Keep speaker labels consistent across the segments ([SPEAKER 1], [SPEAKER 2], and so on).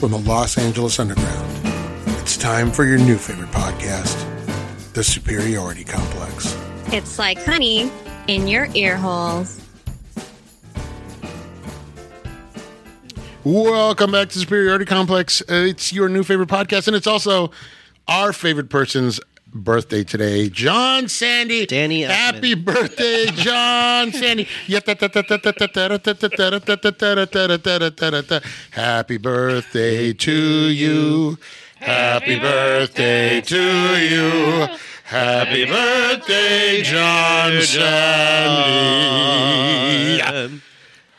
[SPEAKER 1] from the Los Angeles Underground. It's time for your new favorite podcast, The Superiority Complex.
[SPEAKER 2] It's like honey in your ear holes.
[SPEAKER 1] Welcome back to Superiority Complex. Uh, It's your new favorite podcast, and it's also our favorite person's birthday today, John Sandy.
[SPEAKER 3] Danny Elfman.
[SPEAKER 1] Happy birthday, John Sandy. Happy birthday to you. Happy birthday to you. Happy birthday, John Sandy.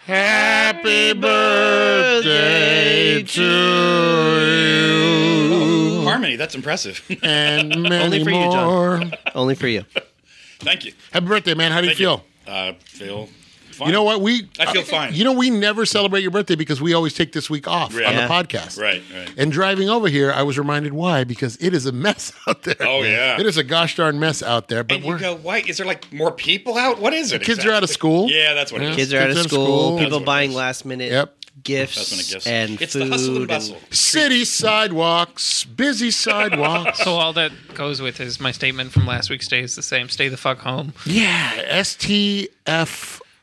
[SPEAKER 1] Happy birthday to you
[SPEAKER 4] Harmony, that's impressive.
[SPEAKER 1] and many
[SPEAKER 3] Only for you,
[SPEAKER 1] more.
[SPEAKER 3] John. Only for you.
[SPEAKER 4] Thank you.
[SPEAKER 1] Happy birthday, man! How do you
[SPEAKER 4] Thank
[SPEAKER 1] feel?
[SPEAKER 4] you. I feel fine.
[SPEAKER 1] You. know what? We
[SPEAKER 4] I feel fine.
[SPEAKER 1] You know we never celebrate your birthday because we always take this week off
[SPEAKER 4] Right.
[SPEAKER 1] on the
[SPEAKER 3] Yeah.
[SPEAKER 1] podcast.
[SPEAKER 4] Right, right.
[SPEAKER 1] And driving over here, I was reminded why because it is a mess out there.
[SPEAKER 4] Oh, yeah.
[SPEAKER 1] it is a gosh darn mess out there. But
[SPEAKER 4] and
[SPEAKER 1] we're
[SPEAKER 4] you go, why? Is there like more people out? What is it?
[SPEAKER 1] kids are out of school.
[SPEAKER 4] Yeah, that's what it is.
[SPEAKER 3] Kids are out of
[SPEAKER 1] Kids
[SPEAKER 3] school.
[SPEAKER 4] That's
[SPEAKER 3] People
[SPEAKER 4] what it
[SPEAKER 3] buying
[SPEAKER 4] is.
[SPEAKER 3] last minute
[SPEAKER 1] Yep.
[SPEAKER 3] gifts
[SPEAKER 4] That's when it gets.
[SPEAKER 3] and
[SPEAKER 4] it's
[SPEAKER 3] food.
[SPEAKER 4] the hustle and bustle.
[SPEAKER 1] City sidewalks, busy sidewalks.
[SPEAKER 5] So
[SPEAKER 4] uh,
[SPEAKER 5] all that goes with is my statement from last week stays the same. Stay the fuck home.
[SPEAKER 1] yeah,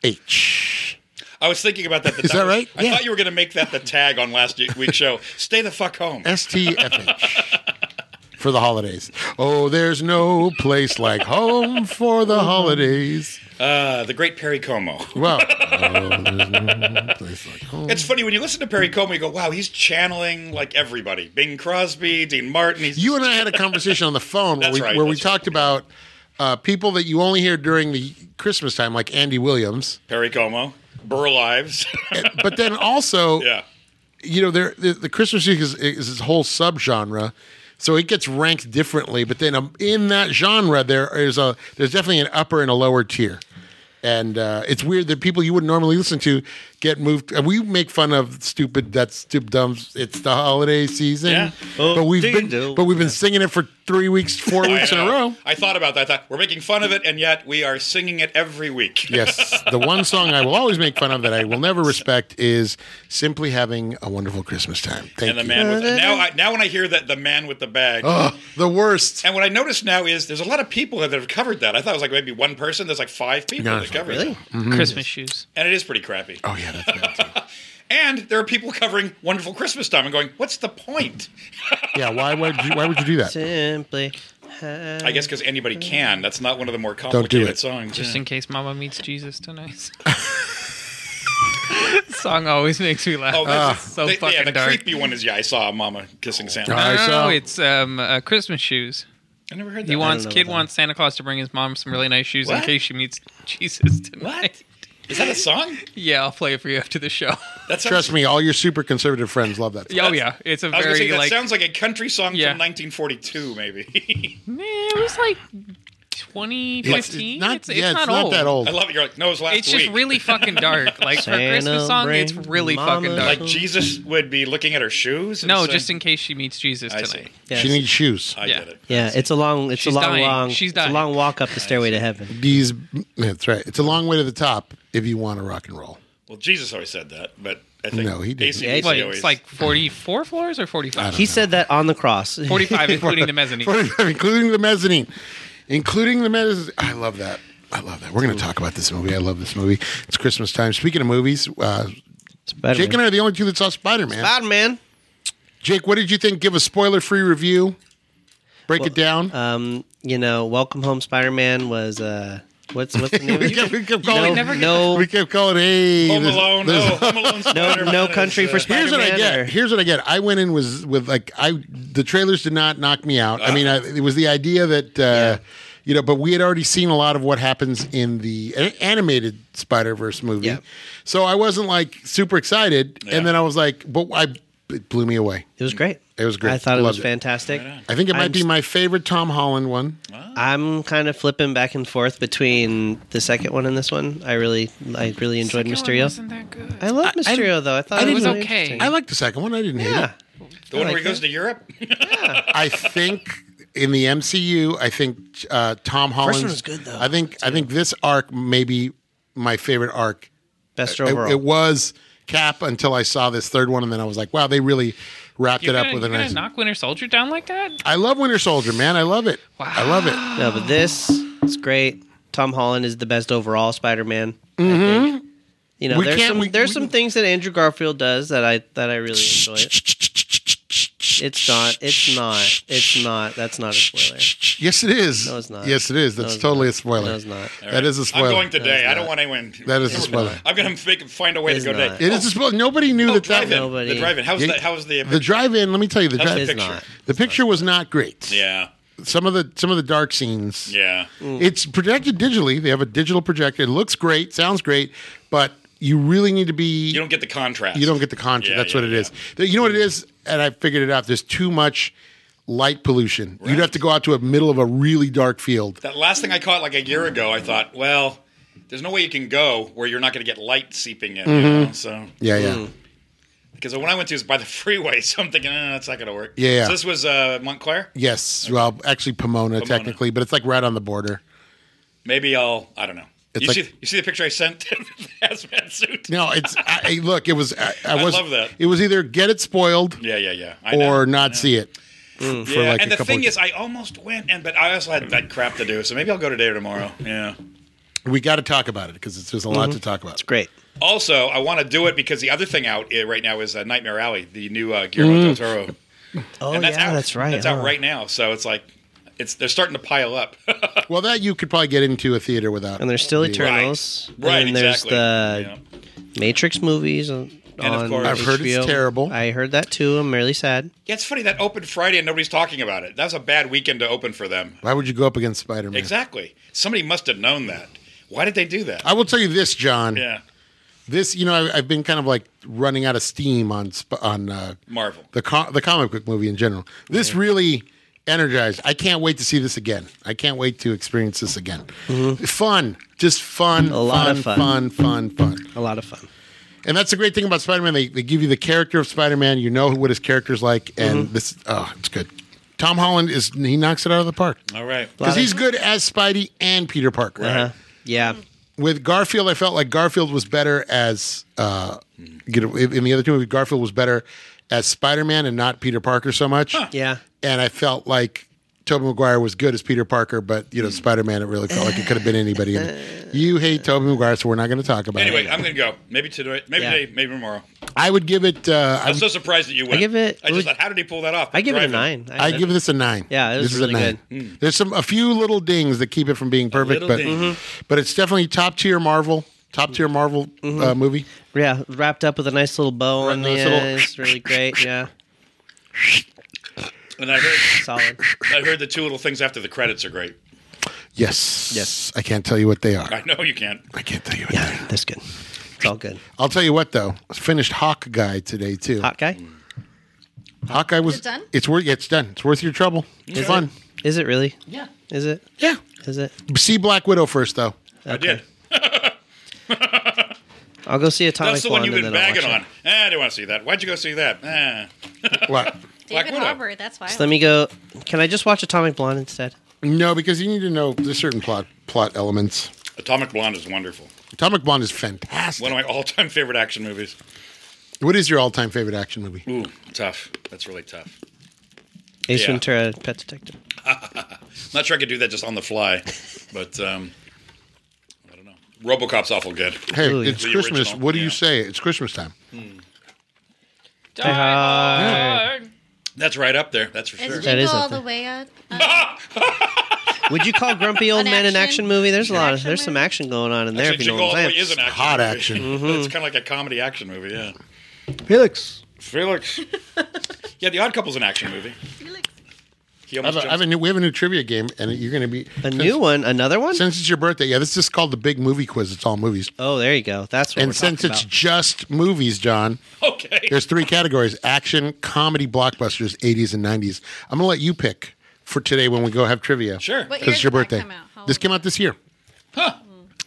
[SPEAKER 1] STFH.
[SPEAKER 4] I was thinking about that.
[SPEAKER 1] Is that
[SPEAKER 4] was-
[SPEAKER 1] right?
[SPEAKER 4] I
[SPEAKER 1] Yeah.
[SPEAKER 4] thought you were going to make that the tag on last week's show. Stay the fuck home.
[SPEAKER 1] STFH for the holidays. Oh, there's no place like home for the holidays.
[SPEAKER 4] Uh, the great Perry Como.
[SPEAKER 1] Well, oh, there's no place like home.
[SPEAKER 4] It's funny when you listen to Perry Como, you go, "Wow, he's channeling like everybody: Bing Crosby, Dean Martin." He's
[SPEAKER 1] You and I had a conversation on the phone where
[SPEAKER 4] That's
[SPEAKER 1] we,
[SPEAKER 4] right,
[SPEAKER 1] where we
[SPEAKER 4] that's right.
[SPEAKER 1] talked about uh, people that you only hear during the Christmas time, like Andy Williams.
[SPEAKER 4] Perry Como, Burl Ives.
[SPEAKER 1] But then also,
[SPEAKER 4] yeah,
[SPEAKER 1] you know, there the, the Christmas music is, is this whole subgenre, so it gets ranked differently. But then um, in that genre, there is a there's definitely an upper and a lower tier, and uh, it's weird that people you wouldn't normally listen to get moved. And we make fun of stupid that's stupid dumb. It's the holiday season,
[SPEAKER 4] Yeah.
[SPEAKER 1] but we've been
[SPEAKER 3] ding dong.
[SPEAKER 1] but we've been singing it for three weeks, four
[SPEAKER 4] I
[SPEAKER 1] weeks in a
[SPEAKER 4] know.
[SPEAKER 1] row.
[SPEAKER 4] I thought about that. I thought we're making fun of it, and yet we are singing it every week.
[SPEAKER 1] Yes, the one song I will always make fun of that I will never respect is simply having a wonderful Christmas time. Thank
[SPEAKER 4] and the
[SPEAKER 1] you. Oh.
[SPEAKER 4] man with now I, now when I hear that the man with the bag.
[SPEAKER 1] Ugh, the worst.
[SPEAKER 4] And what I notice now is there's a lot of people that have covered that. I thought it was like maybe one person. There's like five people
[SPEAKER 1] No,
[SPEAKER 4] that
[SPEAKER 1] it's not
[SPEAKER 4] covered
[SPEAKER 3] really?
[SPEAKER 4] that.
[SPEAKER 5] Christmas shoes.
[SPEAKER 4] And it is pretty crappy.
[SPEAKER 1] Oh yeah, that's bad. Too.
[SPEAKER 4] And there are people covering Wonderful Christmas Time and going, what's the point?
[SPEAKER 1] Yeah, why would you, why would you do that?
[SPEAKER 3] Simply.
[SPEAKER 4] I guess because anybody
[SPEAKER 1] Mm.
[SPEAKER 4] can. That's not one of the more
[SPEAKER 1] do
[SPEAKER 4] complicated
[SPEAKER 1] it.
[SPEAKER 4] songs.
[SPEAKER 5] Just
[SPEAKER 4] yeah.
[SPEAKER 5] in case Mama meets Jesus tonight. song always makes me laugh.
[SPEAKER 4] Oh, that's
[SPEAKER 5] It's so
[SPEAKER 4] they-
[SPEAKER 5] fucking
[SPEAKER 4] yeah, the
[SPEAKER 5] dark.
[SPEAKER 4] creepy one is yeah. I saw Mama kissing Santa.
[SPEAKER 1] Uh,
[SPEAKER 5] no,
[SPEAKER 1] I
[SPEAKER 5] no,
[SPEAKER 1] saw-
[SPEAKER 5] no, it's um, uh, Christmas shoes.
[SPEAKER 4] I never heard that.
[SPEAKER 5] He
[SPEAKER 4] one.
[SPEAKER 5] wants
[SPEAKER 3] know
[SPEAKER 5] kid
[SPEAKER 3] that.
[SPEAKER 5] wants Santa Claus to bring his mom some really nice shoes in
[SPEAKER 4] What?
[SPEAKER 5] case she meets Jesus tonight.
[SPEAKER 4] what? Is that a song?
[SPEAKER 5] Yeah, I'll play it for you after the show.
[SPEAKER 4] That sounds,
[SPEAKER 1] Trust me, all your super conservative friends love that.
[SPEAKER 5] oh yeah, it's a
[SPEAKER 4] I was going to
[SPEAKER 5] very
[SPEAKER 4] say that
[SPEAKER 5] like
[SPEAKER 4] sounds like a country song
[SPEAKER 5] Yeah.
[SPEAKER 4] from 1942, maybe.
[SPEAKER 5] Nah, it was like 2015. It's,
[SPEAKER 1] not,
[SPEAKER 5] it's,
[SPEAKER 1] yeah,
[SPEAKER 5] not, old.
[SPEAKER 1] that old.
[SPEAKER 4] I love it. You're like, no, it was last
[SPEAKER 5] It's
[SPEAKER 4] week.
[SPEAKER 5] just really fucking dark. Like for a
[SPEAKER 3] Santa
[SPEAKER 5] Christmas song, it's
[SPEAKER 3] bring
[SPEAKER 5] really fucking
[SPEAKER 3] mama
[SPEAKER 5] dark.
[SPEAKER 4] like Jesus would be looking at her shoes. and
[SPEAKER 5] no,
[SPEAKER 4] saying-
[SPEAKER 5] just in case she meets Jesus
[SPEAKER 4] I
[SPEAKER 5] tonight.
[SPEAKER 4] see.
[SPEAKER 3] Yes.
[SPEAKER 1] She needs shoes.
[SPEAKER 4] I
[SPEAKER 5] Yeah.
[SPEAKER 4] get it.
[SPEAKER 3] yeah, it's a long, it's
[SPEAKER 5] She's
[SPEAKER 3] a long,
[SPEAKER 5] dying.
[SPEAKER 3] long,
[SPEAKER 5] She's
[SPEAKER 3] it's a
[SPEAKER 5] dying.
[SPEAKER 3] long walk up the stairway to heaven.
[SPEAKER 1] These, that's right. It's a long way to the top if you want to rock and roll.
[SPEAKER 4] Well, Jesus always said that, but I think
[SPEAKER 1] No, he didn't.
[SPEAKER 4] AC/DC
[SPEAKER 3] Yeah, he
[SPEAKER 5] Wait,
[SPEAKER 3] did.
[SPEAKER 4] always-
[SPEAKER 5] it's like 44 floors or 45?
[SPEAKER 3] He said that on the cross.
[SPEAKER 5] 45, including the mezzanine.
[SPEAKER 1] including the mezzanine, including the mezzanine. I love that. I love that. We're going to talk about this movie. I love this movie. It's Christmas time. Speaking of movies, uh, Jake and I
[SPEAKER 3] Spider-Man.
[SPEAKER 1] are the only two that saw Spider Man.
[SPEAKER 3] Spider-Man.
[SPEAKER 1] Jake, what did you think? Give a spoiler free review. Break it down.
[SPEAKER 3] Um, you know, Welcome Home Spider-Man was uh, what's what's the name?
[SPEAKER 1] we,
[SPEAKER 3] of
[SPEAKER 1] kept,
[SPEAKER 3] it?
[SPEAKER 1] we kept
[SPEAKER 3] No,
[SPEAKER 1] calling.
[SPEAKER 5] never get-
[SPEAKER 3] no,
[SPEAKER 1] we kept calling. Hey,
[SPEAKER 4] Home
[SPEAKER 1] there's-
[SPEAKER 4] Alone.
[SPEAKER 1] there's-
[SPEAKER 4] No, Home Alone.
[SPEAKER 3] no,
[SPEAKER 4] Spider-Man
[SPEAKER 3] no
[SPEAKER 4] is,
[SPEAKER 3] country
[SPEAKER 4] uh,
[SPEAKER 3] for
[SPEAKER 1] Here's what
[SPEAKER 3] Spider-Man.
[SPEAKER 1] I get.
[SPEAKER 3] or-
[SPEAKER 1] Here's what I get. I went in was with like I the trailers did not knock me out.
[SPEAKER 3] Uh.
[SPEAKER 1] I mean, I, it was the idea that uh, you know, but we had already seen a lot of what happens in the a- animated Spider Verse movie,
[SPEAKER 3] Yeah.
[SPEAKER 1] so I wasn't like super excited.
[SPEAKER 4] Yeah.
[SPEAKER 1] And then I was like, but I it blew me away.
[SPEAKER 3] It was great.
[SPEAKER 1] It was great.
[SPEAKER 3] I thought it
[SPEAKER 1] Loved
[SPEAKER 3] was
[SPEAKER 1] it.
[SPEAKER 3] fantastic.
[SPEAKER 1] I think it might
[SPEAKER 3] I'm
[SPEAKER 1] be
[SPEAKER 3] s-
[SPEAKER 1] my favorite Tom Holland one.
[SPEAKER 3] I'm kind of flipping back and forth between the second one and this one. I really, I really enjoyed Mysterio.
[SPEAKER 5] wasn't that good.
[SPEAKER 3] I love Mysterio though. I thought
[SPEAKER 1] I
[SPEAKER 3] it was
[SPEAKER 1] didn't-
[SPEAKER 3] really
[SPEAKER 5] okay.
[SPEAKER 3] interesting.
[SPEAKER 1] I liked the second one. I didn't hate it.
[SPEAKER 3] yeah,
[SPEAKER 4] The one
[SPEAKER 3] I
[SPEAKER 4] where
[SPEAKER 3] like
[SPEAKER 4] he goes
[SPEAKER 3] that.
[SPEAKER 4] to Europe.
[SPEAKER 1] I think in the MCU, I think uh, Tom Holland.
[SPEAKER 3] one was good, though.
[SPEAKER 1] I think I think this arc may be my favorite arc
[SPEAKER 3] best
[SPEAKER 1] It-
[SPEAKER 3] overall.
[SPEAKER 1] It, was Cap until I saw this third one, and then I was like, wow, they really wrapped
[SPEAKER 5] You're
[SPEAKER 1] it up
[SPEAKER 5] gonna,
[SPEAKER 1] with a
[SPEAKER 5] you're gonna
[SPEAKER 1] nice.
[SPEAKER 5] knock Winter Soldier down like that?
[SPEAKER 1] I love Winter Soldier, man. I love it.
[SPEAKER 5] Wow.
[SPEAKER 1] I love it.
[SPEAKER 3] No, but this is great. Tom Holland is the best overall Spider-Man. I think. You know,
[SPEAKER 1] Mm-hmm. We
[SPEAKER 3] there's
[SPEAKER 1] can't-
[SPEAKER 3] some
[SPEAKER 1] we-
[SPEAKER 3] there's
[SPEAKER 1] we-
[SPEAKER 3] some things that Andrew Garfield does that I that I really enjoy. It's not. It's not. It's not. That's not a spoiler.
[SPEAKER 1] Yes, it is.
[SPEAKER 3] No, it's not.
[SPEAKER 1] Yes, it is.
[SPEAKER 3] No,
[SPEAKER 1] That's
[SPEAKER 3] it's
[SPEAKER 1] totally a
[SPEAKER 3] not.
[SPEAKER 1] spoiler.
[SPEAKER 3] No, it's not.
[SPEAKER 1] That is a spoiler.
[SPEAKER 4] I'm going today.
[SPEAKER 3] That is
[SPEAKER 4] I don't
[SPEAKER 3] not.
[SPEAKER 4] want anyone. to-
[SPEAKER 1] That is a spoiler.
[SPEAKER 4] I'm gonna make find a way
[SPEAKER 3] It
[SPEAKER 4] to go
[SPEAKER 3] is
[SPEAKER 4] today.
[SPEAKER 3] not.
[SPEAKER 1] It is a spoiler. Nobody knew
[SPEAKER 4] Oh,
[SPEAKER 1] that that
[SPEAKER 4] drive-in.
[SPEAKER 3] Nobody-
[SPEAKER 4] The drive-in. How's
[SPEAKER 1] Yeah.
[SPEAKER 4] the how's the
[SPEAKER 1] the drive-in. Let me tell you, the
[SPEAKER 4] That's
[SPEAKER 1] drive,
[SPEAKER 4] the
[SPEAKER 1] the,
[SPEAKER 4] picture.
[SPEAKER 3] not.
[SPEAKER 1] picture was not great.
[SPEAKER 4] Yeah,
[SPEAKER 1] Some of the some of the dark scenes.
[SPEAKER 4] yeah.
[SPEAKER 1] It's projected digitally. They have a digital projector. It looks great, sounds great, but you really need to be.
[SPEAKER 4] You don't get the contrast.
[SPEAKER 1] You don't get the contrast.
[SPEAKER 4] Yeah,
[SPEAKER 1] That's
[SPEAKER 4] yeah,
[SPEAKER 1] what it is. You know what it is, and I figured it out. There's too much light pollution. You'd have to go out to a middle of a really dark field.
[SPEAKER 4] That last thing I caught like a year ago, I thought, well, there's no way you can go where you're not going to get light seeping in. You know? So
[SPEAKER 1] Mm-hmm. Yeah, yeah.
[SPEAKER 4] Mm. because when I went to is by the freeway, so I'm thinking, eh, that's not going to work.
[SPEAKER 1] Yeah, yeah.
[SPEAKER 4] So this was uh, Montclair.
[SPEAKER 1] Yes. Well, actually, Pomona, technically, but it's like right on the border.
[SPEAKER 4] Maybe I'll. I don't know.
[SPEAKER 1] It's
[SPEAKER 4] you
[SPEAKER 1] like-
[SPEAKER 4] see, you see the picture I sent. The hazmat suit.
[SPEAKER 1] No, it's I, I- look. It was I, I
[SPEAKER 4] I
[SPEAKER 1] was.
[SPEAKER 4] love that.
[SPEAKER 1] It was either get it spoiled
[SPEAKER 4] Yeah, yeah, yeah. I know.
[SPEAKER 1] or not see it. For
[SPEAKER 4] Yeah,
[SPEAKER 1] like a
[SPEAKER 4] and the
[SPEAKER 1] couple
[SPEAKER 4] thing
[SPEAKER 1] of-
[SPEAKER 4] is, I almost went, and but I also had that crap to do, so maybe I'll go today or tomorrow. Yeah.
[SPEAKER 1] we got to talk about it because it's there's a lot
[SPEAKER 4] Mm-hmm.
[SPEAKER 1] to talk about.
[SPEAKER 3] Great.
[SPEAKER 4] Also, I want to do it because the other thing out uh, right now is uh, Nightmare Alley, the new uh, Guillermo
[SPEAKER 1] Mm.
[SPEAKER 4] del Toro.
[SPEAKER 3] Oh
[SPEAKER 4] And
[SPEAKER 3] yeah,
[SPEAKER 4] out.
[SPEAKER 3] that's right.
[SPEAKER 4] That's
[SPEAKER 3] huh?
[SPEAKER 4] out right now. So it's like, it's they're starting to pile up.
[SPEAKER 1] Well, that you could probably get into a theater without.
[SPEAKER 3] And there's still
[SPEAKER 1] being-
[SPEAKER 3] Eternals.
[SPEAKER 4] right. Right.
[SPEAKER 3] And then there's
[SPEAKER 4] exactly.
[SPEAKER 3] the
[SPEAKER 4] Yeah.
[SPEAKER 3] Matrix movies. On,
[SPEAKER 4] And of
[SPEAKER 3] on
[SPEAKER 4] course-
[SPEAKER 1] I've heard it's
[SPEAKER 3] HBO.
[SPEAKER 1] terrible.
[SPEAKER 3] I heard that too. I'm really sad.
[SPEAKER 4] Yeah, it's funny that opened Friday and nobody's talking about it. That was a bad weekend to open for them.
[SPEAKER 1] Why would you go up against Spider Man?
[SPEAKER 4] Exactly. Somebody must have known that. Why did they do that?
[SPEAKER 3] Uh,
[SPEAKER 1] I will tell you this, John.
[SPEAKER 4] yeah,
[SPEAKER 1] This, you know, I, I've been kind of like running out of steam on sp- on uh,
[SPEAKER 4] Marvel.
[SPEAKER 1] the com- the comic book movie in general. This really energized. I can't wait to see this again. I can't wait to experience this again. Fun, just fun,
[SPEAKER 3] Mm-hmm. A lot
[SPEAKER 1] fun,
[SPEAKER 3] of
[SPEAKER 1] fun,
[SPEAKER 3] fun.
[SPEAKER 1] fun, fun.
[SPEAKER 3] A lot of fun.
[SPEAKER 1] And that's the great thing about Spider Man. They, they give you the character of Spider Man. You know what his character's like, and
[SPEAKER 3] Mm-hmm.
[SPEAKER 1] this oh, it's good. Tom Holland is he knocks it out of the park
[SPEAKER 4] All right.
[SPEAKER 1] because he's good as Spidey and Peter Parker.
[SPEAKER 3] Uh-huh. Yeah.
[SPEAKER 1] With Garfield, I felt like Garfield was better as uh, you know in in the other two movies. Garfield was better as Spider Man and not Peter Parker so much.
[SPEAKER 3] Yeah.
[SPEAKER 1] And I felt like Tobey Maguire was good as Peter Parker, but you know Spider Man, it really felt like it could have been anybody. In it. You hate Tobey Maguire, so we're not going to talk about
[SPEAKER 4] Anyway,
[SPEAKER 1] it.
[SPEAKER 4] I'm gonna go. Maybe today. Maybe
[SPEAKER 3] Yeah.
[SPEAKER 4] today. Maybe tomorrow.
[SPEAKER 1] I would give it. Uh, I
[SPEAKER 4] I'm so surprised that you went.
[SPEAKER 3] give it-
[SPEAKER 4] I just thought, how did he pull that off?
[SPEAKER 3] I give it a
[SPEAKER 4] Driving.
[SPEAKER 3] nine.
[SPEAKER 1] I give this a nine.
[SPEAKER 3] Yeah, it was
[SPEAKER 1] this
[SPEAKER 3] really
[SPEAKER 1] is a nine. There's some a few little dings that keep it from being perfect,
[SPEAKER 4] Hmm. little
[SPEAKER 1] but
[SPEAKER 4] ding.
[SPEAKER 3] Mm-hmm.
[SPEAKER 1] but it's definitely top tier Marvel, top tier Marvel uh, movie.
[SPEAKER 3] Yeah, wrapped up with a nice little bow on the
[SPEAKER 1] nice little-
[SPEAKER 3] end. It's really great. Yeah,
[SPEAKER 4] And I heard,
[SPEAKER 3] solid.
[SPEAKER 4] I heard the two little things after the credits are great.
[SPEAKER 1] Yes,
[SPEAKER 3] Yes.
[SPEAKER 1] I can't tell you what they are.
[SPEAKER 4] I know you can't.
[SPEAKER 1] I can't tell you. What they are.
[SPEAKER 3] Yeah, that's good. It's all good.
[SPEAKER 1] I'll tell you what though. I finished Hawk Guy today too.
[SPEAKER 3] Hot guy?
[SPEAKER 1] Hawk Guy was
[SPEAKER 2] it done?
[SPEAKER 1] It's worth. Yeah, it's done. It's worth your trouble. It's fun.
[SPEAKER 3] Is it really? Yeah. Is it?
[SPEAKER 1] Yeah.
[SPEAKER 3] Is it?
[SPEAKER 1] See Black Widow first though.
[SPEAKER 4] I did.
[SPEAKER 3] I'll go see Atomic
[SPEAKER 4] That's the
[SPEAKER 3] Blonde
[SPEAKER 4] one you've
[SPEAKER 3] and
[SPEAKER 4] been
[SPEAKER 3] then I'll watch
[SPEAKER 4] bagging
[SPEAKER 3] it.
[SPEAKER 4] on. Eh, I didn't want to see that. Why'd you go see that? Eh.
[SPEAKER 1] What?
[SPEAKER 4] Black
[SPEAKER 2] David
[SPEAKER 4] Widow.
[SPEAKER 2] Harbour, that's why. I
[SPEAKER 3] Let me go. Can I just watch Atomic Blonde instead?
[SPEAKER 1] no, because you need to know there's certain plot plot elements.
[SPEAKER 4] Atomic Blonde is wonderful.
[SPEAKER 1] Atomic Blonde is fantastic.
[SPEAKER 4] One of my all-time favorite action movies.
[SPEAKER 1] what is your all time favorite action movie?
[SPEAKER 4] Ooh, tough. That's really tough.
[SPEAKER 3] Ace
[SPEAKER 4] Yeah.
[SPEAKER 3] Ventura, Pet Detective.
[SPEAKER 4] I'm not sure I could do that just on the fly, but um, I don't know. RoboCop's awful good.
[SPEAKER 1] Hey,
[SPEAKER 3] Ooh, yeah.
[SPEAKER 1] it's
[SPEAKER 4] The
[SPEAKER 1] Christmas.
[SPEAKER 4] original,
[SPEAKER 1] What do
[SPEAKER 4] yeah.
[SPEAKER 1] you say? It's Christmas time.
[SPEAKER 5] Die hard.
[SPEAKER 4] That's right up there. That's for
[SPEAKER 2] Is
[SPEAKER 4] sure.
[SPEAKER 2] Jingle
[SPEAKER 3] is
[SPEAKER 2] all
[SPEAKER 3] up
[SPEAKER 2] the
[SPEAKER 3] there.
[SPEAKER 2] way up? um,
[SPEAKER 3] Would you call Grumpy Old
[SPEAKER 2] An
[SPEAKER 3] Man
[SPEAKER 2] action-
[SPEAKER 3] an action movie? There's a lot of
[SPEAKER 2] action
[SPEAKER 3] there's some
[SPEAKER 2] movie?
[SPEAKER 3] action going on in there.
[SPEAKER 4] Actually,
[SPEAKER 3] if you
[SPEAKER 4] Jingle
[SPEAKER 3] know
[SPEAKER 4] All
[SPEAKER 3] what
[SPEAKER 4] the
[SPEAKER 3] I'm
[SPEAKER 4] Way
[SPEAKER 3] saying.
[SPEAKER 4] is an action.
[SPEAKER 1] Hot
[SPEAKER 4] movie.
[SPEAKER 1] action.
[SPEAKER 4] it's kind of like a comedy action movie. Yeah.
[SPEAKER 3] Mm-hmm. Felix.
[SPEAKER 4] Felix. yeah, The Odd Couple's an action movie. He
[SPEAKER 1] I have
[SPEAKER 4] almost
[SPEAKER 1] a, I have
[SPEAKER 4] jumps-
[SPEAKER 1] a new, we have a new trivia game, and you're going to be
[SPEAKER 3] A
[SPEAKER 1] since-
[SPEAKER 3] new one, another one.
[SPEAKER 1] Since it's your birthday, yeah, this is called the big movie quiz. It's all movies,
[SPEAKER 3] Oh, there you go. That's what
[SPEAKER 1] and
[SPEAKER 3] we're
[SPEAKER 1] since
[SPEAKER 3] talking
[SPEAKER 1] it's
[SPEAKER 3] about.
[SPEAKER 1] just movies, John,
[SPEAKER 4] okay.
[SPEAKER 1] there's three categories: action, comedy, blockbusters, 80s and 90s. I'm going to let you pick for today when we go have trivia.
[SPEAKER 4] Sure.
[SPEAKER 2] What
[SPEAKER 1] because it's
[SPEAKER 2] year
[SPEAKER 1] your
[SPEAKER 2] did that
[SPEAKER 1] birthday.
[SPEAKER 2] come out? How
[SPEAKER 1] This
[SPEAKER 2] old
[SPEAKER 1] came
[SPEAKER 2] was
[SPEAKER 1] out this year,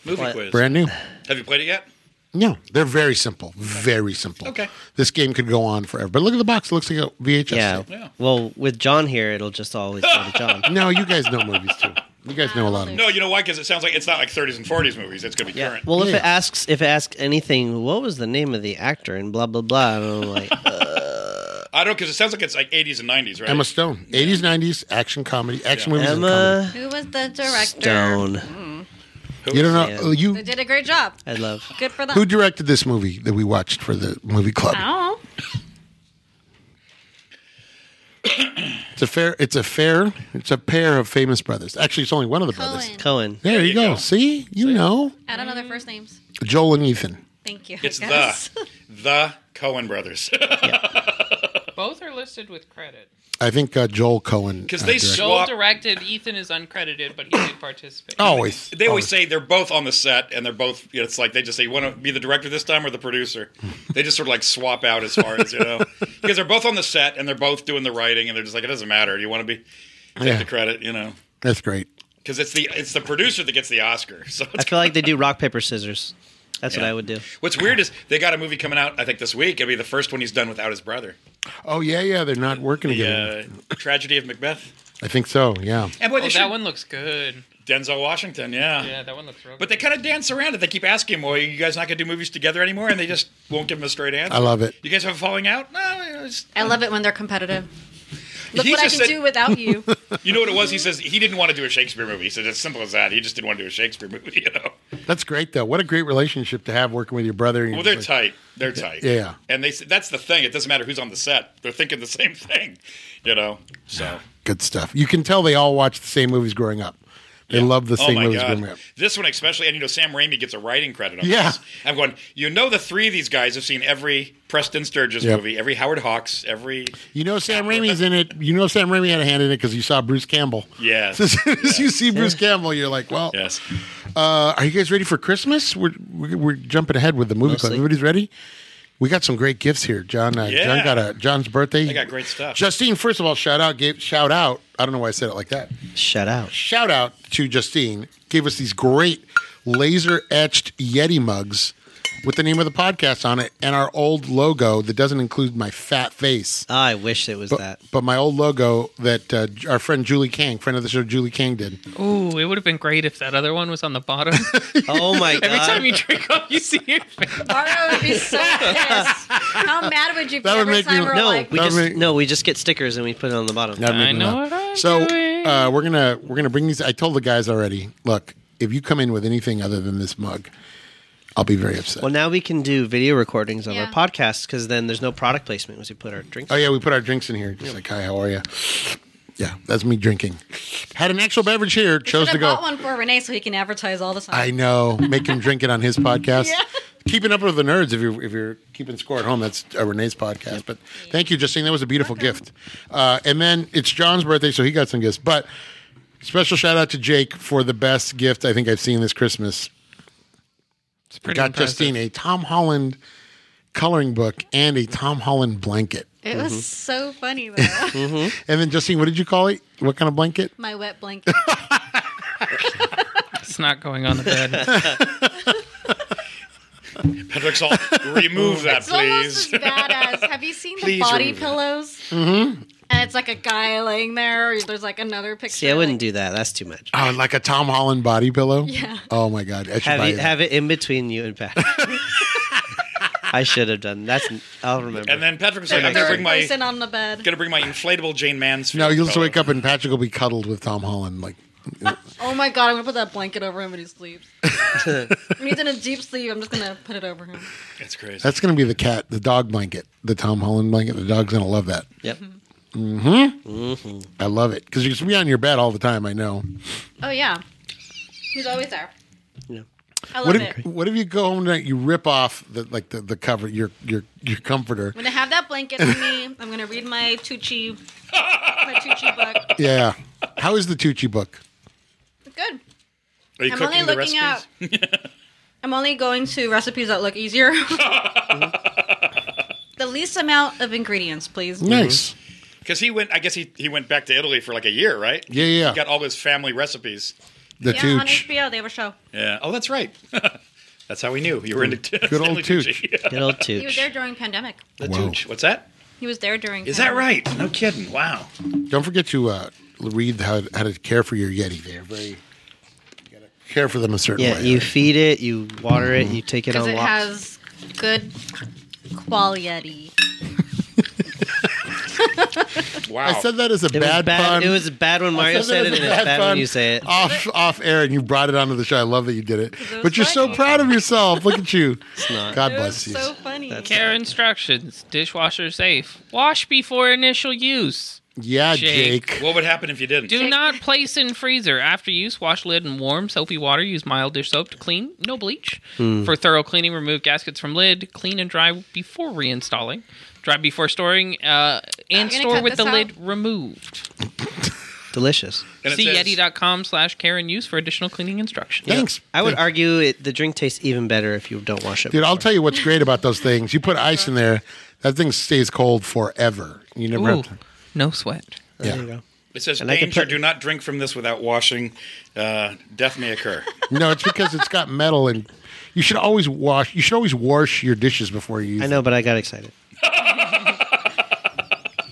[SPEAKER 4] Movie
[SPEAKER 3] What?
[SPEAKER 4] quiz.
[SPEAKER 1] brand new.
[SPEAKER 4] Have you played it yet?
[SPEAKER 1] No, they're very simple, very simple.
[SPEAKER 4] Okay.
[SPEAKER 1] this game could go on forever. But look at the box; it looks like a VHS.
[SPEAKER 3] yeah.
[SPEAKER 1] tape.
[SPEAKER 4] Yeah.
[SPEAKER 3] Well, with John here, it'll just always go to John.
[SPEAKER 1] No, you guys know movies too. You guys know a lot of
[SPEAKER 4] No, you know why? Because it sounds like it's not like 30s and 40s movies. It's going to be
[SPEAKER 3] Yeah.
[SPEAKER 4] current.
[SPEAKER 3] Well, if
[SPEAKER 1] Yeah.
[SPEAKER 3] it asks if it asks anything, what was the name of the actor and blah blah blah, and I'm like, uh,
[SPEAKER 4] I don't because it sounds like it's like 80s and 90s, right?
[SPEAKER 1] Emma Stone, eighties, nineties, action comedy, action movies. and comedy.
[SPEAKER 3] Emma
[SPEAKER 2] Who was the director?
[SPEAKER 3] Stone.
[SPEAKER 4] Who-
[SPEAKER 1] You don't know
[SPEAKER 3] Yeah.
[SPEAKER 2] They
[SPEAKER 1] you
[SPEAKER 2] did a great job.
[SPEAKER 3] I love.
[SPEAKER 2] Good for them.
[SPEAKER 1] who directed this movie that we watched for the movie club.
[SPEAKER 2] Oh,
[SPEAKER 1] It's a fair. It's a fair. It's a pair of famous brothers. Actually, it's only one of the brothers.
[SPEAKER 2] Cohen.
[SPEAKER 3] Cohen.
[SPEAKER 1] There, you,
[SPEAKER 4] you
[SPEAKER 1] go.
[SPEAKER 4] go.
[SPEAKER 1] See, you know
[SPEAKER 2] I don't know their first names.
[SPEAKER 1] Joel and Ethan.
[SPEAKER 2] Thank you.
[SPEAKER 4] It's
[SPEAKER 2] guys.
[SPEAKER 4] the the Cohen brothers
[SPEAKER 5] Both are listed with credit.
[SPEAKER 1] I think uh, Joel Cohen.
[SPEAKER 4] because
[SPEAKER 1] uh,
[SPEAKER 4] they
[SPEAKER 1] directed-
[SPEAKER 5] Joel
[SPEAKER 4] swap.
[SPEAKER 5] directed. Ethan is uncredited, but he did participate. Oh,
[SPEAKER 1] always.
[SPEAKER 4] They always say they're both on the set, and they're both. You know, it's like they just say, "You want to be the director this time or the producer?" They just sort of like swap out as far as you know, because they're both on the set and they're both doing the writing, and they're just like, "It doesn't matter. You want to be take
[SPEAKER 1] Yeah.
[SPEAKER 4] the credit, you know?"
[SPEAKER 1] That's great.
[SPEAKER 4] Because it's the it's the producer that gets the Oscar. So
[SPEAKER 3] I
[SPEAKER 4] it's,
[SPEAKER 3] feel like they do rock paper scissors. That's what
[SPEAKER 4] Yeah.
[SPEAKER 3] I would do.
[SPEAKER 4] what's weird is they got a movie coming out. I think this week. It'll be the first one he's done without his brother.
[SPEAKER 1] Oh yeah, yeah. They're not working together.
[SPEAKER 4] The uh, tragedy of Macbeth.
[SPEAKER 1] I think so. Yeah.
[SPEAKER 4] And boy,
[SPEAKER 5] Oh,
[SPEAKER 4] they
[SPEAKER 5] that
[SPEAKER 4] should-
[SPEAKER 5] one looks good.
[SPEAKER 4] Denzel Washington. Yeah.
[SPEAKER 5] Yeah, that one looks real.
[SPEAKER 4] But
[SPEAKER 5] good.
[SPEAKER 4] they kind of dance around it. They keep asking him, "Well, you guys not gonna do movies together anymore?" And they just won't give him a straight answer.
[SPEAKER 1] I love it.
[SPEAKER 4] You guys have a falling out? No, it's,
[SPEAKER 2] I love it when they're competitive. Look
[SPEAKER 4] He
[SPEAKER 2] what I can
[SPEAKER 4] just said-
[SPEAKER 2] do without you.
[SPEAKER 4] you know what it was? He says he didn't want to do a Shakespeare movie. He said as simple as that. He just didn't want to do a Shakespeare movie. You know?
[SPEAKER 1] That's great though. What a great relationship to have working with your brother.
[SPEAKER 4] Well, they're tight. They're tight.
[SPEAKER 1] Yeah.
[SPEAKER 4] And they s- that's the thing. It doesn't matter who's on the set. They're thinking the same thing. You know. So
[SPEAKER 1] Good stuff. You can tell they all watched the same movies growing up. They love the
[SPEAKER 4] oh
[SPEAKER 1] same
[SPEAKER 4] my
[SPEAKER 1] movies
[SPEAKER 4] god,
[SPEAKER 1] growing up.
[SPEAKER 4] this one especially, and you know Sam Raimi gets a writing credit on
[SPEAKER 1] Yeah.
[SPEAKER 4] this. I'm going. You know the three of these guys have seen every Preston Sturges
[SPEAKER 1] Yep.
[SPEAKER 4] movie, every Howard Hawks, every
[SPEAKER 1] You know Sam Raimi's in it. You know Sam Raimi had a hand in it because you saw Bruce Campbell.
[SPEAKER 4] Yes.
[SPEAKER 1] So as soon as you see Bruce Campbell, you're like, well,
[SPEAKER 4] yes.
[SPEAKER 1] uh, are you guys ready for Christmas? We're we're, we're jumping ahead with the movie club.
[SPEAKER 3] Mostly.
[SPEAKER 1] Everybody's ready. We got some great gifts here, John. Uh,
[SPEAKER 4] Yeah.
[SPEAKER 1] John got a John's birthday.
[SPEAKER 4] I got great stuff.
[SPEAKER 1] Justine, first of all, shout out, gave, shout out. I don't know why I said it like that.
[SPEAKER 3] Shut out.
[SPEAKER 1] Shout out to Justine. Gave us these great laser etched Yeti mugs with the name of the podcast on it and our old logo that doesn't include my fat face.
[SPEAKER 3] I wish it was that.
[SPEAKER 1] But my old logo that uh, our friend Julie Kang, friend of the show Julie Kang, did.
[SPEAKER 5] Ooh, it would have been great if that other one was on the bottom.
[SPEAKER 3] Oh my god.
[SPEAKER 5] Every
[SPEAKER 4] Uh,
[SPEAKER 5] time you drink up, you see your face.
[SPEAKER 2] Mario would be so pissed. How mad would you be
[SPEAKER 1] That would
[SPEAKER 2] every
[SPEAKER 1] make
[SPEAKER 2] time
[SPEAKER 1] me-
[SPEAKER 2] we're
[SPEAKER 3] no,
[SPEAKER 2] like,
[SPEAKER 3] we
[SPEAKER 1] That
[SPEAKER 3] just
[SPEAKER 1] make-
[SPEAKER 3] no, we just get stickers and we put it on the bottom.
[SPEAKER 1] That
[SPEAKER 5] I
[SPEAKER 1] made me
[SPEAKER 5] know
[SPEAKER 1] laugh.
[SPEAKER 5] what I'm
[SPEAKER 1] so
[SPEAKER 5] doing.
[SPEAKER 1] uh, we're gonna we're gonna bring these. I told the guys already. Look, if you come in with anything other than this mug, I'll be very upset.
[SPEAKER 3] Well, now we can do video recordings of
[SPEAKER 2] Yeah.
[SPEAKER 3] our podcasts because then there's no product placement once we put our drinks.
[SPEAKER 1] Oh yeah, we put our drinks in here. Just like, hi, how are you? Yeah, that's me drinking. Had an actual beverage here.
[SPEAKER 2] we
[SPEAKER 1] Chose
[SPEAKER 2] should
[SPEAKER 1] to
[SPEAKER 2] have
[SPEAKER 1] go.
[SPEAKER 2] bought one for Renee so he can advertise all the time.
[SPEAKER 1] I know. Make him drink it on his podcast. Keeping up with the nerds. If you're if you're keeping score at home, that's uh, Renee's podcast. But thank you, Justine. That was a beautiful gift. Uh, and then it's John's birthday, so he got some gifts. But special shout out to Jake for the best gift I think I've seen this Christmas.
[SPEAKER 5] It's pretty
[SPEAKER 1] got
[SPEAKER 5] impressive.
[SPEAKER 1] Justine a Tom Holland coloring book and a Tom Holland blanket.
[SPEAKER 2] it was so funny though.
[SPEAKER 1] And then Justine, what did you call it? What kind of blanket?
[SPEAKER 2] My wet blanket.
[SPEAKER 5] It's not going on the bed.
[SPEAKER 4] Patrick's all remove that,
[SPEAKER 2] It's almost
[SPEAKER 4] please.
[SPEAKER 2] as bad as. Have you seen the
[SPEAKER 4] Please
[SPEAKER 2] body
[SPEAKER 4] remove it.
[SPEAKER 2] pillows? Mm-hmm. And it's like a guy laying there. Or there's like another picture.
[SPEAKER 3] See, I wouldn't
[SPEAKER 2] like-
[SPEAKER 3] do that. That's too much.
[SPEAKER 1] Oh, like a Tom Holland body pillow.
[SPEAKER 2] Yeah.
[SPEAKER 1] Oh my God! I should
[SPEAKER 3] Have
[SPEAKER 1] buy
[SPEAKER 3] you,
[SPEAKER 1] that.
[SPEAKER 3] have it in between you and Pat. I should have done. That's I'll remember.
[SPEAKER 4] And then Patrick was
[SPEAKER 2] the
[SPEAKER 4] like, "I'm gonna
[SPEAKER 2] third
[SPEAKER 4] bring my
[SPEAKER 2] person on the bed.
[SPEAKER 4] gonna bring my inflatable Jane Mansfield."
[SPEAKER 1] No, you'll just
[SPEAKER 4] pillow."
[SPEAKER 1] wake up and Patrick will be cuddled with Tom Holland. Like,
[SPEAKER 2] Oh my god! I'm gonna put that blanket over him when he sleeps. when he's in a deep sleep, I'm just gonna put it over him.
[SPEAKER 4] That's crazy.
[SPEAKER 1] that's going to be the cat, the dog blanket, the Tom Holland blanket. The dog's going to love that.
[SPEAKER 3] yep.
[SPEAKER 1] I love it because you're going to be on your bed all the time. I know.
[SPEAKER 2] Oh yeah, he's always there.
[SPEAKER 3] Yeah.
[SPEAKER 2] I love
[SPEAKER 1] What
[SPEAKER 2] it.
[SPEAKER 1] if, what if you go home tonight? You rip off the like the, the cover, your your your comforter.
[SPEAKER 2] I'm gonna have that blanket with me. I'm gonna read my Tucci, my Tucci book.
[SPEAKER 1] Yeah. How is the Tucci book?
[SPEAKER 2] It's good.
[SPEAKER 4] Are you
[SPEAKER 2] I'm
[SPEAKER 4] cooking
[SPEAKER 2] only
[SPEAKER 4] the
[SPEAKER 2] looking
[SPEAKER 4] recipes?
[SPEAKER 2] at. I'm only going to recipes that look easier. the least amount of ingredients, please.
[SPEAKER 1] Nice.
[SPEAKER 4] Because he went, I guess he, he went back to Italy for like a year, right?
[SPEAKER 1] Yeah, yeah.
[SPEAKER 4] He got all his family recipes.
[SPEAKER 1] The
[SPEAKER 2] Yeah, on
[SPEAKER 1] Tucci.
[SPEAKER 2] HBO they have a show.
[SPEAKER 4] Yeah. Oh, that's right. that's how we knew you were into
[SPEAKER 1] Good old Tooch.
[SPEAKER 3] Good old
[SPEAKER 2] He was there
[SPEAKER 3] Tooch.
[SPEAKER 2] during pandemic.
[SPEAKER 4] The
[SPEAKER 1] Wow.
[SPEAKER 4] Tooch. What's that?
[SPEAKER 2] He was there during.
[SPEAKER 4] Is that
[SPEAKER 2] pandemic.
[SPEAKER 4] right? No kidding. Wow.
[SPEAKER 1] Don't forget to uh, read how how to care for your Yeti. They're very you gotta care for them a certain
[SPEAKER 3] Yeah,
[SPEAKER 1] way.
[SPEAKER 3] you feed it, you water it, you take it
[SPEAKER 2] Because
[SPEAKER 3] on
[SPEAKER 2] it
[SPEAKER 3] walks.
[SPEAKER 2] has good quality.
[SPEAKER 4] Wow.
[SPEAKER 1] I said that as a
[SPEAKER 3] It was
[SPEAKER 1] bad,
[SPEAKER 3] bad.
[SPEAKER 1] pun.
[SPEAKER 3] It was bad when Mario
[SPEAKER 1] I
[SPEAKER 3] said
[SPEAKER 1] that
[SPEAKER 3] it,
[SPEAKER 1] as
[SPEAKER 3] and
[SPEAKER 1] a
[SPEAKER 3] it's bad when
[SPEAKER 1] pun
[SPEAKER 3] you say it.
[SPEAKER 1] Off off air, and you brought it onto the show. I love that you did it.
[SPEAKER 2] was
[SPEAKER 1] But you're so
[SPEAKER 2] funny.
[SPEAKER 1] proud of yourself. Look at you.
[SPEAKER 3] not.
[SPEAKER 1] God
[SPEAKER 2] It was
[SPEAKER 1] bless you.
[SPEAKER 2] so funny.
[SPEAKER 5] Care instructions. Dishwasher safe. Wash before initial use.
[SPEAKER 1] yeah,
[SPEAKER 5] Jake.
[SPEAKER 1] Jake.
[SPEAKER 4] what would happen if you didn't?
[SPEAKER 5] Do not place in freezer. After use, wash lid in warm, soapy water. Use mild dish soap to clean. No bleach.
[SPEAKER 2] Hmm.
[SPEAKER 5] For thorough cleaning, remove gaskets from lid. Clean and dry before reinstalling. Dry before storing uh, and
[SPEAKER 2] gonna
[SPEAKER 5] store
[SPEAKER 2] cut
[SPEAKER 5] with the
[SPEAKER 2] this out?
[SPEAKER 5] lid removed.
[SPEAKER 3] Delicious.
[SPEAKER 4] And it
[SPEAKER 5] See
[SPEAKER 4] says-
[SPEAKER 5] yeti.com slash care and use for additional cleaning instructions.
[SPEAKER 1] Thanks.
[SPEAKER 3] I would
[SPEAKER 1] Thanks.
[SPEAKER 3] argue it, the drink tastes even better if you don't wash it.
[SPEAKER 1] Dude, I'll
[SPEAKER 3] before.
[SPEAKER 1] tell you what's great about those things. You put ice in there, that thing stays cold forever. You never
[SPEAKER 5] Ooh,
[SPEAKER 1] have to.
[SPEAKER 5] no sweat.
[SPEAKER 1] Yeah.
[SPEAKER 3] There you go.
[SPEAKER 4] It says
[SPEAKER 3] And I can
[SPEAKER 4] danger.
[SPEAKER 3] put-
[SPEAKER 4] do not drink from this without washing. Uh, death may occur.
[SPEAKER 1] No, it's because it's got metal, and you should always wash. You should always wash your dishes before you use.
[SPEAKER 3] I know, but I got excited.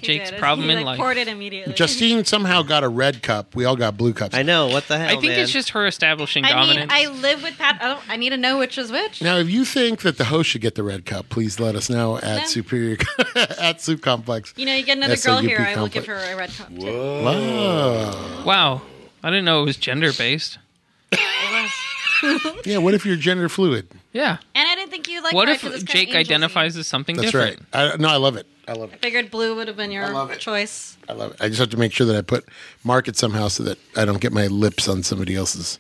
[SPEAKER 2] He
[SPEAKER 5] Jake's
[SPEAKER 2] did it.
[SPEAKER 5] problem
[SPEAKER 2] he,
[SPEAKER 5] in
[SPEAKER 2] like,
[SPEAKER 5] life.
[SPEAKER 2] Poured it immediately.
[SPEAKER 1] them. Justine somehow got a red cup. We all got blue cups.
[SPEAKER 3] I know what the hell.
[SPEAKER 5] I think
[SPEAKER 3] man.
[SPEAKER 5] it's just her establishing
[SPEAKER 2] I mean,
[SPEAKER 5] dominance.
[SPEAKER 2] I live with Pat. I don't. I need to know which is which.
[SPEAKER 1] Now, if you think that the host should get the red cup, please let us know at
[SPEAKER 2] No.
[SPEAKER 1] Superior at Soup Complex.
[SPEAKER 2] You know, you get another
[SPEAKER 1] SOUP
[SPEAKER 2] girl here, I will
[SPEAKER 1] complex.
[SPEAKER 2] give her a red cup. too.
[SPEAKER 1] Wow.
[SPEAKER 5] wow. I didn't know it was gender based.
[SPEAKER 1] Yeah. What if you're gender fluid?
[SPEAKER 5] Yeah.
[SPEAKER 2] And I didn't think you like.
[SPEAKER 5] What
[SPEAKER 2] red
[SPEAKER 5] if
[SPEAKER 2] 'cause it's kinda
[SPEAKER 5] Jake
[SPEAKER 2] angelsy.
[SPEAKER 5] identifies as something
[SPEAKER 1] That's
[SPEAKER 5] different?
[SPEAKER 1] right. I, no, I love it. I love
[SPEAKER 2] I
[SPEAKER 1] it.
[SPEAKER 2] figured blue would have been your
[SPEAKER 1] love it.
[SPEAKER 2] choice.
[SPEAKER 1] I love it. I just have to make sure that I put mark it somehow so that I don't get my lips on somebody else's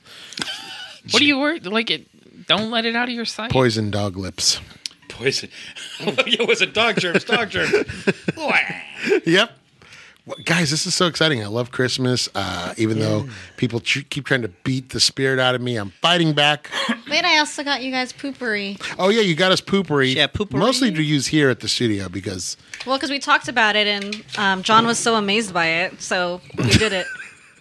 [SPEAKER 5] What do you worry? Like, it, don't let it out of your sight.
[SPEAKER 1] poison dog lips.
[SPEAKER 4] Poison. it was it dog germs. Dog germs.
[SPEAKER 1] Yep. Well, guys, this is so exciting. I love Christmas. Uh, even though people tr- keep trying to beat the spirit out of me, I'm fighting back.
[SPEAKER 2] Wait, I also got you guys poopery.
[SPEAKER 1] Oh yeah, you got us poopery.
[SPEAKER 3] Yeah, poopery.
[SPEAKER 1] Mostly to use here at the studio because
[SPEAKER 2] Well, because we talked about it, and um, John was so amazed by it, so we did it.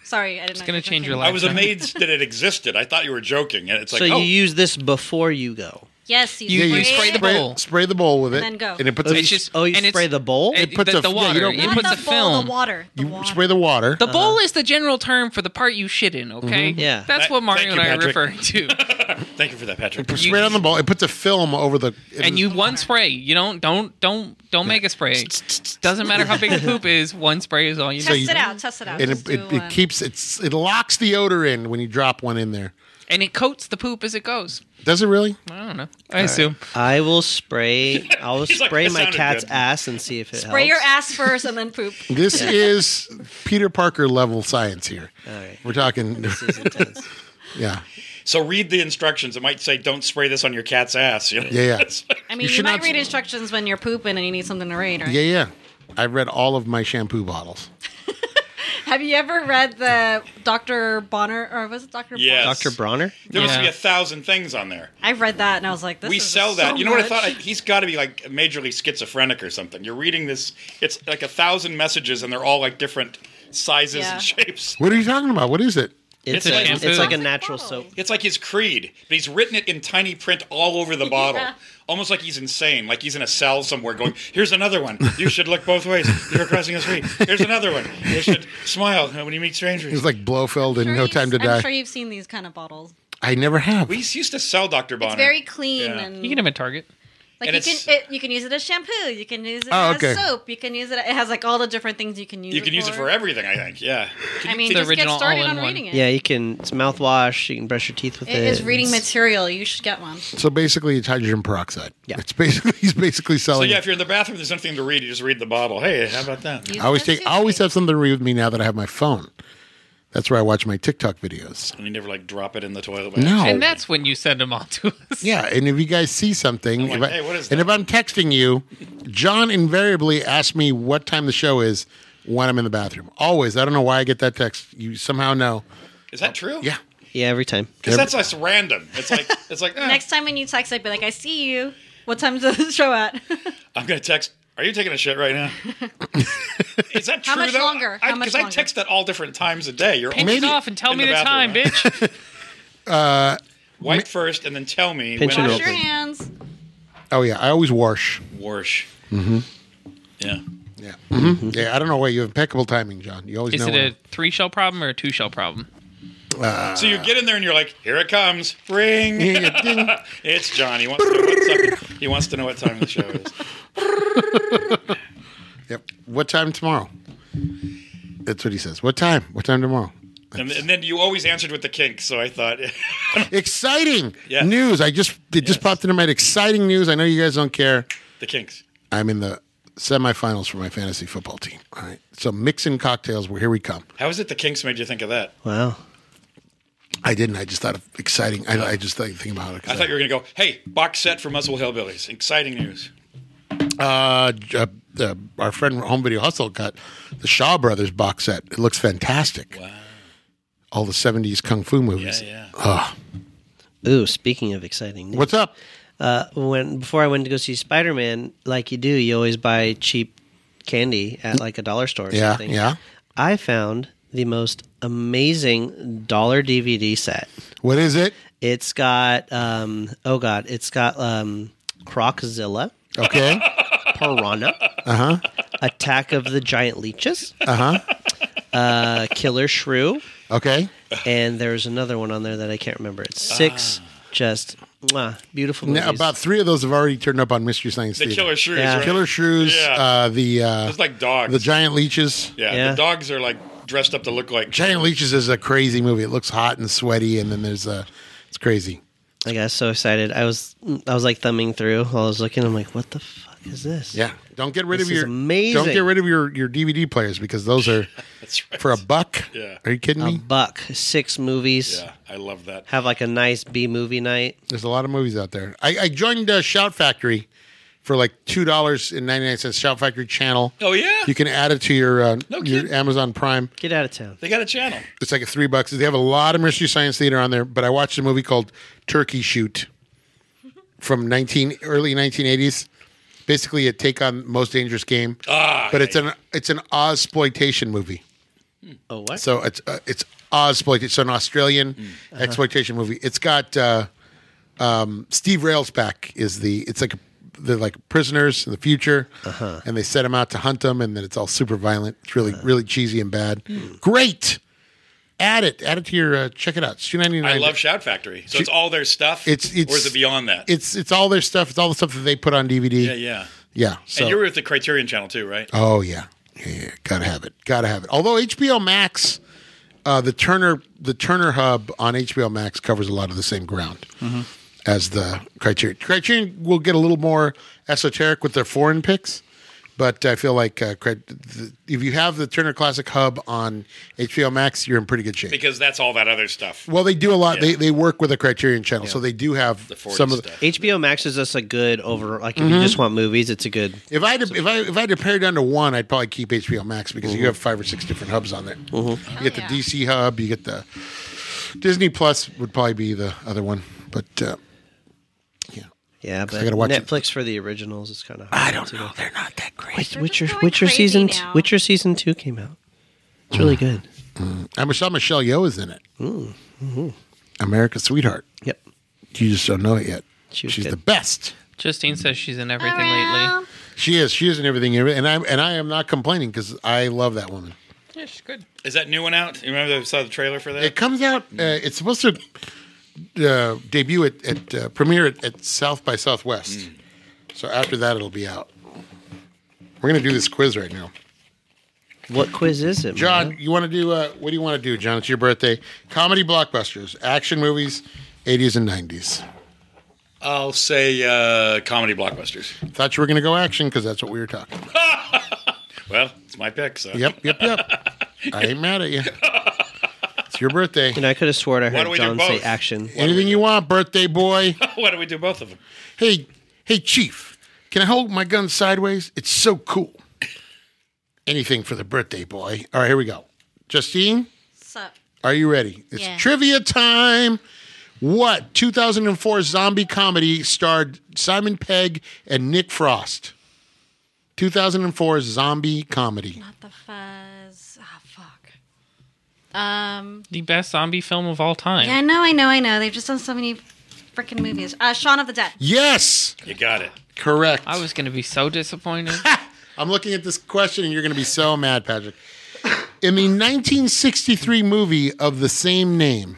[SPEAKER 2] Sorry, I didn't. It's
[SPEAKER 5] gonna change your life.
[SPEAKER 4] I was amazed that it existed. I thought you were joking, and it's like,
[SPEAKER 3] So
[SPEAKER 4] oh,
[SPEAKER 3] you use this before you go.
[SPEAKER 2] Yes, you,
[SPEAKER 5] You-
[SPEAKER 1] yeah,
[SPEAKER 5] you spray
[SPEAKER 2] it.
[SPEAKER 5] the
[SPEAKER 1] spray,
[SPEAKER 5] bowl.
[SPEAKER 1] spray the bowl with it,
[SPEAKER 2] then go.
[SPEAKER 1] and it puts
[SPEAKER 3] Oh,
[SPEAKER 1] a-
[SPEAKER 5] It's just
[SPEAKER 3] Oh, you
[SPEAKER 5] and it's-
[SPEAKER 3] spray the bowl?
[SPEAKER 5] It,
[SPEAKER 1] It puts
[SPEAKER 5] the,
[SPEAKER 1] a-
[SPEAKER 5] the
[SPEAKER 1] yeah,
[SPEAKER 5] water.
[SPEAKER 1] you don't-
[SPEAKER 5] it
[SPEAKER 2] Not
[SPEAKER 5] puts
[SPEAKER 2] the
[SPEAKER 5] a
[SPEAKER 2] bowl,
[SPEAKER 5] film.
[SPEAKER 2] The water. The
[SPEAKER 1] you
[SPEAKER 2] water.
[SPEAKER 1] spray the water.
[SPEAKER 5] The bowl is the general term for the part you shit in. Okay.
[SPEAKER 1] Mm-hmm.
[SPEAKER 3] Yeah.
[SPEAKER 5] That's
[SPEAKER 4] That-
[SPEAKER 5] what Mario
[SPEAKER 4] thank
[SPEAKER 5] and
[SPEAKER 4] you,
[SPEAKER 5] I are
[SPEAKER 4] Patrick.
[SPEAKER 5] referring to.
[SPEAKER 4] thank you for that, Patrick.
[SPEAKER 1] Spray it on the bowl. It puts a film over the. it
[SPEAKER 5] and
[SPEAKER 1] is-
[SPEAKER 5] you one spray. You don't don't don't don't make a spray. Doesn't matter how big the poop is. One spray is all you
[SPEAKER 2] Test
[SPEAKER 5] need.
[SPEAKER 2] it out. Test it out.
[SPEAKER 1] and
[SPEAKER 2] Just
[SPEAKER 1] it, it,
[SPEAKER 2] do uh,
[SPEAKER 1] it
[SPEAKER 2] one.
[SPEAKER 1] keeps it's it locks the odor in when you drop one in there.
[SPEAKER 5] And it coats the poop as it goes.
[SPEAKER 1] Does it really?
[SPEAKER 5] I don't know. I assume.
[SPEAKER 3] I will spray. I will
[SPEAKER 4] He's like,
[SPEAKER 3] spray
[SPEAKER 4] "That
[SPEAKER 3] my
[SPEAKER 4] sounded
[SPEAKER 3] cat's
[SPEAKER 4] good."
[SPEAKER 3] ass and see if it
[SPEAKER 2] Spray your
[SPEAKER 3] helps.
[SPEAKER 2] ass first and then poop.
[SPEAKER 1] This is Peter Parker level science here.
[SPEAKER 3] All right.
[SPEAKER 1] We're talking.
[SPEAKER 3] This is intense.
[SPEAKER 1] yeah.
[SPEAKER 4] So read the instructions. It might say, "Don't spray this on your cat's ass." You know?
[SPEAKER 1] Yeah, yeah.
[SPEAKER 4] It's like-
[SPEAKER 2] I mean, you,
[SPEAKER 1] should
[SPEAKER 2] might
[SPEAKER 1] not-
[SPEAKER 2] read instructions when you're pooping and you need something to read, right?
[SPEAKER 1] Yeah, yeah. I read all of my shampoo bottles.
[SPEAKER 2] Have you ever read the Dr. Bonner, or was it Dr.
[SPEAKER 4] Yes.
[SPEAKER 2] Bonner?
[SPEAKER 3] Dr. Bronner?
[SPEAKER 4] there must
[SPEAKER 5] Yeah.
[SPEAKER 4] be a thousand things on there.
[SPEAKER 2] I read that and I was like, this
[SPEAKER 4] we
[SPEAKER 2] is
[SPEAKER 4] sell
[SPEAKER 2] so
[SPEAKER 4] that. you know what I
[SPEAKER 2] much.
[SPEAKER 4] thought? I, he's got to be like majorly schizophrenic or something. You're reading this. It's like a thousand messages, and they're all like different sizes
[SPEAKER 2] Yeah.
[SPEAKER 4] and shapes.
[SPEAKER 1] What are you talking about? What is it?
[SPEAKER 3] It's,
[SPEAKER 5] It's
[SPEAKER 3] a,
[SPEAKER 5] shampoo.
[SPEAKER 3] it's like a
[SPEAKER 2] Plastic
[SPEAKER 3] natural
[SPEAKER 2] bottle.
[SPEAKER 3] soap.
[SPEAKER 4] It's like his creed, but he's written it in tiny print all over the bottle.
[SPEAKER 2] Yeah.
[SPEAKER 4] Almost like he's insane, like he's in a cell somewhere going, Here's another one. You should look both ways. You're crossing a street. Here's another one. You should smile when you meet strangers.
[SPEAKER 1] It's like Blofeld and
[SPEAKER 2] Sure
[SPEAKER 1] No
[SPEAKER 2] you've-
[SPEAKER 1] Time to
[SPEAKER 2] I'm
[SPEAKER 1] Die.
[SPEAKER 2] sure you've seen these kind of bottles.
[SPEAKER 1] I never have.
[SPEAKER 4] we used to sell Dr. Bonner.
[SPEAKER 2] It's very clean
[SPEAKER 4] Yeah.
[SPEAKER 2] and
[SPEAKER 5] You get him at Target.
[SPEAKER 2] like
[SPEAKER 4] and
[SPEAKER 2] you can
[SPEAKER 4] it's-
[SPEAKER 2] it, you can use it as shampoo, you can use it
[SPEAKER 1] Oh,
[SPEAKER 2] as
[SPEAKER 1] okay.
[SPEAKER 2] soap, you can use it. It has like all the different things you can use.
[SPEAKER 4] you can use it for everything, I think. Yeah.
[SPEAKER 2] I mean,
[SPEAKER 5] The
[SPEAKER 2] just get
[SPEAKER 5] original
[SPEAKER 2] started on
[SPEAKER 5] all-in-one.
[SPEAKER 2] reading it.
[SPEAKER 3] Yeah, you can. It's mouthwash. You can brush your teeth with it.
[SPEAKER 2] It is reading
[SPEAKER 3] It's-
[SPEAKER 2] material. You should get one.
[SPEAKER 1] so basically, it's hydrogen peroxide.
[SPEAKER 3] Yeah.
[SPEAKER 1] It's basically he's basically
[SPEAKER 4] So,
[SPEAKER 1] selling.
[SPEAKER 4] yeah, if you're in the bathroom, there's nothing to read. You just read the bottle. Hey, how about that?
[SPEAKER 2] Use
[SPEAKER 1] I always
[SPEAKER 2] it as
[SPEAKER 1] take. I always
[SPEAKER 2] toothpaste.
[SPEAKER 1] have something to read with me now that I have my phone. That's where I watch my TikTok videos.
[SPEAKER 4] And you never like drop it in the toilet. by
[SPEAKER 1] No.
[SPEAKER 4] accident.
[SPEAKER 5] And that's when you send them all to us.
[SPEAKER 1] Yeah, and if you guys see something,
[SPEAKER 4] like,
[SPEAKER 1] if I-
[SPEAKER 4] "Hey, what is
[SPEAKER 1] and
[SPEAKER 4] that?"
[SPEAKER 1] if I'm texting you, John invariably asks me what time the show is when I'm in the bathroom. Always. I don't know why I get that text. You somehow know.
[SPEAKER 4] Is that true?
[SPEAKER 1] Yeah.
[SPEAKER 3] Yeah, every time.
[SPEAKER 4] Because that's us random. It's like, it's like eh,
[SPEAKER 2] Next time when you text, I'd be like, I see you. What time's the show at?
[SPEAKER 4] I'm gonna text. Are you taking a shit right now? Is that true?
[SPEAKER 2] How much
[SPEAKER 4] though?
[SPEAKER 2] longer?
[SPEAKER 4] I-
[SPEAKER 2] How much
[SPEAKER 4] I
[SPEAKER 2] longer?
[SPEAKER 4] text at all different times a day. You're
[SPEAKER 5] Pinch
[SPEAKER 4] only
[SPEAKER 5] it off and tell
[SPEAKER 4] in
[SPEAKER 5] me the, time,
[SPEAKER 4] bathroom, right?
[SPEAKER 5] bitch.
[SPEAKER 4] Wipe first and then tell me.
[SPEAKER 3] Pinch
[SPEAKER 4] when
[SPEAKER 3] it
[SPEAKER 2] Wash
[SPEAKER 4] I
[SPEAKER 3] off.
[SPEAKER 2] your hands.
[SPEAKER 1] Oh yeah, I always wash.
[SPEAKER 4] Wash. Mm-hmm. Yeah.
[SPEAKER 1] Yeah. hmm Yeah. I don't know why you have impeccable timing, John. You always
[SPEAKER 5] Is
[SPEAKER 1] know.
[SPEAKER 5] it
[SPEAKER 1] when-
[SPEAKER 5] a three shell problem or a two shell problem?
[SPEAKER 4] So you get in there and you're like, "Here it comes, ring."
[SPEAKER 1] Yeah, yeah, ding.
[SPEAKER 4] It's John. He wants, to know what's up. he wants to know what time the show is.
[SPEAKER 1] Yep. What time tomorrow? That's what he says. What time? What time tomorrow?
[SPEAKER 4] And, and then you always answered with the kink, so I thought,
[SPEAKER 1] Exciting
[SPEAKER 4] Yeah.
[SPEAKER 1] news! I just it just popped into my head. Exciting news! I know you guys don't care.
[SPEAKER 4] the kinks.
[SPEAKER 1] I'm in the semifinals for my fantasy football team. All right, so mixing cocktails. Well, here we come.
[SPEAKER 4] How is it the kinks made you think of that?
[SPEAKER 3] Wow.
[SPEAKER 1] I didn't. I just thought of exciting. I, I just thought, think about it.
[SPEAKER 4] I thought you were going to go, hey, box set for Muscle Hillbillies. Exciting news.
[SPEAKER 1] Uh, j- uh, uh, our friend Home Video Hustle got the Shaw Brothers box set. It looks fantastic. Wow. All the 70s kung fu movies.
[SPEAKER 4] yeah.
[SPEAKER 1] Ah,
[SPEAKER 3] Ooh, speaking of exciting, news,
[SPEAKER 1] what's up?
[SPEAKER 3] uh, when before I went to go see Spider Man, like you do, you always buy cheap candy at like a dollar store or
[SPEAKER 1] Yeah,
[SPEAKER 3] something.
[SPEAKER 1] yeah.
[SPEAKER 3] I found the most amazing dollar DVD set.
[SPEAKER 1] What is it?
[SPEAKER 3] It's got um, oh god, it's got um, Croczilla,
[SPEAKER 1] Okay.
[SPEAKER 3] Piranha, uh huh, Attack of the Giant Leeches,
[SPEAKER 1] Uh-huh.
[SPEAKER 3] uh, Killer Shrew,
[SPEAKER 1] Okay.
[SPEAKER 3] and there's another one on there that I can't remember. It's six, just mwah, beautiful movies.
[SPEAKER 1] Ah. Now, about three of those have already turned up on Mystery Science
[SPEAKER 4] The
[SPEAKER 1] Theater.
[SPEAKER 4] killer shrews,
[SPEAKER 3] Yeah.
[SPEAKER 4] right?
[SPEAKER 1] Killer Shrews,
[SPEAKER 4] Yeah.
[SPEAKER 1] uh, the uh,
[SPEAKER 4] It's like dogs.
[SPEAKER 1] the giant leeches.
[SPEAKER 4] yeah,
[SPEAKER 3] Yeah.
[SPEAKER 4] the dogs are like dressed up to look like.
[SPEAKER 1] Giant leeches is a crazy movie. It looks hot and sweaty, and then there's uh, it's crazy.
[SPEAKER 3] I got so excited. I was I was like thumbing through while I was looking. I'm like, what the fuck is this?
[SPEAKER 1] Yeah, don't get rid
[SPEAKER 3] This
[SPEAKER 1] of
[SPEAKER 3] is
[SPEAKER 1] your
[SPEAKER 3] amazing.
[SPEAKER 1] Don't get rid of your your DVD players because those are
[SPEAKER 4] That's right.
[SPEAKER 1] for a buck.
[SPEAKER 4] Yeah.
[SPEAKER 1] are you kidding
[SPEAKER 3] A
[SPEAKER 1] me?
[SPEAKER 3] buck, six movies.
[SPEAKER 4] yeah, I love that.
[SPEAKER 3] Have like a nice B movie night.
[SPEAKER 1] There's a lot of movies out there. I, I joined uh, Shout Factory for like two dollars and ninety nine cents. Shout Factory channel.
[SPEAKER 4] Oh, yeah.
[SPEAKER 1] You can add it to your uh,
[SPEAKER 4] No
[SPEAKER 1] your
[SPEAKER 4] kidding.
[SPEAKER 1] Amazon Prime.
[SPEAKER 3] Get out of town.
[SPEAKER 4] They got a channel.
[SPEAKER 1] It's like a three bucks. They have a lot of Mystery Science Theater on there. But I watched a movie called Turkey Shoot from nineteen early nineteen eighties. Basically, a take on Most Dangerous Game,
[SPEAKER 4] Ah,
[SPEAKER 1] but it's an it's an Oz exploitation movie.
[SPEAKER 3] Oh what?
[SPEAKER 1] So it's uh, it's Ozploit. It's an Australian exploitation movie. It's got uh, um, Steve Railsback is the. It's like they're like prisoners in the future, and they set him out to hunt them, and then it's all super violent. It's really really cheesy and bad. Great. Add it. Add it to your. Uh, check it out. It's two ninety nine.
[SPEAKER 4] I love Shout Factory. So it's all their stuff.
[SPEAKER 1] It's- it's-
[SPEAKER 4] or is it beyond that?
[SPEAKER 1] It's it's all their stuff. It's all the stuff that they put on DVD.
[SPEAKER 4] yeah, yeah.
[SPEAKER 1] Yeah, so
[SPEAKER 4] and you're with the Criterion Channel too, right?
[SPEAKER 1] Oh yeah. yeah, yeah, gotta have it, gotta have it. Although HBO Max, uh, the Turner the Turner Hub on HBO Max covers a lot of the same ground
[SPEAKER 4] Mm-hmm.
[SPEAKER 1] as the Criterion. Criterion will get a little more esoteric with their foreign picks, but I feel like uh, Crit- the, if you have the Turner Classic Hub on HBO Max, you're in pretty good shape.
[SPEAKER 4] Because that's all that other stuff.
[SPEAKER 1] Well, they do a lot. They, they work with a Criterion channel, so they do have
[SPEAKER 4] The Ford
[SPEAKER 1] some of the.
[SPEAKER 4] stuff.
[SPEAKER 3] HBO Max is just a good over. Like if you just want movies, it's a good.
[SPEAKER 1] If I had to, if I if I had to pare it down to one, I'd probably keep HBO Max because you have five or six different hubs on there. You get the
[SPEAKER 2] yeah.
[SPEAKER 1] DC hub, you get the Disney Plus would probably be the other one, but uh, yeah,
[SPEAKER 3] Yeah, but
[SPEAKER 1] gotta watch it.
[SPEAKER 3] Netflix for the originals is kind of. Hard to go.
[SPEAKER 1] They're not that great.
[SPEAKER 3] Witch-
[SPEAKER 2] They're
[SPEAKER 3] Witcher,
[SPEAKER 2] just going
[SPEAKER 3] Witcher
[SPEAKER 2] crazy
[SPEAKER 3] season,
[SPEAKER 2] now.
[SPEAKER 3] Witcher season two came out. It's really good.
[SPEAKER 1] I saw Michelle Yeoh is in it. mm-hmm. America's sweetheart.
[SPEAKER 3] Yep.
[SPEAKER 1] You just don't know it yet.
[SPEAKER 3] She was
[SPEAKER 1] She's
[SPEAKER 3] good.
[SPEAKER 1] the best.
[SPEAKER 5] Justine says she's in everything
[SPEAKER 2] Around.
[SPEAKER 5] lately.
[SPEAKER 1] She is. She is in everything, and I and I am not complaining because I love that woman.
[SPEAKER 5] Yeah, she's good.
[SPEAKER 4] Is that new one out? You remember I saw the trailer for that?
[SPEAKER 1] It comes out. Uh, it's supposed to uh, debut at, at uh, premiere at, at South by Southwest. So after that, it'll be out. We're gonna do this quiz right now.
[SPEAKER 3] What quiz is it,
[SPEAKER 1] John,
[SPEAKER 3] Mario?
[SPEAKER 1] you want to do? Uh, what do you want to do, John? It's your birthday. Comedy blockbusters, action movies, eighties and nineties.
[SPEAKER 4] I'll say uh, comedy blockbusters.
[SPEAKER 1] Thought you were gonna go action because that's what we were talking. about.
[SPEAKER 4] Well, it's my pick. So
[SPEAKER 1] Yep, yep, yep. I ain't mad at you. It's your birthday.
[SPEAKER 3] You know, I could have sworn I
[SPEAKER 4] Why don't
[SPEAKER 3] heard
[SPEAKER 4] we do
[SPEAKER 3] John say
[SPEAKER 4] both?
[SPEAKER 3] action.
[SPEAKER 1] Anything you want, birthday boy.
[SPEAKER 4] Why don't we do both of them?
[SPEAKER 1] hey, hey, chief, can I hold my gun sideways? It's so cool. Anything for the birthday boy. All right, here we go. Justine,
[SPEAKER 2] Sup.
[SPEAKER 1] are you ready? It's
[SPEAKER 2] Yeah.
[SPEAKER 1] trivia time. What 2004 zombie comedy starred Simon Pegg and Nick Frost? 2004 zombie comedy.
[SPEAKER 2] Not the fuzz. Ah, fuck. Um.
[SPEAKER 5] The best zombie film of all time.
[SPEAKER 2] Yeah, I know, I know, I know. They've just done so many freaking movies. Uh, Shaun of the Dead.
[SPEAKER 1] Yes,
[SPEAKER 4] You got it.
[SPEAKER 1] correct.
[SPEAKER 5] I was going to be so disappointed.
[SPEAKER 1] I'm looking at this question and you're going to be so mad, Patrick. In the 1963 movie of the same name,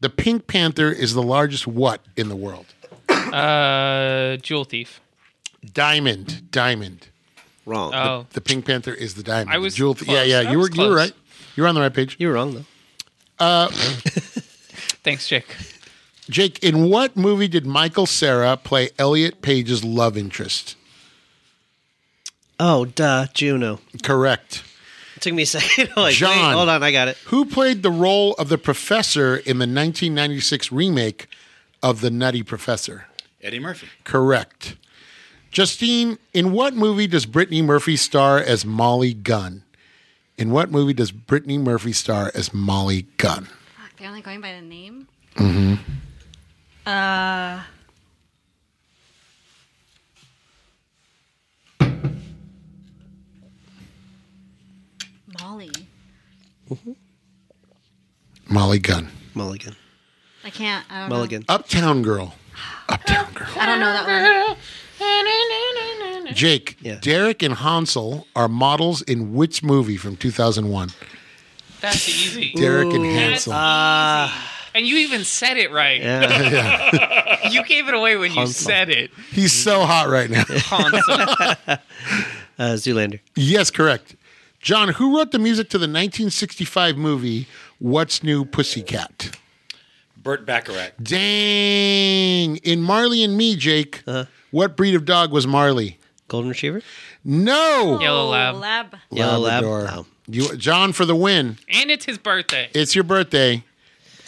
[SPEAKER 1] the Pink Panther is the largest what in the world?
[SPEAKER 5] uh, Jewel Thief.
[SPEAKER 1] Diamond, diamond.
[SPEAKER 3] wrong.
[SPEAKER 5] Oh,
[SPEAKER 1] The Pink Panther is the diamond.
[SPEAKER 5] I
[SPEAKER 1] The
[SPEAKER 5] was
[SPEAKER 1] jewel-
[SPEAKER 5] close.
[SPEAKER 1] Yeah, yeah.
[SPEAKER 5] I
[SPEAKER 1] You were
[SPEAKER 5] was
[SPEAKER 1] you were
[SPEAKER 5] close.
[SPEAKER 1] right. You were on the right page.
[SPEAKER 3] You're wrong though.
[SPEAKER 5] thanks, Jake.
[SPEAKER 1] Jake, in what movie did Michael Sarah play Elliot Page's love interest?
[SPEAKER 3] Oh, duh, Juno.
[SPEAKER 1] Correct.
[SPEAKER 3] It took me a second. I'm like,
[SPEAKER 1] John.
[SPEAKER 3] Wait, hold on, I got it.
[SPEAKER 1] Who played the role of the professor in the 1996 remake of The Nutty Professor?
[SPEAKER 4] Eddie Murphy.
[SPEAKER 1] Correct. Justine, in what movie does Brittany Murphy star as Molly Gunn? In what movie does Brittany Murphy star as Molly Gunn?
[SPEAKER 2] Fuck, they're only going by the name. Uh. Molly,
[SPEAKER 1] Molly Gunn.
[SPEAKER 3] Mulligan.
[SPEAKER 2] Uh-huh. I can't. I don't
[SPEAKER 3] Mulligan.
[SPEAKER 1] Uptown Girl. Uptown Girl.
[SPEAKER 2] Know. I don't know that one.
[SPEAKER 1] Jake,
[SPEAKER 3] Yeah.
[SPEAKER 1] Derek and Hansel are models in which movie from 2001?
[SPEAKER 5] That's easy.
[SPEAKER 1] Derek and
[SPEAKER 5] That's
[SPEAKER 1] Hansel.
[SPEAKER 5] easy. And you even said it right.
[SPEAKER 3] Yeah.
[SPEAKER 5] You gave it away when you
[SPEAKER 3] Hansel.
[SPEAKER 5] said it.
[SPEAKER 1] He's so hot right now.
[SPEAKER 5] Hansel.
[SPEAKER 3] uh, Zoolander.
[SPEAKER 1] yes, correct. John, who wrote the music to the 1965 movie What's New Pussycat?
[SPEAKER 4] Burt Bacharach.
[SPEAKER 1] Dang. In Marley and Me, Jake, what breed of dog was Marley?
[SPEAKER 3] Golden Retriever.
[SPEAKER 1] No.
[SPEAKER 5] Yellow lab.
[SPEAKER 2] Lab.
[SPEAKER 3] Yellow Lab.
[SPEAKER 1] Labrador.
[SPEAKER 3] Oh.
[SPEAKER 1] You, John, for the win.
[SPEAKER 5] and it's his birthday.
[SPEAKER 1] It's your birthday.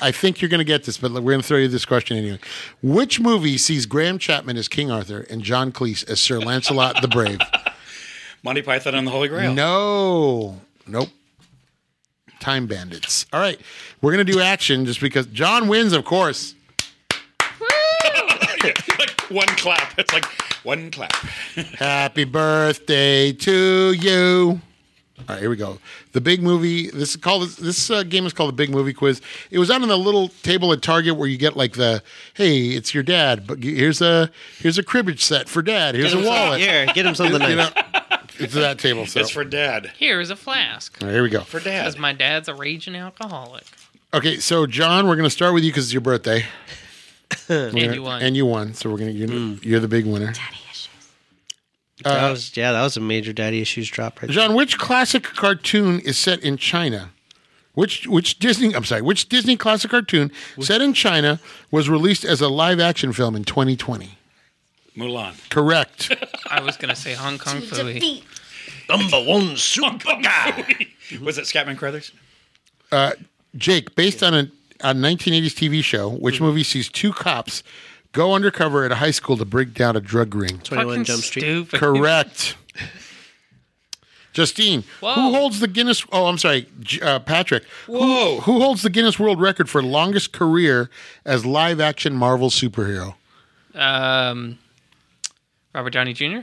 [SPEAKER 1] I think you're going to get this, but we're going to throw you this question anyway. Which movie sees Graham Chapman as King Arthur and John Cleese as Sir Lancelot the Brave?
[SPEAKER 4] Monty Python and the Holy Grail.
[SPEAKER 1] No. Nope. Time Bandits. All right. We're going to do action just because John wins, of course.
[SPEAKER 4] like one clap. It's like one clap.
[SPEAKER 1] Happy birthday to you. All right, here we go. The big movie. This is called this uh, game is called the Big Movie Quiz. It was out on the little table at Target where you get like the hey, it's your dad, but here's a here's a cribbage set for dad. Here's a wallet.
[SPEAKER 3] Here, get him something nice.
[SPEAKER 1] You know, it's that table. So
[SPEAKER 4] It's for dad.
[SPEAKER 5] Here is a flask.
[SPEAKER 1] All right, here we go.
[SPEAKER 4] For dad.
[SPEAKER 5] Because my dad's a raging alcoholic.
[SPEAKER 1] Okay, so John, we're gonna start with you because it's your birthday
[SPEAKER 5] And you won.
[SPEAKER 1] and you won. So we're gonna you're, you're the big winner.
[SPEAKER 2] Daddy issues.
[SPEAKER 3] that was yeah, that was a major daddy issues drop right there.
[SPEAKER 1] John, which classic cartoon is set in China? Which which Disney I'm sorry, which Disney classic cartoon set in China was released as a live action film in 2020?
[SPEAKER 4] Mulan.
[SPEAKER 1] Correct.
[SPEAKER 5] I was going to say Hong Kong Fooey.
[SPEAKER 2] Defeat.
[SPEAKER 3] Number one super
[SPEAKER 4] Was it Scatman Crothers?
[SPEAKER 1] Jake, based on a, a 1980s TV show, which movie sees two cops go undercover at a high school to break down a drug ring?
[SPEAKER 3] Twenty
[SPEAKER 5] Fucking
[SPEAKER 3] one Jump Street.
[SPEAKER 5] stupid.
[SPEAKER 1] Correct. Justine, who
[SPEAKER 5] Whoa.
[SPEAKER 1] holds the Guinness? Oh, I'm sorry, J- uh, Patrick. who-
[SPEAKER 4] Whoa.
[SPEAKER 1] Who, holds the Guinness World Record for longest career as live action Marvel superhero?
[SPEAKER 5] Um, Robert Downey Jr.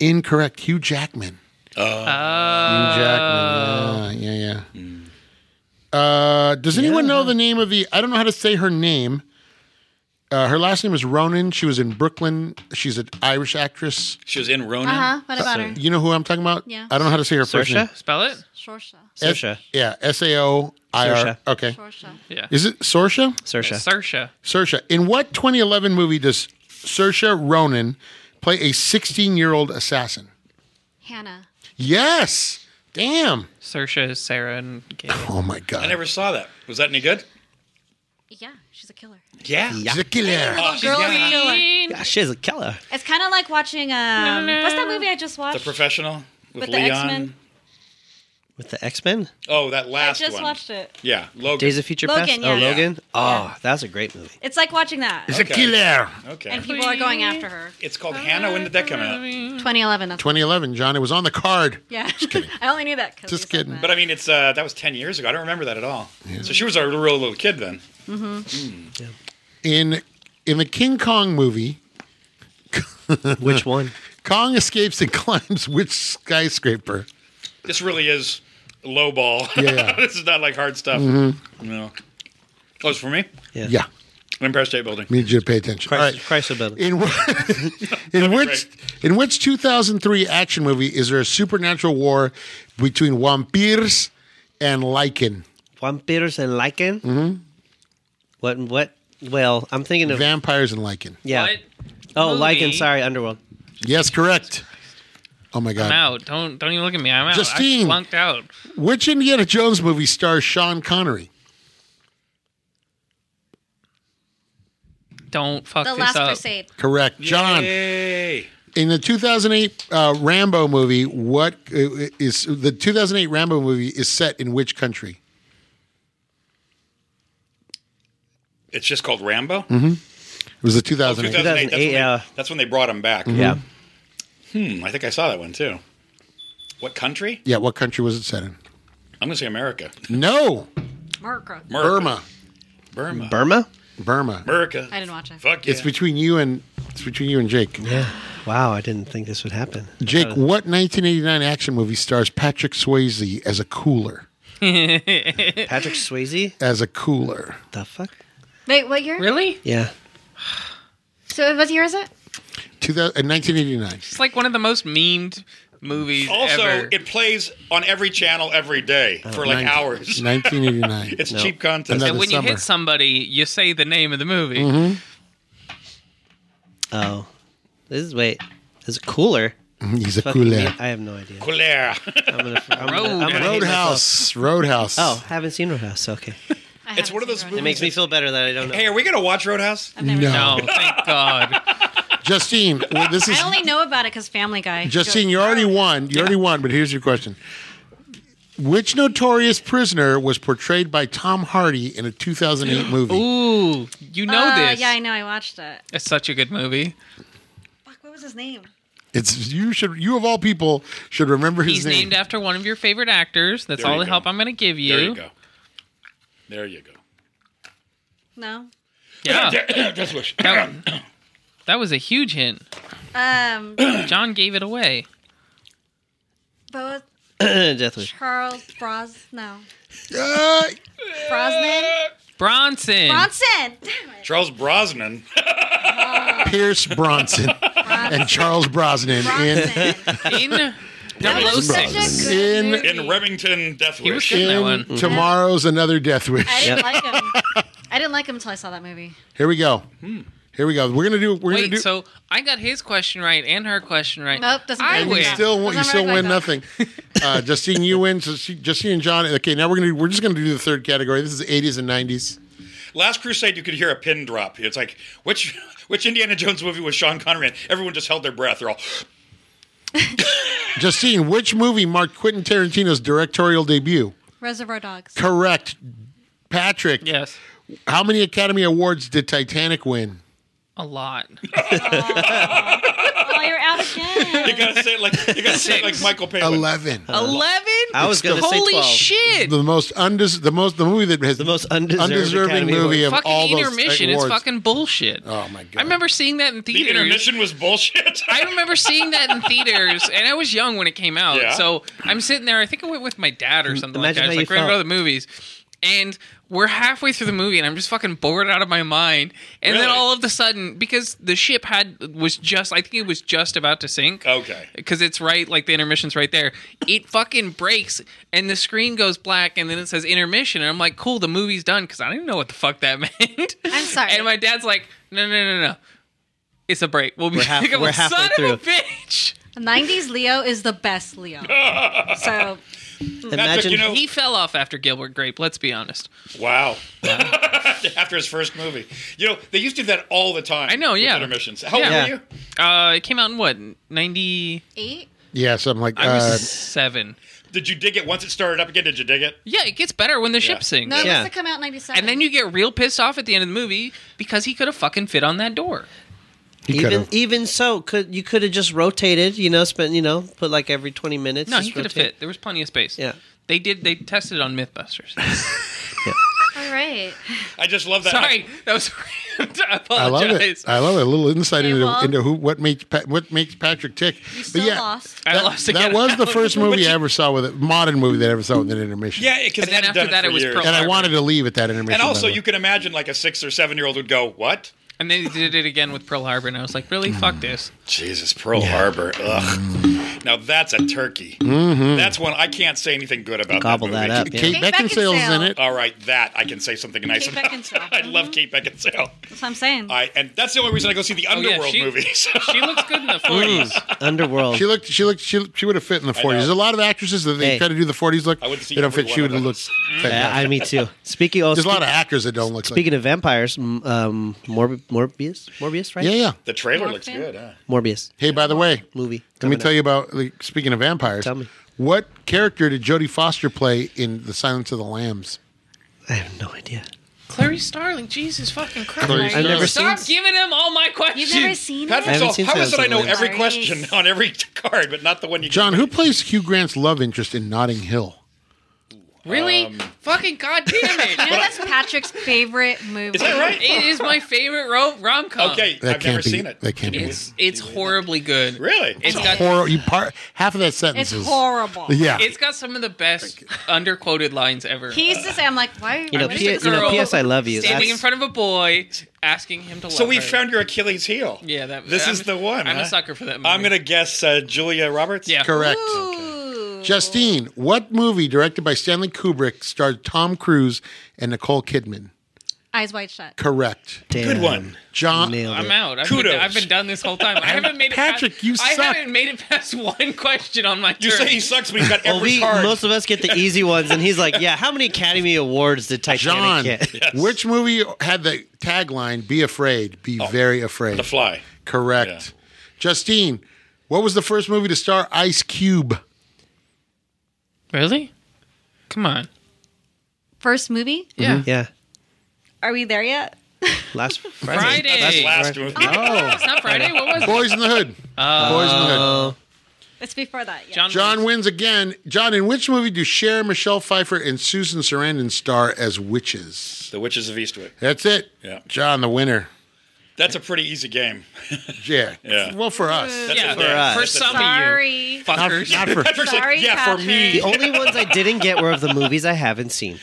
[SPEAKER 1] Incorrect. Hugh Jackman.
[SPEAKER 4] Uh,
[SPEAKER 1] Hugh
[SPEAKER 3] Oh.
[SPEAKER 1] Jackman. Yeah, yeah. yeah. Uh, does anyone know the name of the? I don't know how to say her name. Uh, her last name is Ronan. She was in Brooklyn. She's an Irish actress.
[SPEAKER 4] She was in Ronin.
[SPEAKER 2] Uh huh. What about her?
[SPEAKER 1] You know who I'm talking about?
[SPEAKER 2] Yeah.
[SPEAKER 1] I don't know how to say her first name.
[SPEAKER 3] Saoirse?
[SPEAKER 5] Spell it.
[SPEAKER 2] Shorsha.
[SPEAKER 1] S-
[SPEAKER 3] Saoirse.
[SPEAKER 1] yeah, S A O I R.
[SPEAKER 3] Saoirse.
[SPEAKER 1] Okay.
[SPEAKER 2] Shorsha.
[SPEAKER 5] Yeah.
[SPEAKER 1] Is it Sorsha?
[SPEAKER 3] Saoirse.
[SPEAKER 5] Saoirse.
[SPEAKER 1] Saoirse. In what 2011 movie does Saoirse Ronan play a 16 year old assassin?
[SPEAKER 2] Hannah.
[SPEAKER 1] Yes. Damn.
[SPEAKER 5] Saoirse is Sarah and Gail.
[SPEAKER 1] Oh my
[SPEAKER 4] I
[SPEAKER 1] God.
[SPEAKER 4] never saw that. Was that any good?
[SPEAKER 2] Yeah, she's a killer.
[SPEAKER 4] Yeah.
[SPEAKER 1] She's a killer.
[SPEAKER 4] Oh, she's
[SPEAKER 2] Girl
[SPEAKER 4] got
[SPEAKER 2] is a
[SPEAKER 4] it.
[SPEAKER 2] killer.
[SPEAKER 3] Yeah, she's a killer.
[SPEAKER 2] It's kind of like watching um, what's that movie I just
[SPEAKER 4] The
[SPEAKER 2] watched?
[SPEAKER 4] professional with,
[SPEAKER 2] With the
[SPEAKER 4] Leon.
[SPEAKER 2] X-Men?
[SPEAKER 3] With the X Men?
[SPEAKER 4] Oh, that
[SPEAKER 2] I
[SPEAKER 4] last
[SPEAKER 2] just
[SPEAKER 4] one.
[SPEAKER 2] watched it.
[SPEAKER 4] Yeah, Logan.
[SPEAKER 3] Days of Future
[SPEAKER 2] Logan,
[SPEAKER 3] Past?
[SPEAKER 2] yeah.
[SPEAKER 3] Oh
[SPEAKER 2] Yeah.
[SPEAKER 3] Logan? Oh, that's a great movie.
[SPEAKER 2] It's like watching that,
[SPEAKER 1] She's
[SPEAKER 4] Okay.
[SPEAKER 1] a killer.
[SPEAKER 4] okay.
[SPEAKER 2] and people are going after her.
[SPEAKER 4] It's called Hannah. When did that come out?
[SPEAKER 2] 2011. That's
[SPEAKER 1] 2011, John. It was on the card.
[SPEAKER 2] yeah. I only knew that. 'cause
[SPEAKER 1] Just
[SPEAKER 2] you said
[SPEAKER 1] kidding.
[SPEAKER 2] that.
[SPEAKER 4] But I mean, it's uh, that was ten years ago. I don't remember that at all. So she was a real little kid then.
[SPEAKER 1] In in the King Kong movie,
[SPEAKER 3] Which one?
[SPEAKER 1] Kong escapes and climbs which skyscraper?
[SPEAKER 4] This really is low ball.
[SPEAKER 1] Yeah. Mm-hmm.
[SPEAKER 4] this is not like hard stuff. No. Oh, it's for me.
[SPEAKER 1] Yeah.
[SPEAKER 4] Empire State Building.
[SPEAKER 1] Need you to pay attention. All right.
[SPEAKER 3] Chrysler, Chrysler Building.
[SPEAKER 1] In, wh- in which in which 2003 action movie is there a supernatural war between vampires and lichen?
[SPEAKER 3] Juan Peters and Lycan? Mm-hmm. What what well, I'm thinking of
[SPEAKER 1] Vampires and lichen.
[SPEAKER 3] Yeah.
[SPEAKER 5] What
[SPEAKER 3] Oh,
[SPEAKER 5] movie
[SPEAKER 3] Lycan, sorry, Underworld.
[SPEAKER 1] Yes, correct. Oh my
[SPEAKER 5] I'm
[SPEAKER 1] god!
[SPEAKER 5] out. Don't don't even look at me. I'm out.
[SPEAKER 1] Justine.
[SPEAKER 5] I flunked out.
[SPEAKER 1] Which Indiana Jones movie stars Sean Connery?
[SPEAKER 5] Don't fuck
[SPEAKER 2] The
[SPEAKER 5] this
[SPEAKER 2] Last
[SPEAKER 5] up.
[SPEAKER 2] Crusade.
[SPEAKER 1] Correct, John.
[SPEAKER 4] Yay.
[SPEAKER 1] In the 2008 uh, Rambo movie, what uh, is the 2008 Rambo movie is set in which country?
[SPEAKER 4] It's just called Rambo.
[SPEAKER 1] It was the 2008.
[SPEAKER 4] 2008. That's,
[SPEAKER 3] 2008,
[SPEAKER 4] when they,
[SPEAKER 3] yeah.
[SPEAKER 4] that's when they brought him back.
[SPEAKER 3] Yeah.
[SPEAKER 4] Hmm, I think I saw that one too. What country?
[SPEAKER 1] yeah, what country was it set in?
[SPEAKER 4] I'm going to say America.
[SPEAKER 1] No,
[SPEAKER 2] America.
[SPEAKER 4] America.
[SPEAKER 1] Burma.
[SPEAKER 4] Burma.
[SPEAKER 3] Burma?
[SPEAKER 1] Burma.
[SPEAKER 4] America.
[SPEAKER 2] I didn't watch it.
[SPEAKER 4] Fuck yeah.
[SPEAKER 1] It's between you and it's between you and Jake.
[SPEAKER 3] Yeah. Wow, I didn't think this would happen.
[SPEAKER 1] Jake, what 1989 action movie stars Patrick Swayze as a cooler?
[SPEAKER 3] Patrick Swayze?
[SPEAKER 1] As a cooler.
[SPEAKER 3] The fuck?
[SPEAKER 2] Wait, what year?
[SPEAKER 5] Really?
[SPEAKER 3] Yeah.
[SPEAKER 2] So what year is it?
[SPEAKER 1] 2000, uh, 1989.
[SPEAKER 5] It's like one of the most memed movies
[SPEAKER 4] also,
[SPEAKER 5] ever.
[SPEAKER 4] it plays on every channel every day for like
[SPEAKER 1] Nin-
[SPEAKER 4] hours.
[SPEAKER 1] 1989.
[SPEAKER 4] It's
[SPEAKER 3] No.
[SPEAKER 4] cheap content.
[SPEAKER 1] Another-
[SPEAKER 5] and when you
[SPEAKER 1] summer. Mm-hmm.
[SPEAKER 5] hit somebody, you say the name of the movie.
[SPEAKER 3] Oh. This is wait. This is cooler.
[SPEAKER 1] He's a
[SPEAKER 3] Fucking
[SPEAKER 1] cooler.
[SPEAKER 3] idiot. I have no idea.
[SPEAKER 4] Colera.
[SPEAKER 3] I'm gonna, I'm gonna, I'm gonna hate
[SPEAKER 1] Roadhouse.
[SPEAKER 3] myself.
[SPEAKER 1] Roadhouse.
[SPEAKER 3] Oh, haven't seen Roadhouse. Okay.
[SPEAKER 2] I
[SPEAKER 4] It's
[SPEAKER 2] haven't
[SPEAKER 4] one
[SPEAKER 2] seen
[SPEAKER 4] of those
[SPEAKER 2] Roadhouse.
[SPEAKER 3] It makes me feel better that I don't know.
[SPEAKER 4] hey, are we going to watch Roadhouse?
[SPEAKER 2] I've never
[SPEAKER 1] No.
[SPEAKER 2] seen it.
[SPEAKER 5] No, Oh, thank God.
[SPEAKER 1] Justine, well, this is
[SPEAKER 2] I only know about it because Family Guy. Oh,
[SPEAKER 1] Justine. You already won. You already won. But here's your question: Which notorious prisoner was portrayed by Tom Hardy in a 2008 movie?
[SPEAKER 5] Ooh, you know
[SPEAKER 2] Uh,
[SPEAKER 5] this.
[SPEAKER 2] Yeah, I know. I watched it.
[SPEAKER 5] It's such a good movie.
[SPEAKER 2] Fuck, what was his name?
[SPEAKER 1] It's you should you of all people should remember his
[SPEAKER 5] He's
[SPEAKER 1] name.
[SPEAKER 5] named after one of your favorite actors. That's
[SPEAKER 4] There
[SPEAKER 5] all
[SPEAKER 4] you
[SPEAKER 5] the
[SPEAKER 4] go.
[SPEAKER 5] help I'm going to give you.
[SPEAKER 4] There you go. There you go.
[SPEAKER 2] No.
[SPEAKER 5] Yeah,
[SPEAKER 4] Just wish.
[SPEAKER 5] that, that was a huge hint.
[SPEAKER 2] Um,
[SPEAKER 5] John gave it away.
[SPEAKER 2] both
[SPEAKER 3] Deathwish.
[SPEAKER 2] Charles Bros. No.
[SPEAKER 1] Uh,
[SPEAKER 2] Brosnan?
[SPEAKER 5] Bronson.
[SPEAKER 2] Bronson! Damn it.
[SPEAKER 4] Charles Brosnan.
[SPEAKER 1] Pierce Bronson and Charles Brosnan in
[SPEAKER 2] Bronson.
[SPEAKER 5] in
[SPEAKER 2] That was such a
[SPEAKER 5] 006.
[SPEAKER 2] good
[SPEAKER 1] In-
[SPEAKER 2] movie.
[SPEAKER 4] In Remington Death
[SPEAKER 5] He was
[SPEAKER 4] Wish.
[SPEAKER 5] good in that
[SPEAKER 1] in
[SPEAKER 5] one.
[SPEAKER 1] tomorrow's another death wish.
[SPEAKER 2] I didn't
[SPEAKER 3] Yep.
[SPEAKER 2] like him. I didn't like him until I saw that movie.
[SPEAKER 1] Here we go. Here we go. We're gonna do. We're gonna
[SPEAKER 5] Wait,
[SPEAKER 1] do.
[SPEAKER 5] so I got his question right and her question right.
[SPEAKER 2] Nope, doesn't
[SPEAKER 5] I
[SPEAKER 2] count.
[SPEAKER 1] you
[SPEAKER 5] win.
[SPEAKER 2] Yeah.
[SPEAKER 1] still,
[SPEAKER 2] Doesn't
[SPEAKER 1] you still
[SPEAKER 2] matter
[SPEAKER 1] win
[SPEAKER 2] if I
[SPEAKER 1] nothing. Uh, Justine, you win. So she, Justine and John. Okay, now we're gonna. We're just gonna do the third category. This is 80s and 90s.
[SPEAKER 4] Last Crusade, you could hear a pin drop. It's like, which which Indiana Jones movie was Sean Connery in? Everyone just held their breath. They're all,
[SPEAKER 1] Justine, which movie marked Quentin Tarantino's directorial debut?
[SPEAKER 2] Reservoir Dogs.
[SPEAKER 1] Correct. Patrick,
[SPEAKER 5] Yes,
[SPEAKER 1] how many Academy Awards did Titanic win?
[SPEAKER 5] a lot.
[SPEAKER 2] Oh, you're out again.
[SPEAKER 4] you gotta say it like you gotta say it like
[SPEAKER 5] Six.
[SPEAKER 4] Michael Palin.
[SPEAKER 1] Eleven.
[SPEAKER 5] Eleven.
[SPEAKER 3] I was gonna say
[SPEAKER 5] Holy
[SPEAKER 3] 12.
[SPEAKER 5] shit!
[SPEAKER 1] the most undes- the most the movie that has the
[SPEAKER 3] most undeserved Academy
[SPEAKER 1] movie of
[SPEAKER 5] fucking
[SPEAKER 1] all those
[SPEAKER 5] intermission is
[SPEAKER 1] awards.
[SPEAKER 5] fucking bullshit.
[SPEAKER 1] Oh, my God.
[SPEAKER 5] I remember seeing that in
[SPEAKER 4] The
[SPEAKER 5] theaters.
[SPEAKER 4] intermission was bullshit.
[SPEAKER 5] I remember seeing that in theaters, and I was young when it came out.
[SPEAKER 4] Yeah.
[SPEAKER 5] So I'm sitting there. I think I went with my dad or something
[SPEAKER 3] Imagine
[SPEAKER 5] like that.
[SPEAKER 3] how
[SPEAKER 5] It's
[SPEAKER 3] you
[SPEAKER 5] like we're gonna go
[SPEAKER 3] felt.
[SPEAKER 5] to the movies, and we're halfway through the movie, and I'm just fucking bored out of my mind. And then
[SPEAKER 4] Really?
[SPEAKER 5] all of a sudden, because the ship had was just, I think it was just about to sink.
[SPEAKER 4] Okay.
[SPEAKER 5] Because it's right, like the intermission's right there. It fucking breaks, and the screen goes black, and then it says intermission, and I'm like, cool, the movie's done. Because I didn't know what the fuck that meant.
[SPEAKER 2] I'm sorry.
[SPEAKER 5] And my dad's like, no, no, no, no. It's a break. We'll be
[SPEAKER 3] We're half-
[SPEAKER 5] back." I'm
[SPEAKER 3] we're
[SPEAKER 5] like,
[SPEAKER 3] halfway
[SPEAKER 5] Son
[SPEAKER 3] through."
[SPEAKER 5] of a bitch.
[SPEAKER 2] 90s Leo is the best Leo. So,
[SPEAKER 4] Patrick,
[SPEAKER 3] Imagine
[SPEAKER 4] you know,
[SPEAKER 5] He fell off after Gilbert Grape, let's be honest.
[SPEAKER 4] wow. After his first movie, you know they used to do that all the time.
[SPEAKER 5] I know,
[SPEAKER 4] with
[SPEAKER 5] yeah.
[SPEAKER 4] Intermissions. How old
[SPEAKER 5] Yeah.
[SPEAKER 4] were you?
[SPEAKER 5] Uh, it came out in what, 90?
[SPEAKER 2] eight?
[SPEAKER 1] Yeah, something like
[SPEAKER 5] I was
[SPEAKER 1] uh,
[SPEAKER 5] seven.
[SPEAKER 4] Did you dig it once it started up again? Did you dig it?
[SPEAKER 5] Yeah, it gets better when the ship sinks.
[SPEAKER 2] No, it
[SPEAKER 3] Yeah.
[SPEAKER 2] must have come out in 97.
[SPEAKER 5] And then you get real pissed off at the end of the movie because he could have fucking fit on that door.
[SPEAKER 1] he
[SPEAKER 3] even
[SPEAKER 1] could've-
[SPEAKER 3] even so, could you could have just rotated, you know, spent you know, put like every twenty minutes.
[SPEAKER 5] No,
[SPEAKER 3] just
[SPEAKER 5] he could have
[SPEAKER 3] rotate.
[SPEAKER 5] fit. There was plenty of space.
[SPEAKER 3] Yeah.
[SPEAKER 5] They did. They tested on MythBusters.
[SPEAKER 2] All right.
[SPEAKER 4] I just love that.
[SPEAKER 5] Sorry, that was. I apologize.
[SPEAKER 1] I love it. Uh, I love it. A little insight
[SPEAKER 2] Okay,
[SPEAKER 1] into,
[SPEAKER 2] well-
[SPEAKER 1] into who what makes pa- what makes Patrick tick.
[SPEAKER 2] You still
[SPEAKER 1] yeah,
[SPEAKER 2] lost.
[SPEAKER 5] I
[SPEAKER 1] that,
[SPEAKER 5] lost
[SPEAKER 1] that
[SPEAKER 5] again.
[SPEAKER 1] was the first
[SPEAKER 4] But
[SPEAKER 1] movie
[SPEAKER 4] you-
[SPEAKER 1] I ever saw with a modern movie that I ever saw with an intermission.
[SPEAKER 4] Yeah, because
[SPEAKER 5] And then after that, it was
[SPEAKER 4] years.
[SPEAKER 5] pro-
[SPEAKER 1] and I wanted to leave at that intermission.
[SPEAKER 4] And
[SPEAKER 1] by
[SPEAKER 4] also,
[SPEAKER 1] the way.
[SPEAKER 4] you can imagine like a six or seven year old would go, "What?
[SPEAKER 5] And
[SPEAKER 1] Mm.
[SPEAKER 5] then they did it again with Pearl Harbor, and I was like, really? Fuck this.
[SPEAKER 4] Jesus, Pearl Harbor. Ugh.
[SPEAKER 3] Mm.
[SPEAKER 4] Now that's a turkey. That's one I can't say anything good about.
[SPEAKER 3] Mm-hmm. Gobble
[SPEAKER 4] that, movie.
[SPEAKER 3] that up. Yeah.
[SPEAKER 1] Kate
[SPEAKER 2] Kate
[SPEAKER 1] Beckinsale's in
[SPEAKER 2] Beckinsale.
[SPEAKER 1] it.
[SPEAKER 4] All right, that I can say something nice
[SPEAKER 2] Kate
[SPEAKER 4] about.
[SPEAKER 2] Beckinsale.
[SPEAKER 4] I love Kate Beckinsale.
[SPEAKER 2] That's what I'm saying.
[SPEAKER 4] I and that's the only reason I go see the
[SPEAKER 5] Oh, yeah,
[SPEAKER 4] Underworld
[SPEAKER 5] she-
[SPEAKER 4] movies.
[SPEAKER 5] She looks good in the
[SPEAKER 1] Mm.
[SPEAKER 5] 40s.
[SPEAKER 3] Mm. Underworld.
[SPEAKER 4] Oh.
[SPEAKER 1] She looked. She looked. She, she would have fit in the forties. There's a lot of actresses that they
[SPEAKER 3] Hey. Mm.
[SPEAKER 1] try to do the forties look.
[SPEAKER 4] I went to see
[SPEAKER 1] they don't fit.
[SPEAKER 4] every
[SPEAKER 1] She
[SPEAKER 4] one
[SPEAKER 1] would have
[SPEAKER 4] of those.
[SPEAKER 1] looked.
[SPEAKER 3] Yeah, I me too. Speaking of
[SPEAKER 1] There's a lot of actors that don't look.
[SPEAKER 3] speaking of vampires, m- um, Morb- Morbius, Morbius, right?
[SPEAKER 1] like, yeah, yeah.
[SPEAKER 4] the trailer
[SPEAKER 2] Morphin?
[SPEAKER 4] looks good. Huh?
[SPEAKER 3] Morbius
[SPEAKER 1] Hey, by the way,
[SPEAKER 3] movie.
[SPEAKER 1] let me
[SPEAKER 3] coming
[SPEAKER 1] tell
[SPEAKER 3] up.
[SPEAKER 1] you about. Like, speaking of vampires,
[SPEAKER 3] Tell me.
[SPEAKER 1] what character did Jodie Foster play in The Silence of the Lambs?
[SPEAKER 3] I have no idea.
[SPEAKER 5] Clary Starling, Jesus fucking Christ.
[SPEAKER 1] Clary
[SPEAKER 5] Stop
[SPEAKER 1] Starling.
[SPEAKER 3] never seen-
[SPEAKER 5] giving him all my questions.
[SPEAKER 2] You've never seen
[SPEAKER 4] Patrick,
[SPEAKER 2] it?
[SPEAKER 3] haven't
[SPEAKER 4] Saul,
[SPEAKER 3] seen
[SPEAKER 4] how is it
[SPEAKER 3] Silence
[SPEAKER 4] I
[SPEAKER 3] of
[SPEAKER 4] know
[SPEAKER 3] the
[SPEAKER 4] every
[SPEAKER 2] Lambs.
[SPEAKER 4] question on every card, but not the one you
[SPEAKER 1] John,
[SPEAKER 4] get?
[SPEAKER 1] who plays Hugh Grant's love interest in Notting Hill?
[SPEAKER 5] Really? Um, fucking goddamn
[SPEAKER 2] You know
[SPEAKER 5] it.
[SPEAKER 2] that's Patrick's favorite movie.
[SPEAKER 4] Is that right?
[SPEAKER 5] it is my favorite ro- rom com.
[SPEAKER 4] Okay,
[SPEAKER 1] That
[SPEAKER 4] I've
[SPEAKER 1] can't
[SPEAKER 4] never
[SPEAKER 1] be-
[SPEAKER 4] seen it.
[SPEAKER 1] that can't be.
[SPEAKER 5] It's, it's horribly good.
[SPEAKER 4] Really?
[SPEAKER 5] It's got
[SPEAKER 1] Horror. You part half of that
[SPEAKER 2] It's
[SPEAKER 1] sentence is
[SPEAKER 2] horrible.
[SPEAKER 1] Yeah,
[SPEAKER 5] it's got some of the best underquoted lines ever.
[SPEAKER 2] He used to say, "I'm like, why?"
[SPEAKER 3] You know,
[SPEAKER 2] why is
[SPEAKER 5] Just a
[SPEAKER 3] P-
[SPEAKER 2] it
[SPEAKER 3] you know,
[SPEAKER 5] girl
[SPEAKER 3] P.S. I love you.
[SPEAKER 5] Standing in
[SPEAKER 3] That's-
[SPEAKER 5] front of a boy, asking him to love
[SPEAKER 4] so we
[SPEAKER 5] her.
[SPEAKER 4] found your Achilles heel.
[SPEAKER 5] Yeah, that
[SPEAKER 4] This
[SPEAKER 5] I'm-
[SPEAKER 4] is the one.
[SPEAKER 5] I'm
[SPEAKER 4] huh?
[SPEAKER 5] a sucker for that movie.
[SPEAKER 4] I'm gonna guess uh, Julia Roberts.
[SPEAKER 5] Yeah.
[SPEAKER 1] correct.
[SPEAKER 2] Ooh.
[SPEAKER 1] Justine, what movie directed by Stanley Kubrick starred Tom Cruise and Nicole Kidman?
[SPEAKER 2] Eyes wide shut.
[SPEAKER 1] Correct.
[SPEAKER 3] Damn.
[SPEAKER 4] Good one.
[SPEAKER 1] John,
[SPEAKER 3] Nailed
[SPEAKER 5] Uh, I'm
[SPEAKER 3] it.
[SPEAKER 5] out. I've
[SPEAKER 4] Kudos.
[SPEAKER 5] Been, I've been done this whole time. I haven't made it.
[SPEAKER 1] Patrick,
[SPEAKER 5] past,
[SPEAKER 1] you
[SPEAKER 5] I
[SPEAKER 1] suck.
[SPEAKER 5] haven't made it past one question on my
[SPEAKER 4] You
[SPEAKER 5] turn.
[SPEAKER 4] say he sucks, but he's got
[SPEAKER 3] Well,
[SPEAKER 4] every
[SPEAKER 3] we
[SPEAKER 4] card.
[SPEAKER 3] most of us get the easy ones, and he's like, "Yeah, how many Academy Awards did
[SPEAKER 1] John,
[SPEAKER 3] Titanic get?"
[SPEAKER 1] which movie had the tagline "Be afraid, be very afraid"?
[SPEAKER 4] Oh, the Fly.
[SPEAKER 1] Correct. Justine, what was the first movie to star Ice Cube?
[SPEAKER 5] really? Come on.
[SPEAKER 2] First movie?
[SPEAKER 5] Yeah.
[SPEAKER 3] Yeah,
[SPEAKER 2] Are we there yet?
[SPEAKER 3] last Friday.
[SPEAKER 5] Friday.
[SPEAKER 4] That's
[SPEAKER 5] Hey.
[SPEAKER 4] last movie.
[SPEAKER 2] Uh-huh.
[SPEAKER 1] Oh,
[SPEAKER 5] It's not Friday. What was it?
[SPEAKER 1] Boys in the Hood. Boys in the Hood.
[SPEAKER 2] It's before that. Yeah.
[SPEAKER 5] John?
[SPEAKER 1] John wins again. John, in which movie do Cher, Michelle Pfeiffer, and Susan Sarandon star as witches?
[SPEAKER 4] The Witches of Eastwick.
[SPEAKER 1] That's it.
[SPEAKER 4] Yeah.
[SPEAKER 1] John, the winner.
[SPEAKER 4] That's a pretty easy game.
[SPEAKER 1] Yeah.
[SPEAKER 4] Yeah.
[SPEAKER 1] Well, for us.
[SPEAKER 5] Yeah,
[SPEAKER 4] For us.
[SPEAKER 5] for some of
[SPEAKER 2] Sorry.
[SPEAKER 5] you fuckers.
[SPEAKER 1] Not for
[SPEAKER 4] Patrick's like,
[SPEAKER 2] Sorry,
[SPEAKER 4] yeah, for me.
[SPEAKER 3] The only ones I didn't get were of the movies I haven't seen.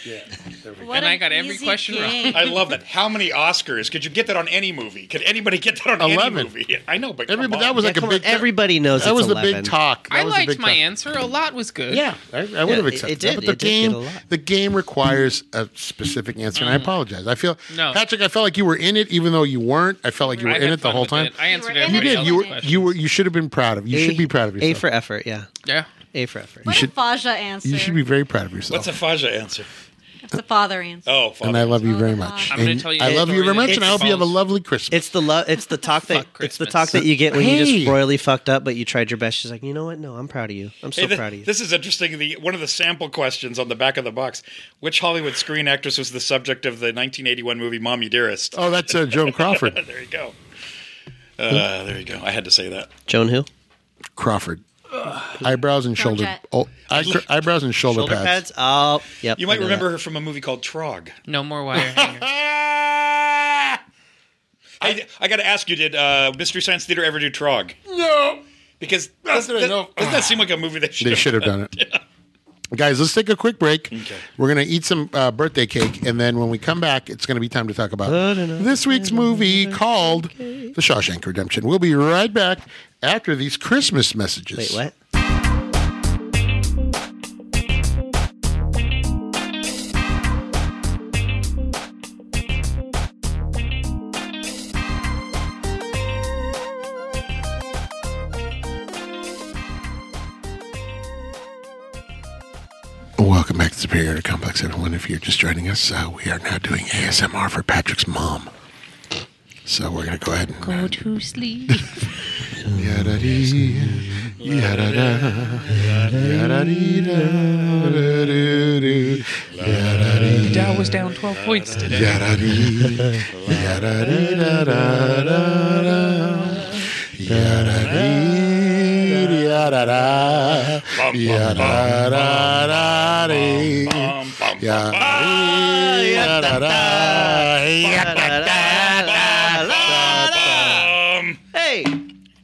[SPEAKER 2] What an
[SPEAKER 5] And I got every
[SPEAKER 2] easy
[SPEAKER 5] question wrong.
[SPEAKER 2] game.
[SPEAKER 4] I love that. How many Oscars could you get that on any movie? Could anybody get that on any
[SPEAKER 1] Eleven.
[SPEAKER 4] movie? I know, but come
[SPEAKER 1] Everybody, that
[SPEAKER 4] on.
[SPEAKER 1] was
[SPEAKER 3] Yeah,
[SPEAKER 1] like a
[SPEAKER 3] come on,
[SPEAKER 1] big.
[SPEAKER 3] everybody knows
[SPEAKER 1] That
[SPEAKER 3] it's
[SPEAKER 1] was the
[SPEAKER 3] 11.
[SPEAKER 1] big talk. That
[SPEAKER 5] I
[SPEAKER 1] was the
[SPEAKER 5] liked
[SPEAKER 1] big
[SPEAKER 5] my
[SPEAKER 1] talk.
[SPEAKER 5] answer. A lot was good.
[SPEAKER 1] Yeah, I, I would have
[SPEAKER 3] it-
[SPEAKER 1] accepted
[SPEAKER 3] it did.
[SPEAKER 1] that, but the
[SPEAKER 3] It did get
[SPEAKER 1] game
[SPEAKER 3] a lot. Mm-hmm.
[SPEAKER 1] the game requires a specific answer, and I apologize. I feel
[SPEAKER 5] No.
[SPEAKER 1] Patrick, I felt like you were in it, even though you weren't. I felt like you were
[SPEAKER 5] I
[SPEAKER 1] in
[SPEAKER 5] had
[SPEAKER 1] it the
[SPEAKER 5] fun
[SPEAKER 1] whole
[SPEAKER 5] with
[SPEAKER 1] time.
[SPEAKER 5] it. I answered
[SPEAKER 2] You were in
[SPEAKER 1] You
[SPEAKER 5] everybody
[SPEAKER 2] it.
[SPEAKER 1] did.
[SPEAKER 5] else's
[SPEAKER 1] You were
[SPEAKER 5] question.
[SPEAKER 1] you were you should have been proud of. You
[SPEAKER 3] A-
[SPEAKER 1] should be proud of yourself.
[SPEAKER 3] A for effort. Yeah,
[SPEAKER 5] Yeah.
[SPEAKER 3] A for effort.
[SPEAKER 2] What a Faja answer.
[SPEAKER 1] you should be very proud of
[SPEAKER 4] What's
[SPEAKER 1] yourself.
[SPEAKER 4] a Faja answer?
[SPEAKER 2] It's a father answer.
[SPEAKER 4] Oh,
[SPEAKER 1] and I
[SPEAKER 4] Faja.
[SPEAKER 1] love you very
[SPEAKER 2] my
[SPEAKER 1] much.
[SPEAKER 5] God. I'm gonna
[SPEAKER 1] And
[SPEAKER 5] tell you
[SPEAKER 1] I
[SPEAKER 5] a
[SPEAKER 1] love you
[SPEAKER 5] story
[SPEAKER 1] very much,
[SPEAKER 5] that
[SPEAKER 1] and I hope you have a
[SPEAKER 5] involves-
[SPEAKER 1] lovely Christmas.
[SPEAKER 3] It's the love. It's the talk that.
[SPEAKER 5] Fuck
[SPEAKER 3] It's the talk
[SPEAKER 5] Christmas.
[SPEAKER 3] that you get when you
[SPEAKER 1] Hey.
[SPEAKER 3] just royally fucked up, but you tried your best. She's like, you know what? No, I'm proud of you. I'm so
[SPEAKER 4] Hey, thi-
[SPEAKER 3] proud of you.
[SPEAKER 4] this is interesting. The one of the sample questions on the back of the box: Which Hollywood screen actress was the subject of the 1981 movie "Mommy Dearest"?
[SPEAKER 1] oh, that's uh, Joan Crawford.
[SPEAKER 4] There you go. Uh, there you go. I had to say that.
[SPEAKER 3] Joan who?
[SPEAKER 1] Crawford. Eyebrows and shoulder.
[SPEAKER 2] Jet.
[SPEAKER 1] Oh, eye, eyebrows and shoulder,
[SPEAKER 3] Shoulder
[SPEAKER 1] pads.
[SPEAKER 3] pads. Oh, yep.
[SPEAKER 4] You
[SPEAKER 3] I
[SPEAKER 4] might
[SPEAKER 3] know
[SPEAKER 4] remember her from a movie called Trog.
[SPEAKER 5] No more wire hangers.
[SPEAKER 4] Ah! I, I got to ask you: Did uh, Mystery Science Theater ever do Trog?
[SPEAKER 1] No.
[SPEAKER 4] Because that's,
[SPEAKER 1] what I
[SPEAKER 4] that,
[SPEAKER 1] know.
[SPEAKER 4] doesn't that seem like a movie they should?
[SPEAKER 1] They should have done it. Guys, let's take a quick break. We're going to eat some uh, birthday cake, and then when we come back, it's going to be time to talk about this week's movie called The Shawshank Redemption. We'll be right back after these Christmas messages.
[SPEAKER 3] Wait, what?
[SPEAKER 1] Welcome back to Superiority Complex, everyone. If you're just joining us, uh, we are now doing ASMR for Patrick's mom. So we're going to go ahead and go to sleep. Yada-dee, yada-da, yada-dee-da-da-doo-doo, yada-dee,
[SPEAKER 5] Dow was down 12 points today.
[SPEAKER 1] yada-dee, yada-dee-da-da-da, yada-dee, yada-da,
[SPEAKER 4] Bum, bum,
[SPEAKER 1] yada-da-da-dee.
[SPEAKER 4] Bum, bum, bum,
[SPEAKER 1] Yeah.
[SPEAKER 4] bum.
[SPEAKER 1] Da-da-da.
[SPEAKER 3] La, la, la, la.
[SPEAKER 4] Bum.
[SPEAKER 3] Hey,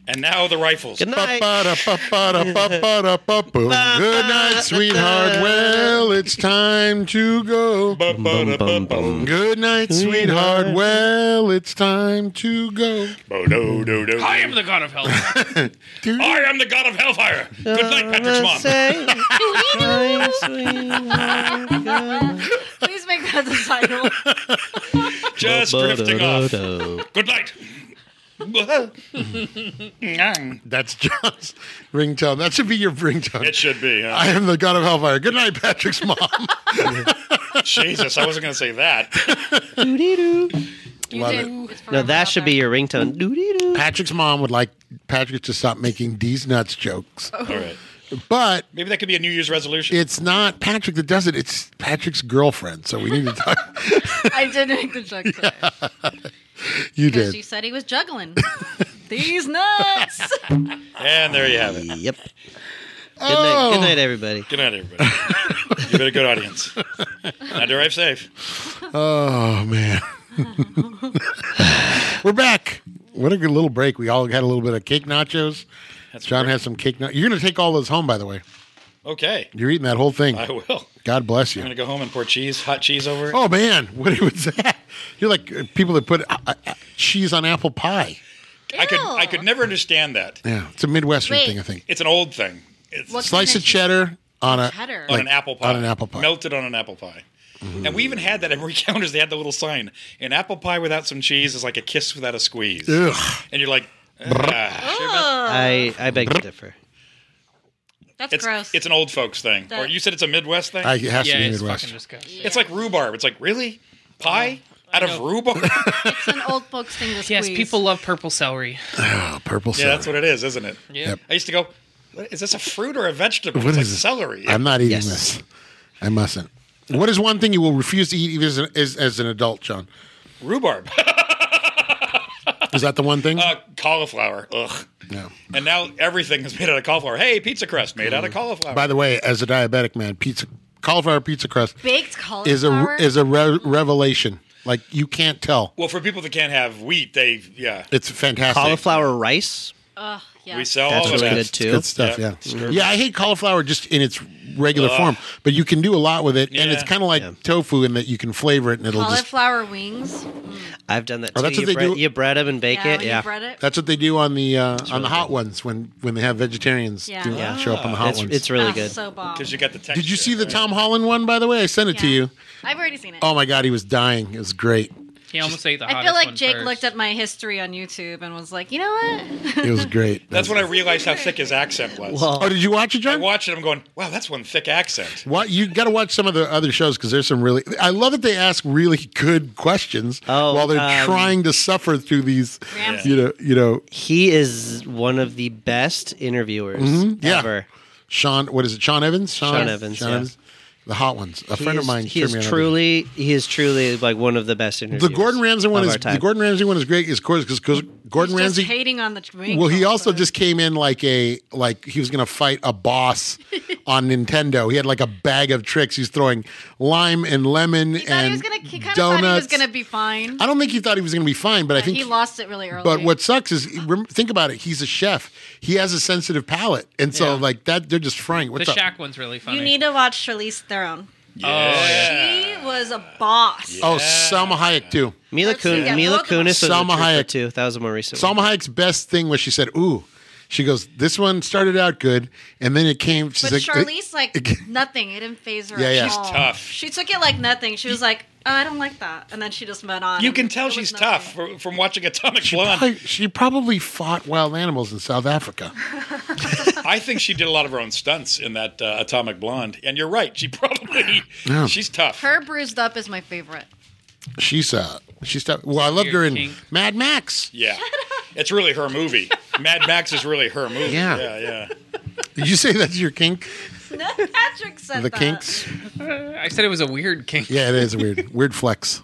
[SPEAKER 4] And And now the rifles.
[SPEAKER 3] Good night.
[SPEAKER 1] Ba-ba-da-ba-ba-da-ba-boom. Good night, sweetheart. Well, it's time to go.
[SPEAKER 4] Ba-ba-da-ba-bum.
[SPEAKER 1] Good night, sweetheart. Well, it's time to go.
[SPEAKER 4] Bo-do-do-do.
[SPEAKER 5] I am the god of hell.
[SPEAKER 4] I am the god of hellfire. Good night, Patrick's mom.
[SPEAKER 3] Say,
[SPEAKER 2] Please,
[SPEAKER 3] sweet,
[SPEAKER 2] please make that the title.
[SPEAKER 4] Just drifting off. Good night.
[SPEAKER 1] That's John's ringtone. That should be your ringtone.
[SPEAKER 4] It should be. huh?
[SPEAKER 1] I am the god of hellfire. Good night, Patrick's mom.
[SPEAKER 4] Jesus, I wasn't going to say that.
[SPEAKER 2] You
[SPEAKER 1] Love
[SPEAKER 2] did. It's
[SPEAKER 3] No,
[SPEAKER 2] forever
[SPEAKER 3] that
[SPEAKER 2] out
[SPEAKER 3] should be
[SPEAKER 2] there.
[SPEAKER 3] your ringtone. Doo-dee-doo.
[SPEAKER 1] Patrick's mom would like Patrick to stop making these nuts jokes,
[SPEAKER 4] All right.
[SPEAKER 1] but
[SPEAKER 4] Maybe that could be a New Year's resolution.
[SPEAKER 1] it's not Patrick that does it. It's Patrick's girlfriend. So we need to talk.
[SPEAKER 2] I did make the joke today.
[SPEAKER 1] You
[SPEAKER 2] Because she
[SPEAKER 1] did.
[SPEAKER 2] said he was juggling. These nuts.
[SPEAKER 4] And there you have it.
[SPEAKER 3] Yep. Good
[SPEAKER 1] Oh.
[SPEAKER 3] night. Good night, everybody.
[SPEAKER 4] Good night, everybody. You've been a good audience. Now derive safe.
[SPEAKER 1] Oh man, we're back. What a good little break. We all had a little bit of cake nachos. John has some cake. Na- You're going to take all those home, by the way.
[SPEAKER 4] Okay.
[SPEAKER 1] You're eating that whole thing.
[SPEAKER 4] I will. I'm
[SPEAKER 1] God bless
[SPEAKER 4] going to
[SPEAKER 1] you.
[SPEAKER 4] go home and pour cheese, hot cheese over it.
[SPEAKER 1] Oh man, what was that? You're like uh, people that put uh, uh, cheese on apple pie.
[SPEAKER 4] I could I could never understand that.
[SPEAKER 1] Yeah, it's a Midwestern
[SPEAKER 2] Wait.
[SPEAKER 1] thing, I think.
[SPEAKER 4] It's an old thing. It's
[SPEAKER 2] What
[SPEAKER 1] Slice
[SPEAKER 2] kind
[SPEAKER 1] of cheddar on a
[SPEAKER 2] Cheddar.
[SPEAKER 4] on
[SPEAKER 1] like,
[SPEAKER 4] an apple pie.
[SPEAKER 1] On an apple pie. Mm-hmm.
[SPEAKER 4] Melted on an apple pie. And we even had that at Marie Counters. They had the little sign. An apple pie without some cheese is like a kiss without a squeeze.
[SPEAKER 1] Ugh.
[SPEAKER 4] And you're like, ah.
[SPEAKER 2] Oh, Uh.
[SPEAKER 3] I I beg to differ.
[SPEAKER 2] That's
[SPEAKER 4] it's,
[SPEAKER 2] gross.
[SPEAKER 4] it's an old folks thing.
[SPEAKER 2] That-
[SPEAKER 4] or you said it's a Midwest thing?
[SPEAKER 1] I, it has
[SPEAKER 5] yeah,
[SPEAKER 1] to be
[SPEAKER 5] it's
[SPEAKER 1] Midwest.
[SPEAKER 5] fucking disgusting.
[SPEAKER 4] It's like rhubarb. It's like, really? Pie? Out of rhubarb? yeah,
[SPEAKER 2] It's an old folks thing to squeeze.
[SPEAKER 5] Yes, people love purple celery.
[SPEAKER 1] Oh, purple celery.
[SPEAKER 4] that's what it is, isn't it?
[SPEAKER 5] Yeah.
[SPEAKER 1] Yep.
[SPEAKER 4] I used to go, "What- is this a fruit or a vegetable?
[SPEAKER 1] What
[SPEAKER 4] it's
[SPEAKER 1] is
[SPEAKER 4] like
[SPEAKER 1] it?
[SPEAKER 4] celery.
[SPEAKER 1] I'm not eating
[SPEAKER 3] Yes.
[SPEAKER 1] this. I mustn't. What is one thing you will refuse to eat even as an, as, as an adult, John?
[SPEAKER 4] rhubarb.
[SPEAKER 1] Is that the one thing?
[SPEAKER 4] uh, cauliflower. Ugh.
[SPEAKER 1] no.
[SPEAKER 4] And now everything is made out of cauliflower. Hey, pizza crust made out of cauliflower.
[SPEAKER 1] By the way, as a diabetic man, pizza cauliflower pizza crust
[SPEAKER 2] Baked cauliflower.
[SPEAKER 1] is a is a re- revelation. Like you can't tell.
[SPEAKER 4] well, for people that can't have wheat, they, yeah.
[SPEAKER 1] It's fantastic.
[SPEAKER 3] Cauliflower rice.
[SPEAKER 2] Ugh, yeah.
[SPEAKER 4] We sell
[SPEAKER 3] That's
[SPEAKER 4] all of
[SPEAKER 3] really
[SPEAKER 4] that.
[SPEAKER 3] good too.
[SPEAKER 1] Good stuff,
[SPEAKER 4] Yeah.
[SPEAKER 1] yeah. Yeah, I hate cauliflower just in its regular form, but you can do a lot with it, and it's
[SPEAKER 4] Yeah.
[SPEAKER 1] kind of like
[SPEAKER 3] Yeah.
[SPEAKER 1] tofu in that you can flavor it, and it'll just.
[SPEAKER 2] Cauliflower wings.
[SPEAKER 3] I've done that too.
[SPEAKER 1] Oh, that's
[SPEAKER 3] you,
[SPEAKER 1] what they
[SPEAKER 3] bread,
[SPEAKER 1] do-
[SPEAKER 3] you bread them and bake
[SPEAKER 2] Yeah,
[SPEAKER 3] it.
[SPEAKER 2] when
[SPEAKER 3] Yeah.
[SPEAKER 2] you bread it.
[SPEAKER 1] That's what they do on the uh, on the hot ones when when they have vegetarians
[SPEAKER 2] Yeah.
[SPEAKER 1] do,
[SPEAKER 2] Yeah.
[SPEAKER 1] show up on the hot
[SPEAKER 3] It's,
[SPEAKER 1] ones.
[SPEAKER 3] it's really
[SPEAKER 2] Ah,
[SPEAKER 3] good.
[SPEAKER 2] So bomb.
[SPEAKER 4] Because you got the texture.
[SPEAKER 1] Did you see the Tom Holland one? By the way, I sent it to
[SPEAKER 2] Yeah.
[SPEAKER 1] you.
[SPEAKER 2] I've already seen it.
[SPEAKER 1] Oh my god, he was dying. It was great.
[SPEAKER 5] He almost ate the
[SPEAKER 2] I
[SPEAKER 5] hottest
[SPEAKER 2] feel like
[SPEAKER 5] one
[SPEAKER 2] Jake
[SPEAKER 5] first.
[SPEAKER 2] looked at my history on YouTube and was like, you know what?
[SPEAKER 1] It was great.
[SPEAKER 4] That's when I realized how thick his accent was.
[SPEAKER 3] Well,
[SPEAKER 1] Oh, did you watch it,
[SPEAKER 4] I
[SPEAKER 1] John?
[SPEAKER 4] watched it. I'm going, wow, that's one thick accent.
[SPEAKER 1] What you got to watch some of the other shows because there's some really. I love that they ask really good questions
[SPEAKER 3] Oh,
[SPEAKER 1] while they're
[SPEAKER 3] um,
[SPEAKER 1] trying to suffer through these.
[SPEAKER 2] Ramsey.
[SPEAKER 1] You know, you know,
[SPEAKER 3] he is one of the best interviewers
[SPEAKER 1] Mm-hmm. Yeah.
[SPEAKER 3] ever.
[SPEAKER 1] Sean. What is it? Sean Evans.
[SPEAKER 3] Sean Evans, yeah.
[SPEAKER 1] The hot ones. A
[SPEAKER 3] He
[SPEAKER 1] friend
[SPEAKER 3] is-
[SPEAKER 1] of mine.
[SPEAKER 3] He
[SPEAKER 1] turned
[SPEAKER 3] is
[SPEAKER 1] me on to
[SPEAKER 3] truly. He is truly like one of the best
[SPEAKER 1] that.
[SPEAKER 3] interviewers.
[SPEAKER 1] The Gordon Ramsay one
[SPEAKER 3] of
[SPEAKER 1] is
[SPEAKER 3] our time.
[SPEAKER 1] the Gordon Ramsay one is great. Is course because Gordon
[SPEAKER 2] He's just
[SPEAKER 1] Ramsay
[SPEAKER 2] hating on the wings.
[SPEAKER 1] Well, he also just came in like a like he was gonna fight a boss on Nintendo. He had like a bag of tricks. He's throwing lime and lemon
[SPEAKER 2] He thought
[SPEAKER 1] and
[SPEAKER 2] he was gonna. He kind of
[SPEAKER 1] donuts.
[SPEAKER 2] thought he was gonna be fine.
[SPEAKER 1] I don't think he thought he was gonna be fine, but I
[SPEAKER 2] but
[SPEAKER 1] think.
[SPEAKER 2] he lost it really early.
[SPEAKER 1] but what sucks is rem- think about it. He's a chef. He has a sensitive palate, and so
[SPEAKER 5] Yeah.
[SPEAKER 1] like that, they're just frying. it.
[SPEAKER 5] the
[SPEAKER 1] What's up?
[SPEAKER 5] Shack one's really funny.
[SPEAKER 2] you need to watch Charlize Theron.
[SPEAKER 4] Yeah.
[SPEAKER 2] She was a boss.
[SPEAKER 1] Oh, Selma Hayek too.
[SPEAKER 3] Mila,
[SPEAKER 2] Let's see,
[SPEAKER 3] Kun-
[SPEAKER 2] yeah,
[SPEAKER 3] Mila
[SPEAKER 2] look-
[SPEAKER 3] Kunis was
[SPEAKER 1] Salma
[SPEAKER 3] Salma
[SPEAKER 1] Hayek.
[SPEAKER 3] too. That was a more recent. one.
[SPEAKER 1] Salma Hayek's best thing was she said, "Ooh." She goes, "This one started out good, and then it came." She's
[SPEAKER 2] But
[SPEAKER 1] like,
[SPEAKER 2] Charlize, like nothing. It didn't phase her.
[SPEAKER 1] Yeah,
[SPEAKER 2] at
[SPEAKER 1] yeah.
[SPEAKER 2] all.
[SPEAKER 4] She's tough.
[SPEAKER 2] She took it like nothing. She was like, oh, I don't like that, and then she just went on.
[SPEAKER 4] You
[SPEAKER 2] and
[SPEAKER 4] can tell
[SPEAKER 2] it was
[SPEAKER 4] she's
[SPEAKER 2] nothing.
[SPEAKER 4] tough from, from watching Atomic
[SPEAKER 1] She
[SPEAKER 4] Blonde.
[SPEAKER 1] probably, she probably fought wild animals in South Africa.
[SPEAKER 4] I think she did a lot of her own stunts in that uh, Atomic Blonde. And you're right. She probably,
[SPEAKER 1] Yeah.
[SPEAKER 4] she's tough.
[SPEAKER 2] Her bruised up is my favorite.
[SPEAKER 1] She's uh she's tough. Well, I loved her in
[SPEAKER 5] Kink.
[SPEAKER 1] Mad Max.
[SPEAKER 4] yeah. It's really her movie. Mad Max is really her movie.
[SPEAKER 1] Yeah.
[SPEAKER 4] Yeah, yeah.
[SPEAKER 1] Did you say that's your kink?
[SPEAKER 2] No, Patrick said
[SPEAKER 1] The
[SPEAKER 2] that.
[SPEAKER 1] kinks?
[SPEAKER 5] I said it was a weird kink.
[SPEAKER 1] Yeah, it is a weird weird flex.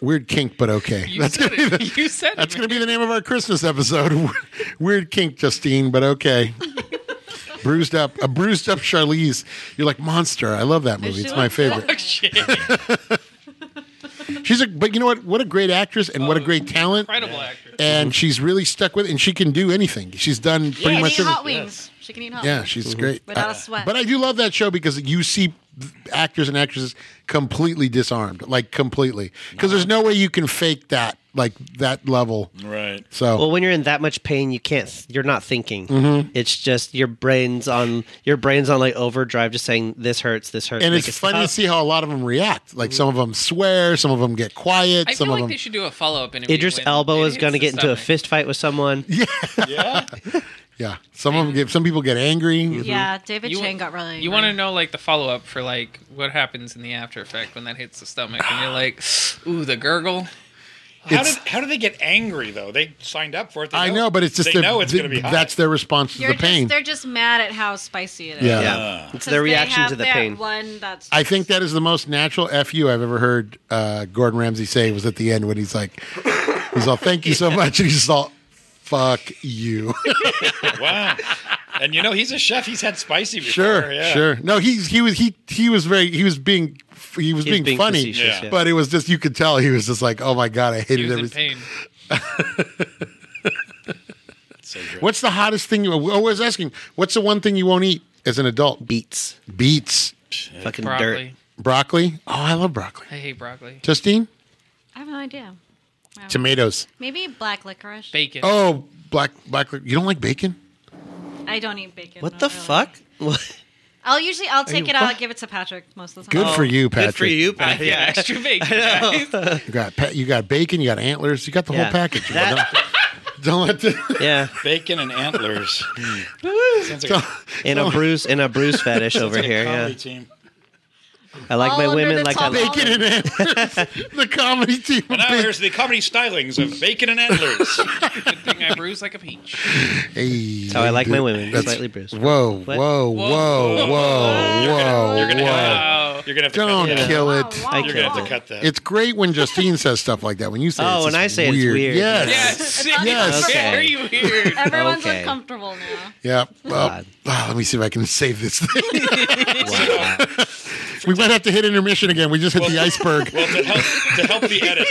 [SPEAKER 1] Weird kink, but okay.
[SPEAKER 5] You
[SPEAKER 1] that's
[SPEAKER 5] said
[SPEAKER 1] gonna be the,
[SPEAKER 5] it. you said
[SPEAKER 1] that's
[SPEAKER 5] it.
[SPEAKER 1] gonna be the name of our Christmas episode. Weird kink, Justine, but okay. bruised up, a bruised up Charlize. You're like monster. I love that movie.
[SPEAKER 2] she
[SPEAKER 1] It's my
[SPEAKER 2] looks
[SPEAKER 1] favorite.
[SPEAKER 2] good.
[SPEAKER 1] She's a but you know what? What a great actress and what a great talent.
[SPEAKER 5] Incredible actor.
[SPEAKER 1] and she's really stuck with it, and she can do anything. She's done pretty
[SPEAKER 2] She can
[SPEAKER 1] much
[SPEAKER 2] eat hot
[SPEAKER 1] everything.
[SPEAKER 2] wings. She can eat hot
[SPEAKER 1] Yeah,
[SPEAKER 2] wings.
[SPEAKER 1] she's
[SPEAKER 4] Mm-hmm.
[SPEAKER 1] great.
[SPEAKER 2] Without
[SPEAKER 1] Uh,
[SPEAKER 2] a sweat.
[SPEAKER 1] But I do love that show because you see actors and actresses completely disarmed, like completely, because there's no way you can fake that, like that level.
[SPEAKER 4] Right.
[SPEAKER 1] So
[SPEAKER 3] Well, when you're in that much pain, you can't. th- You're not thinking.
[SPEAKER 1] Mm-hmm.
[SPEAKER 3] It's just your brain's on your brain's on like overdrive, just saying this hurts, this hurts.
[SPEAKER 1] and
[SPEAKER 3] like,
[SPEAKER 1] it's funny to
[SPEAKER 3] tough.
[SPEAKER 1] see how a lot of them react.
[SPEAKER 4] Mm-hmm.
[SPEAKER 1] Like some of them swear, some of them get quiet,
[SPEAKER 5] I
[SPEAKER 1] some
[SPEAKER 5] feel like
[SPEAKER 1] of
[SPEAKER 5] they
[SPEAKER 1] them.
[SPEAKER 5] should do a follow up interview.
[SPEAKER 3] Idris
[SPEAKER 5] when
[SPEAKER 3] Elba
[SPEAKER 5] it
[SPEAKER 3] is
[SPEAKER 5] hits
[SPEAKER 3] going to
[SPEAKER 5] the
[SPEAKER 3] get into a
[SPEAKER 5] stomach.
[SPEAKER 3] fist fight with someone.
[SPEAKER 4] Yeah.
[SPEAKER 1] Yeah, some of them get. Some people get angry.
[SPEAKER 2] Yeah, David
[SPEAKER 5] You-
[SPEAKER 2] Chang got really.
[SPEAKER 5] You want to know like the follow up for like what happens in the after effect when that hits the stomach and you're like, ooh, the gurgle.
[SPEAKER 4] How
[SPEAKER 1] It's-
[SPEAKER 4] did how do they get angry though? They signed up for it. They
[SPEAKER 1] I know, but it's just
[SPEAKER 4] they
[SPEAKER 1] their-
[SPEAKER 4] know it's
[SPEAKER 1] th-
[SPEAKER 4] going to be hot.
[SPEAKER 1] that's their response to
[SPEAKER 2] You're
[SPEAKER 1] the pain.
[SPEAKER 2] Just, they're just mad at how spicy it is.
[SPEAKER 1] Yeah.
[SPEAKER 3] Yeah, it's
[SPEAKER 2] Uh, 'Cause
[SPEAKER 3] their
[SPEAKER 2] they
[SPEAKER 3] reaction
[SPEAKER 2] have
[SPEAKER 3] to the
[SPEAKER 2] that
[SPEAKER 3] pain.
[SPEAKER 2] One that's
[SPEAKER 1] I think that is the most natural fu I've ever heard uh, Gordon Ramsay say was at the end when he's like, he's all thank you so much, and he's just all fuck you.
[SPEAKER 4] wow. And you know he's a chef. He's had spicy before.
[SPEAKER 1] sure,
[SPEAKER 4] yeah.
[SPEAKER 1] sure. No, he's he was he he was very he was being he was
[SPEAKER 3] He's
[SPEAKER 1] being, funny,
[SPEAKER 3] facetious,
[SPEAKER 4] Yeah.
[SPEAKER 1] but it was just you could tell he was just like, oh my god, I
[SPEAKER 5] He
[SPEAKER 1] hated
[SPEAKER 5] was in
[SPEAKER 1] everything.
[SPEAKER 5] pain.
[SPEAKER 4] So good.
[SPEAKER 1] What's the hottest thing you? I was asking, what's the one thing you won't eat as an adult?
[SPEAKER 3] beats,
[SPEAKER 1] Beets,
[SPEAKER 3] fucking dirt.
[SPEAKER 5] Broccoli.
[SPEAKER 1] broccoli. Oh, I love broccoli.
[SPEAKER 5] I hate broccoli.
[SPEAKER 1] Justine,
[SPEAKER 2] I have no idea. Wow.
[SPEAKER 1] tomatoes.
[SPEAKER 2] Maybe black licorice.
[SPEAKER 5] Bacon.
[SPEAKER 1] Oh, black black. You don't like bacon?
[SPEAKER 2] I don't eat bacon.
[SPEAKER 3] What
[SPEAKER 2] not
[SPEAKER 3] the
[SPEAKER 2] really.
[SPEAKER 3] fuck? What?
[SPEAKER 2] I'll usually I'll take
[SPEAKER 3] you-
[SPEAKER 2] it out.
[SPEAKER 3] what?
[SPEAKER 2] I'll give it to Patrick most of the time.
[SPEAKER 1] Good for you, Patrick.
[SPEAKER 3] Good for you,
[SPEAKER 5] I
[SPEAKER 3] Pat.
[SPEAKER 5] get
[SPEAKER 3] Yeah.
[SPEAKER 5] extra bacon. guys.
[SPEAKER 1] You got pa- you got bacon, you got antlers, you got the
[SPEAKER 3] Yeah.
[SPEAKER 1] whole package.
[SPEAKER 3] That-
[SPEAKER 1] don't, don't let the,
[SPEAKER 3] yeah,
[SPEAKER 4] bacon and antlers? Hmm. Sounds like a-
[SPEAKER 3] and a bruise and a bruise fetish over
[SPEAKER 4] like a
[SPEAKER 3] here.
[SPEAKER 4] comedy
[SPEAKER 3] Yeah,
[SPEAKER 4] team.
[SPEAKER 3] I like
[SPEAKER 2] All
[SPEAKER 3] my
[SPEAKER 2] under
[SPEAKER 3] women
[SPEAKER 2] the
[SPEAKER 3] like I
[SPEAKER 2] top.
[SPEAKER 3] like.
[SPEAKER 1] bacon and antlers. the comedy team. of
[SPEAKER 4] And now
[SPEAKER 1] bacon.
[SPEAKER 4] here's the comedy stylings of bacon and antlers.
[SPEAKER 5] Good thing I bruise like a peach.
[SPEAKER 1] Hey,
[SPEAKER 3] That's how oh, I like my
[SPEAKER 1] dude.
[SPEAKER 3] women,
[SPEAKER 1] That's-
[SPEAKER 3] slightly bruised.
[SPEAKER 1] Whoa, whoa, whoa, whoa,
[SPEAKER 5] Whoa.
[SPEAKER 1] whoa,
[SPEAKER 4] You're gonna
[SPEAKER 1] whoa!
[SPEAKER 5] Oh.
[SPEAKER 4] have to, you're gonna have to
[SPEAKER 1] Don't
[SPEAKER 4] cut that.
[SPEAKER 1] kill
[SPEAKER 2] Wow,
[SPEAKER 1] it.
[SPEAKER 2] Oh, wow,
[SPEAKER 3] I
[SPEAKER 4] You're gonna have
[SPEAKER 2] wow.
[SPEAKER 4] to cut that.
[SPEAKER 1] It's great when Justine says stuff like that. When you say,
[SPEAKER 3] Oh,
[SPEAKER 1] it's
[SPEAKER 3] when
[SPEAKER 1] just
[SPEAKER 3] I say it's weird.
[SPEAKER 1] Yes.
[SPEAKER 5] Yes.
[SPEAKER 1] Yes.
[SPEAKER 5] It's
[SPEAKER 3] Okay.
[SPEAKER 5] very weird.
[SPEAKER 2] Everyone's
[SPEAKER 3] Okay.
[SPEAKER 2] uncomfortable now.
[SPEAKER 1] Yeah. Well,
[SPEAKER 3] God.
[SPEAKER 1] ah, let me see if I can save this thing.
[SPEAKER 3] Wow.
[SPEAKER 1] we might have to hit intermission again. We just hit the iceberg.
[SPEAKER 4] Well, to help to help the edit,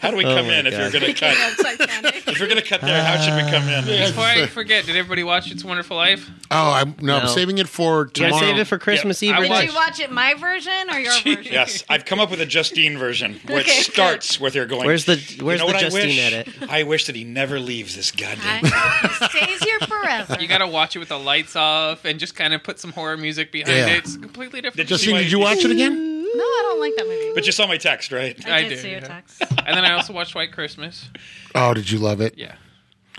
[SPEAKER 4] how do we come
[SPEAKER 3] Oh my
[SPEAKER 4] in if
[SPEAKER 3] God.
[SPEAKER 4] you're gonna
[SPEAKER 2] Speaking
[SPEAKER 4] cut?
[SPEAKER 2] of Titanic,
[SPEAKER 4] If you're gonna cut there, how should we come in?
[SPEAKER 5] Before I forget, did everybody watch It's a Wonderful Life?
[SPEAKER 1] Oh, I'm no, I'm
[SPEAKER 3] No.
[SPEAKER 1] saving it for
[SPEAKER 3] You gotta
[SPEAKER 1] tomorrow.
[SPEAKER 3] save it for Christmas
[SPEAKER 5] Yeah, I
[SPEAKER 3] Eve. or
[SPEAKER 5] watched-
[SPEAKER 2] did you watch it my version or your version?
[SPEAKER 4] Yes, I've come up with a Justine version, which
[SPEAKER 2] Okay, good.
[SPEAKER 4] starts with her going.
[SPEAKER 3] Where's the
[SPEAKER 4] You
[SPEAKER 3] Where's
[SPEAKER 4] know
[SPEAKER 3] the
[SPEAKER 4] what I
[SPEAKER 3] Justine
[SPEAKER 4] wish?
[SPEAKER 3] edit?
[SPEAKER 4] I wish that he never leaves this goddamn.
[SPEAKER 2] I, stays here forever.
[SPEAKER 5] You gotta watch it with the lights off and just kind of put some horror music behind
[SPEAKER 1] Yeah.
[SPEAKER 5] it. It's completely different.
[SPEAKER 4] Just-
[SPEAKER 1] Justine, did you watch it again?
[SPEAKER 2] no, I don't like that movie.
[SPEAKER 4] But you saw my text, right?
[SPEAKER 2] I,
[SPEAKER 5] I
[SPEAKER 2] did
[SPEAKER 5] do,
[SPEAKER 2] see your
[SPEAKER 5] yeah.
[SPEAKER 2] text.
[SPEAKER 5] and then I also watched White Christmas.
[SPEAKER 1] Oh, did you love it?
[SPEAKER 5] Yeah.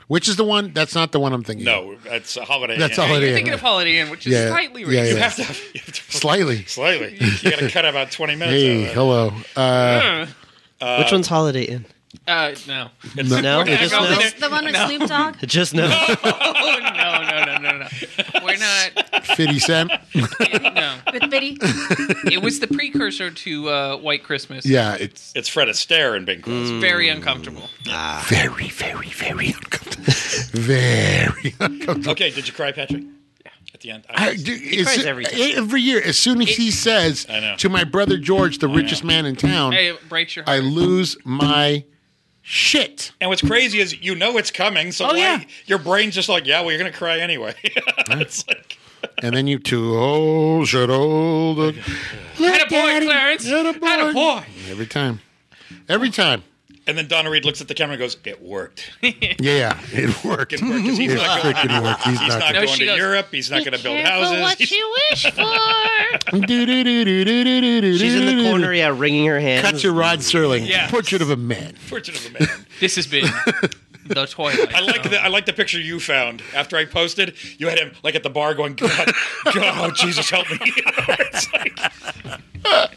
[SPEAKER 1] Which is the one? That's not the one I'm thinking. of.
[SPEAKER 4] No, that's a holiday.
[SPEAKER 1] That's
[SPEAKER 4] Inn.
[SPEAKER 1] a holiday.
[SPEAKER 5] You're
[SPEAKER 1] Oh, Yeah.
[SPEAKER 5] thinking of Holiday Inn, which is
[SPEAKER 1] Yeah.
[SPEAKER 5] slightly
[SPEAKER 1] Yeah,
[SPEAKER 5] racist.
[SPEAKER 1] yeah.
[SPEAKER 4] You have to, you have to
[SPEAKER 1] Slightly.
[SPEAKER 4] slightly. You got to cut about twenty minutes.
[SPEAKER 1] Hey,
[SPEAKER 4] out of
[SPEAKER 1] hello. Uh,
[SPEAKER 3] Which one's Holiday Inn?
[SPEAKER 5] Uh, no.
[SPEAKER 3] No,
[SPEAKER 5] not
[SPEAKER 3] just
[SPEAKER 5] going
[SPEAKER 3] no.
[SPEAKER 5] there.
[SPEAKER 2] The one with
[SPEAKER 5] No.
[SPEAKER 2] Snoop Dogg.
[SPEAKER 3] Just no.
[SPEAKER 5] Oh, no, no, no, no, no. We're not.
[SPEAKER 1] 50 Cent.
[SPEAKER 5] No.
[SPEAKER 2] With Biddy.
[SPEAKER 5] It was the precursor to uh, White Christmas.
[SPEAKER 1] Yeah, it's
[SPEAKER 4] it. It's Fred Astaire and Bing Crosby.
[SPEAKER 5] It's very uncomfortable.
[SPEAKER 1] Mm. very, very, very uncomfortable. very
[SPEAKER 3] Mm.
[SPEAKER 1] uncomfortable.
[SPEAKER 4] Okay, did you cry, Patrick? At the end,
[SPEAKER 1] I, dude, it's- eh,
[SPEAKER 3] cries every day.
[SPEAKER 1] every year, as soon as he says
[SPEAKER 4] I know.
[SPEAKER 1] to my brother George, the richest man in town,
[SPEAKER 5] Hey, it breaks your
[SPEAKER 1] I
[SPEAKER 5] heart.
[SPEAKER 1] lose my shit.
[SPEAKER 4] and what's crazy is you know it's coming, so
[SPEAKER 1] Oh,
[SPEAKER 4] why,
[SPEAKER 1] yeah.
[SPEAKER 4] your brain's just like, yeah, well, you're gonna cry anyway. it's like
[SPEAKER 1] And then you two, oh, shit, old. Look,
[SPEAKER 5] Had a boy,
[SPEAKER 1] Daddy,
[SPEAKER 5] Clarence.
[SPEAKER 1] had a
[SPEAKER 5] Had a
[SPEAKER 1] boy.
[SPEAKER 5] boy.
[SPEAKER 1] Every time. Every time.
[SPEAKER 4] And then Donna Reed looks at the camera and goes, "It worked. It
[SPEAKER 1] Yeah, it worked.
[SPEAKER 4] worked 'cause he's not going,
[SPEAKER 1] Freaking worked. He's
[SPEAKER 4] he's
[SPEAKER 1] not.
[SPEAKER 4] not
[SPEAKER 5] No,
[SPEAKER 4] going
[SPEAKER 5] she
[SPEAKER 4] to
[SPEAKER 5] goes,
[SPEAKER 4] Europe. He's not going to build houses. He's-
[SPEAKER 2] you wish for.
[SPEAKER 3] She's
[SPEAKER 1] She's
[SPEAKER 3] in the corner, yeah, wringing her hands.
[SPEAKER 1] Cut your Rod Sterling.
[SPEAKER 5] Yes.
[SPEAKER 1] Portrait of a man.
[SPEAKER 4] Fortune of a man.
[SPEAKER 5] This has been the toilet.
[SPEAKER 4] I like the I like the picture you found after I posted. You had him like at the bar going, "God, God, Jesus, help me!" It's like-